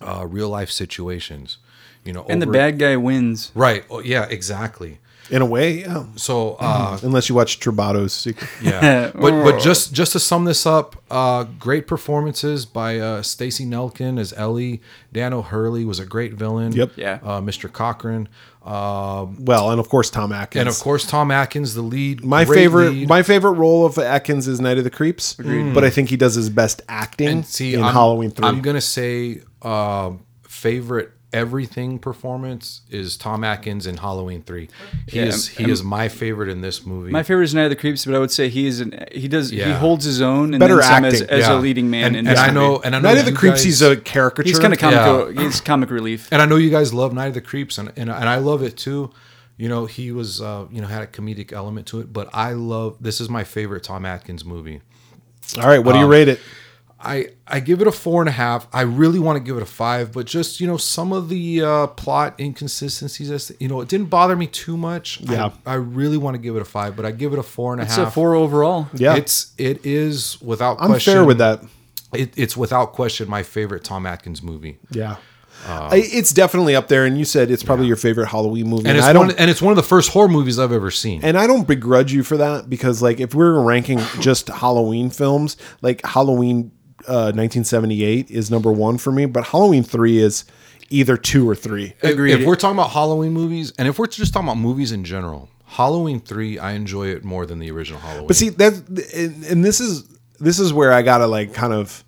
D: uh, real life situations. You know,
C: And the
D: over-
C: bad guy wins.
D: right? Oh, yeah, exactly.
B: In a way, yeah.
D: So
C: Mm-hmm.
D: uh,
B: Unless you watch Trebato's sequel.
D: yeah, but but just just to sum this up, uh, great performances by uh, Stacy Nelkin as Ellie. Dan O'Hurley was a great villain.
B: Yep.
C: Yeah.
D: Uh, Mr. Cochran, um,
B: Well, and of course Tom Atkins.
D: and of course Tom Atkins, the lead.
B: my
D: great
B: favorite
D: lead.
B: my favorite role of Atkins is Night of the Creeps. But I think he does his best acting
D: And see,
B: in
D: I'm,
B: Halloween 3.
D: I'm gonna say uh, favorite everything performance is Tom Atkins in Halloween Three. He
C: Yeah,
D: is he is my favorite in this movie.
C: My favorite is Night of the Creeps, but I would say he is an he does he
D: Yeah.
C: holds his own and
B: Better
C: then some as,
B: acting,
C: as
D: Yeah.
C: a leading man.
D: and,
C: in
D: and,
C: this
D: I
C: movie.
D: know and I know
B: Night of the
D: you
B: Creeps
D: guys-
B: he's a caricature.
C: he's kind of comic
D: Yeah.
C: he's comic relief.
D: and I know you guys love Night of the Creeps, and and, and I love it too. You know, he was uh, you know had a comedic element to it, but I love this is my favorite Tom Atkins movie.
B: All right, what do you rate it?
D: I I give it a four and a half. I really want to give it a five, but just you know some of the uh, plot inconsistencies. that's- You know, it didn't bother me too much.
B: Yeah.
D: I, I really want to give it a five, but I give it a four and a half.
C: It's a four overall.
B: Yeah.
D: It's it is without
B: I'm
D: question.
B: fair with that.
D: It, it's without question my favorite Tom Atkins movie.
B: Yeah. I, it's definitely up there and you said it's probably your favorite Halloween movie.
D: And, it's
B: I don't
D: one, and it's one of the first horror movies I've ever seen.
B: and I don't begrudge you for that because like if we were ranking just Halloween films, like Halloween uh, 1978 is number one for me, but Halloween three is either two or three.
D: If-
C: Agreed.
D: If we're talking about Halloween movies, and if we're just talking about movies in general, Halloween three, I enjoy it more than the original Halloween.
B: But see that, and, and this is this is where I gotta like kind of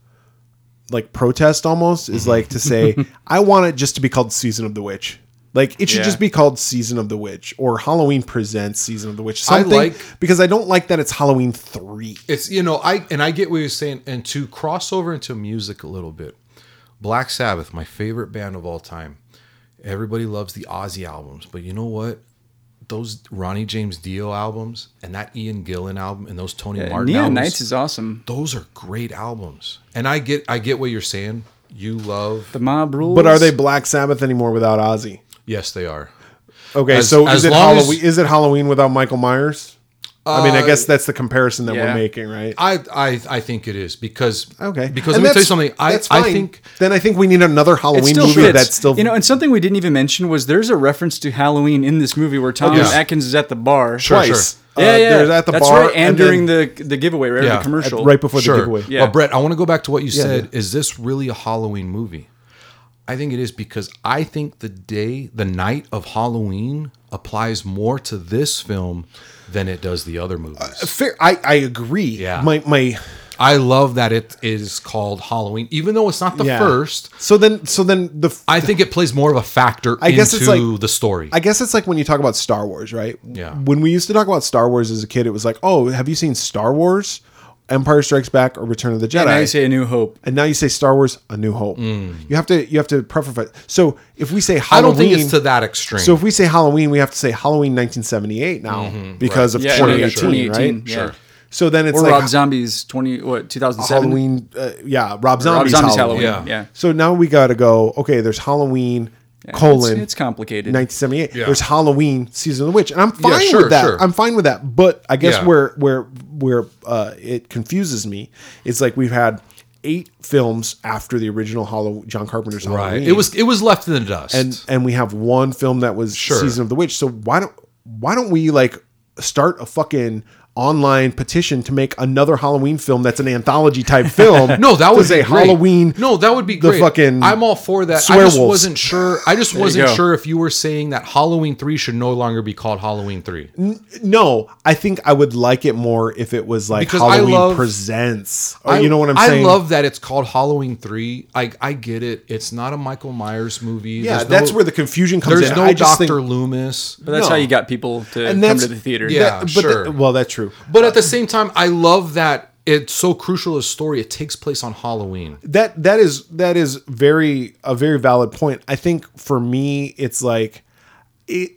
B: like protest almost is like to say I want it just to be called Season of the Witch. Like it should
C: Yeah.
B: just be called Season of the Witch or Halloween Presents Season of the Witch. Something
D: like-
B: because I don't like that it's Halloween three.
D: it's you know I and I get what you're saying, and to cross over into music a little bit, Black Sabbath, my favorite band of all time. Everybody loves the Ozzy albums, but you know what? Those Ronnie James Dio albums and that Ian Gillan album and those Tony Martin
C: Neon
D: albums,
C: Knights is awesome.
D: those are great albums. And I get I get what you're saying. You love
C: The mob rules.
B: But are they Black Sabbath anymore without Ozzy?
D: yes, they are.
B: Okay,
D: As-
B: so is
D: as
B: it
D: long
B: Halloween?
D: as-
B: is it Halloween without Michael Myers? I mean, I
D: Uh,
B: guess that's the comparison that we're
C: yeah.
B: making, right?
D: I, I I think it is because
B: Okay,
D: because
B: And
D: let me tell you
B: that's-
D: something. I
B: that's
D: I
B: fine.
D: think
B: then I think we need another
C: It
B: Halloween
C: still
B: movie
C: fits.
B: that's still
C: you know, and something we didn't even mention was there's a reference to Halloween in this movie where Tom
D: Yeah.
C: Atkins is at the bar.
D: sure,
B: twice. Uh,
C: Yeah, yeah.
B: There's at the
C: That's
B: bar
C: right, and,
B: then
C: during the the giveaway, right? Or
D: Yeah.
C: the
D: At-
C: commercial.
B: right before
D: sure.
B: the giveaway.
C: Yeah.
D: But Brett, I want to go back to what you said. Is this really a Halloween movie? I think it is because I think the day, the night of Halloween applies more to this film than it does the other movies.
B: Fair, I, I agree.
D: Yeah.
B: My my
D: I love that it is called Halloween, even though it's not the
B: yeah.
D: first.
B: So then so then the
D: I think it plays more of a factor
B: I
D: into
B: guess it's like-
D: the story.
B: I guess it's like when you talk about Star Wars, right?
D: Yeah.
B: When we used to talk about Star Wars as a kid, it was like, oh, have you seen Star Wars, Empire Strikes Back, or Return of the Jedi?
C: And I say A New Hope.
B: and now you say Star Wars: A New Hope. You have to you have to preface. it. So if we say
D: I
B: Halloween,
D: don't think it's to that extreme.
B: so if we say Halloween, we have to say Halloween 1978 now because of
C: Yeah, and we got
B: 2018,
C: 2018,
B: right?
C: yeah. Sure.
B: So then it's
C: Or
B: like
C: Rob Zombie's twenty what two thousand seven.
B: Halloween, uh, yeah, Rob
C: Rob
B: Zombie's,
C: Zombie's
B: Halloween.
C: Halloween.
D: Yeah.
C: Yeah.
B: So now we got to go. Okay, there's Halloween colon.
C: It's, it's complicated.
B: 1978.
D: Yeah.
B: There's Halloween, season of the witch, and I'm fine
D: sure,
B: with that.
D: sure.
B: I'm fine with that. But I guess
D: Yeah.
B: where where where uh, it confuses me is like we've had eight films after the original Halloween, John Carpenter's
D: right.
B: Halloween.
D: It was it was left in the dust.
B: and and we have one film that was
D: Sure.
B: season of the witch. So why don't why don't we like start a fucking online petition to make another Halloween film that's an anthology type film?
D: No, that
B: to
D: would
B: say
D: be great.
B: Halloween.
D: No, that would be
B: the
D: great.
B: fucking
D: I'm all for that. I just
B: swearwolves.
D: wasn't sure. I just wasn't
C: go.
D: sure if you were saying that Halloween three should no longer be called Halloween three.
B: No, I think I would like it more if it was like
D: Because I
B: Halloween
D: love-
B: presents. Or, you know what I'm saying?
D: I love that it's called Halloween three. I I get it. It's not a Michael Myers movie.
B: Yeah,
D: There's no-
B: that's where the confusion comes
D: there's
B: in.
D: no
B: I just
D: Doctor
B: think-
D: Loomis.
C: But that's
B: No.
C: how you got people to
B: And
C: come
B: that's-
C: to the theater.
D: Yeah.
B: that- but
D: sure.
B: the- well, that's true.
D: But at the same time, I love that it's so crucial a story. It takes place on Halloween.
B: that that is that is very a very valid point. I think for me, it's like it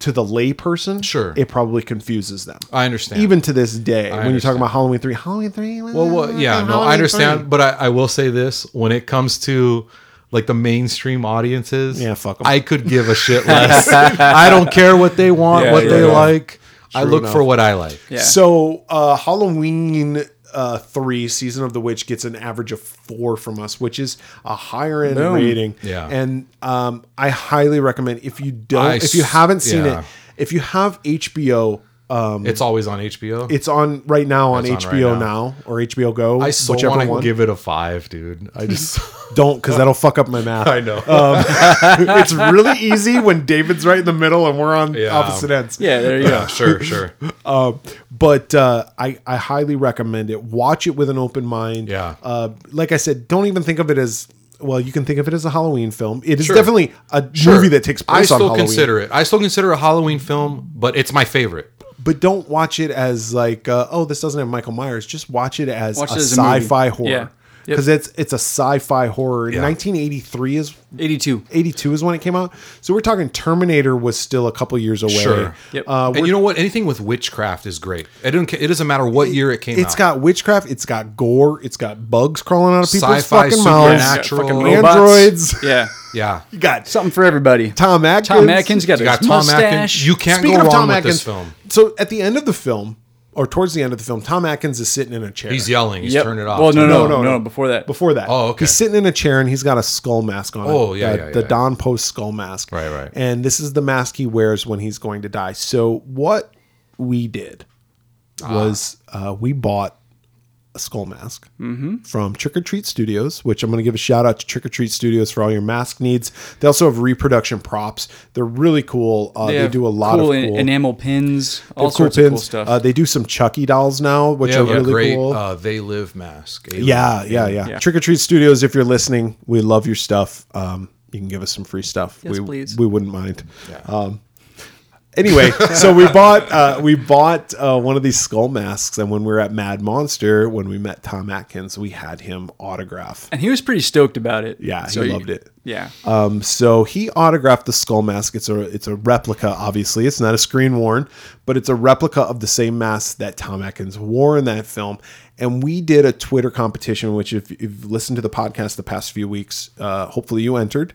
B: to the layperson.
D: Sure.
B: it probably confuses them. Uh,
D: I understand.
B: Even to this day, when you talk
D: understand.
B: about Halloween three, Halloween three.
D: Well, well yeah, no, I understand, but I, I will say this: when it comes to like the mainstream audiences,
B: Yeah, fuck 'em.
D: I could give a shit less. I don't care what they want,
C: Yeah,
D: what
C: true
D: they
C: enough.
D: like. I
B: True
D: look
B: enough.
D: for what I like.
C: Yeah.
B: So uh, Halloween uh, three, season of the witch gets an average of four from us, which is a higher end
C: Boom.
B: rating.
D: Yeah.
B: and um, I highly recommend if you don't,
D: I
B: if you
D: s-
B: haven't seen
D: yeah.
B: it, if you have HBO. Um,
D: It's always on HBO.
B: it's on right now on
D: It's on
B: HBO
D: right
B: now. or HBO Go.
D: I so
B: whichever
D: want to
B: one.
D: give it a five, dude. I just,
B: Don't because that'll fuck up my math.
D: I know.
B: Um, it's really easy when David's right in the middle and we're on
D: Yeah.
B: opposite ends.
C: Yeah, there you
D: yeah,
C: go.
D: sure, sure.
B: But uh, I I highly recommend it. Watch it with an open mind.
D: Yeah.
B: Uh, like I said, don't even think of it as well. You can think of it as a Halloween film. It is
D: Sure.
B: definitely a
D: Sure.
B: movie that takes place
D: I
B: on
D: still
B: Halloween.
D: consider it. I still consider it a Halloween film, but it's my favorite.
B: but don't watch it as like uh, oh this doesn't have Michael Myers. Just watch it as
C: Watch
B: a
C: it as a movie.
B: sci-fi
C: Yeah.
B: horror
C: Yep.
B: because it's it's a sci-fi horror. 1983 is
C: Eighty two.
B: 82 is when it came out. So we're talking Terminator was still a couple years away.
D: Sure.
C: Yep.
B: Uh,
D: and you know what? Anything with witchcraft is great. I don't. ca- It doesn't matter what year it came
B: it's
D: out.
B: got witchcraft, it's got gore, it's got bugs crawling out of people's
D: sci-fi,
B: fucking mouths.
D: supernatural.
C: Fucking
D: Yeah.
C: robots.
B: Androids.
C: Yeah.
B: You got
C: Something for everybody.
B: Tom Atkins.
C: Tom Atkins got,
D: You
C: a
D: got Tom
C: mustache.
D: Atkins. You can't go wrong with this film.
B: So at the end of the film, or towards the end of the film, Tom Atkins is sitting in a chair.
D: He's yelling. He's
C: Yep.
D: turning it off.
C: Well, no,
D: Turn it
C: no,
D: off.
B: No,
C: no,
B: no,
C: no,
B: no.
C: Before that,
B: Before that,
D: Oh, okay.
B: he's sitting in a chair and he's got a skull mask on.
D: Oh,
B: it,
D: yeah,
B: the,
D: yeah,
B: the
D: yeah.
B: Don Post skull mask.
D: Right, right.
B: And this is the mask he wears when he's going to die. So what we did was
D: Ah.
B: uh, we bought a skull mask
D: Mm-hmm.
B: from Trick or Treat Studios, which I'm going to give a shout out to Trick or Treat Studios for all your mask needs. They also have reproduction props. They're really cool. Uh, they,
C: have
B: do a lot
C: cool
B: of
C: en-
B: cool.
C: enamel pins,
B: they
C: all
B: have cool
C: sorts of cool
B: pins.
C: stuff.
B: Uh, they do some Chucky dolls now, which
D: Yeah,
B: are
D: yeah,
B: really
D: great.
B: cool.
D: Uh, they live mask. Alien.
B: Yeah, yeah, yeah,
C: Yeah.
B: Trick or Treat Studios, if you're listening, we love your stuff. Um, you can give us some free stuff.
C: Yes,
B: we,
C: please.
B: We wouldn't mind. Um, anyway, so we bought uh, we bought uh, one of these skull masks, and when we were at Mad Monster, when we met Tom Atkins, we had him autograph.
C: and he was pretty stoked about it.
B: Yeah,
C: So
B: he
C: you-
B: loved it.
C: Yeah.
B: Um, so he autographed the skull mask. It's a it's a replica, obviously. It's not a screen worn, but it's a replica of the same mask that Tom Atkins wore in that film. And we did a Twitter competition, which if you've listened to the podcast the past few weeks, uh, hopefully you entered.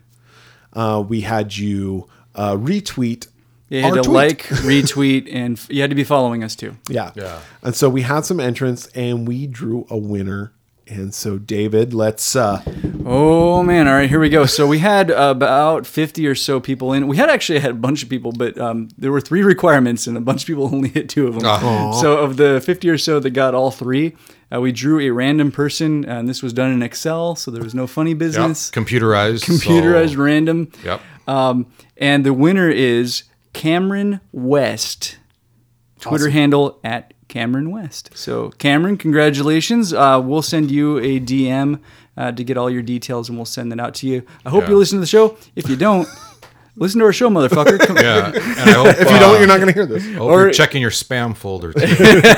B: Uh, we had you uh, retweet.
C: you had
B: our
C: to
B: tweet.
C: like, retweet, and f- you had to be following us too.
B: Yeah.
D: Yeah.
B: And so we had some entrants and we drew a winner And so, David, let's. Uh,
C: Oh man! All right, here we go. So we had about fifty or so people in. We had actually had a bunch of people, but um, there were three requirements, and a bunch of people only hit two of them. So of the fifty or so that got all three, uh, we drew a random person, and this was done in Excel, so there was no funny
D: Yep.
C: business.
D: Computerized. so-
C: Computerized random.
D: Yep.
C: Um, and the winner is Cameron West. Twitter handle at Cameron West. So Cameron, congratulations. Uh, we'll send you a DM uh, to get all your details, and we'll send that out to you. I hope you
D: Yeah.
C: listen to the show. If you don't, listen to our show, motherfucker. Come-
D: Yeah. And I hope, uh,
B: if you don't, you're not going to hear this.
D: Hope
C: or-
D: you're checking your spam folder. Too.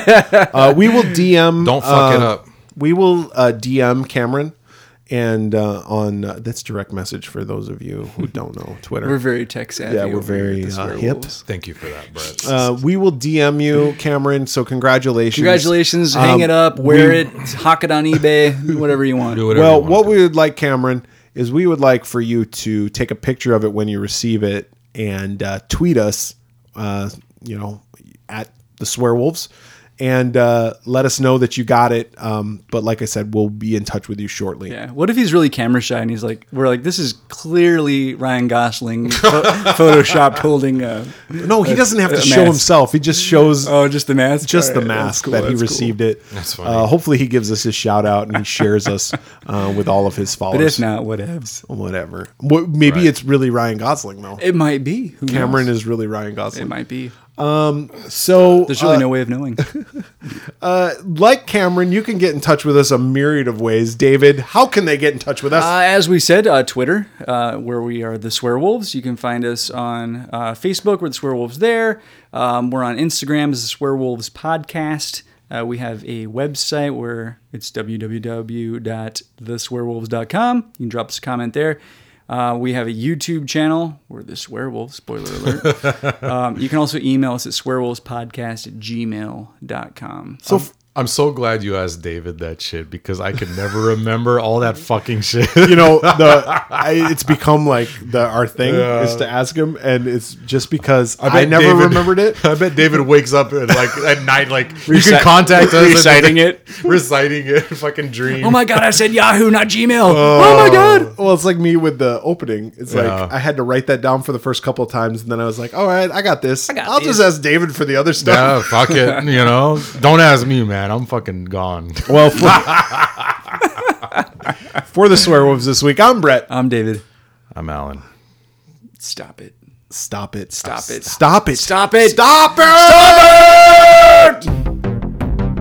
B: Uh, we will DM.
D: Don't fuck it
B: uh,
D: up.
B: We will uh, DM Cameron, and uh, on uh, that's direct message for those of you who don't know Twitter.
C: We're very tech savvy.
B: yeah, we're
C: over here at
B: very
C: the
B: uh,
C: Swear
B: hip.
C: Wolves.
D: Thank you for that, Brett.
B: Uh, we will DM you, Cameron. So congratulations.
C: Congratulations.
B: Um,
C: Hang it up. Wear
B: we-
C: it. Hawk it on eBay. do Whatever you want.
D: Do whatever
B: Well,
D: you want
B: what
D: to
B: we would like, Cameron, is we would like for you to take a picture of it when you receive it and uh, tweet us, uh, you know, at the Swearwolves, and uh, let us know that you got it. Um, but like I said, we'll be in touch with you shortly.
C: Yeah. What if he's really camera shy and he's like, we're like, this is clearly Ryan Gosling pho- photoshopped holding a.
B: No, he doesn't have to
C: a
B: show
C: mask.
B: himself. He just shows
C: Oh, just the mask.
B: just the
C: All right, that's
B: mask
C: cool,
B: that he
C: that's cool.
B: received it.
D: That's funny.
B: Uh, hopefully, he gives us his shout out and he shares us uh, with all of his
C: But if
B: followers.
C: not, whatevs.
B: Whatever. What, maybe
D: Right.
B: it's really Ryan Gosling though.
C: It might be. Who
B: Cameron
C: knows?
B: is really Ryan
C: It
B: Gosling.
C: might be.
B: So
C: There's really
B: uh,
C: no way of knowing.
B: like Cameron, you can get in touch with us a myriad of ways. David, how can they get in touch with us?
C: Uh, as we said, uh, Twitter, uh, where we are the Swearwolves. You can find us on uh, Facebook. We're the Swearwolves there. Um, we're on Instagram as the Swearwolves Podcast. Uh, we have a website where it's www.theswearwolves.com. You can drop us a comment there. Uh, we have a YouTube channel. We're the Swearwolves, spoiler alert. um, you can also email us at swearwolvespodcast at gmail.com.
B: so
D: I'm so glad you asked David that shit because I could never remember all that fucking shit.
B: you know the I, it's become like the our thing is to ask him, and it's just because I,
D: bet
B: never
D: David-
B: remembered it.
D: I bet David wakes up at like at night, like you
C: Recite-
D: can contact us,
C: reciting it.
D: reciting it, fucking dream.
C: Oh my God, I said Yahoo, not Gmail. oh my God.
B: Well, it's like me with the opening. It's
D: Yeah.
B: like I had to write that down for the first couple of times, and then I was like, "All right, I got this. I
C: got
B: will
C: this."
B: just ask David for the other stuff."
D: Yeah, fuck it. You know, don't ask me, man. I'm fucking gone.
B: Well, for, for the swearwolves this week, I'm Brett.
C: I'm David.
D: I'm Alan.
C: Stop it.
B: Stop it!
C: Stop it.
B: Stop it!
C: Stop it.
B: Stop it! Stop it!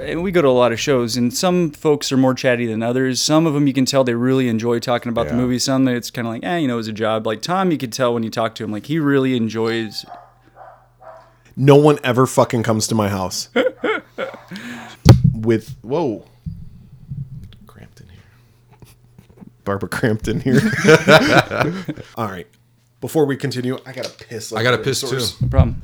C: and we go to a lot of shows and some folks are more chatty than others some of them you can tell they really enjoy talking about the
D: Yeah.
C: movie some that it's kind of like eh you know it's a job like tom you could tell when you talk to him like he really enjoys
B: no one ever fucking comes to my house with whoa
D: Cramped in here.
B: barbara crampton here all right before we continue i gotta piss like
D: I got to
B: a
D: piss too.
B: racehorse.
C: the problem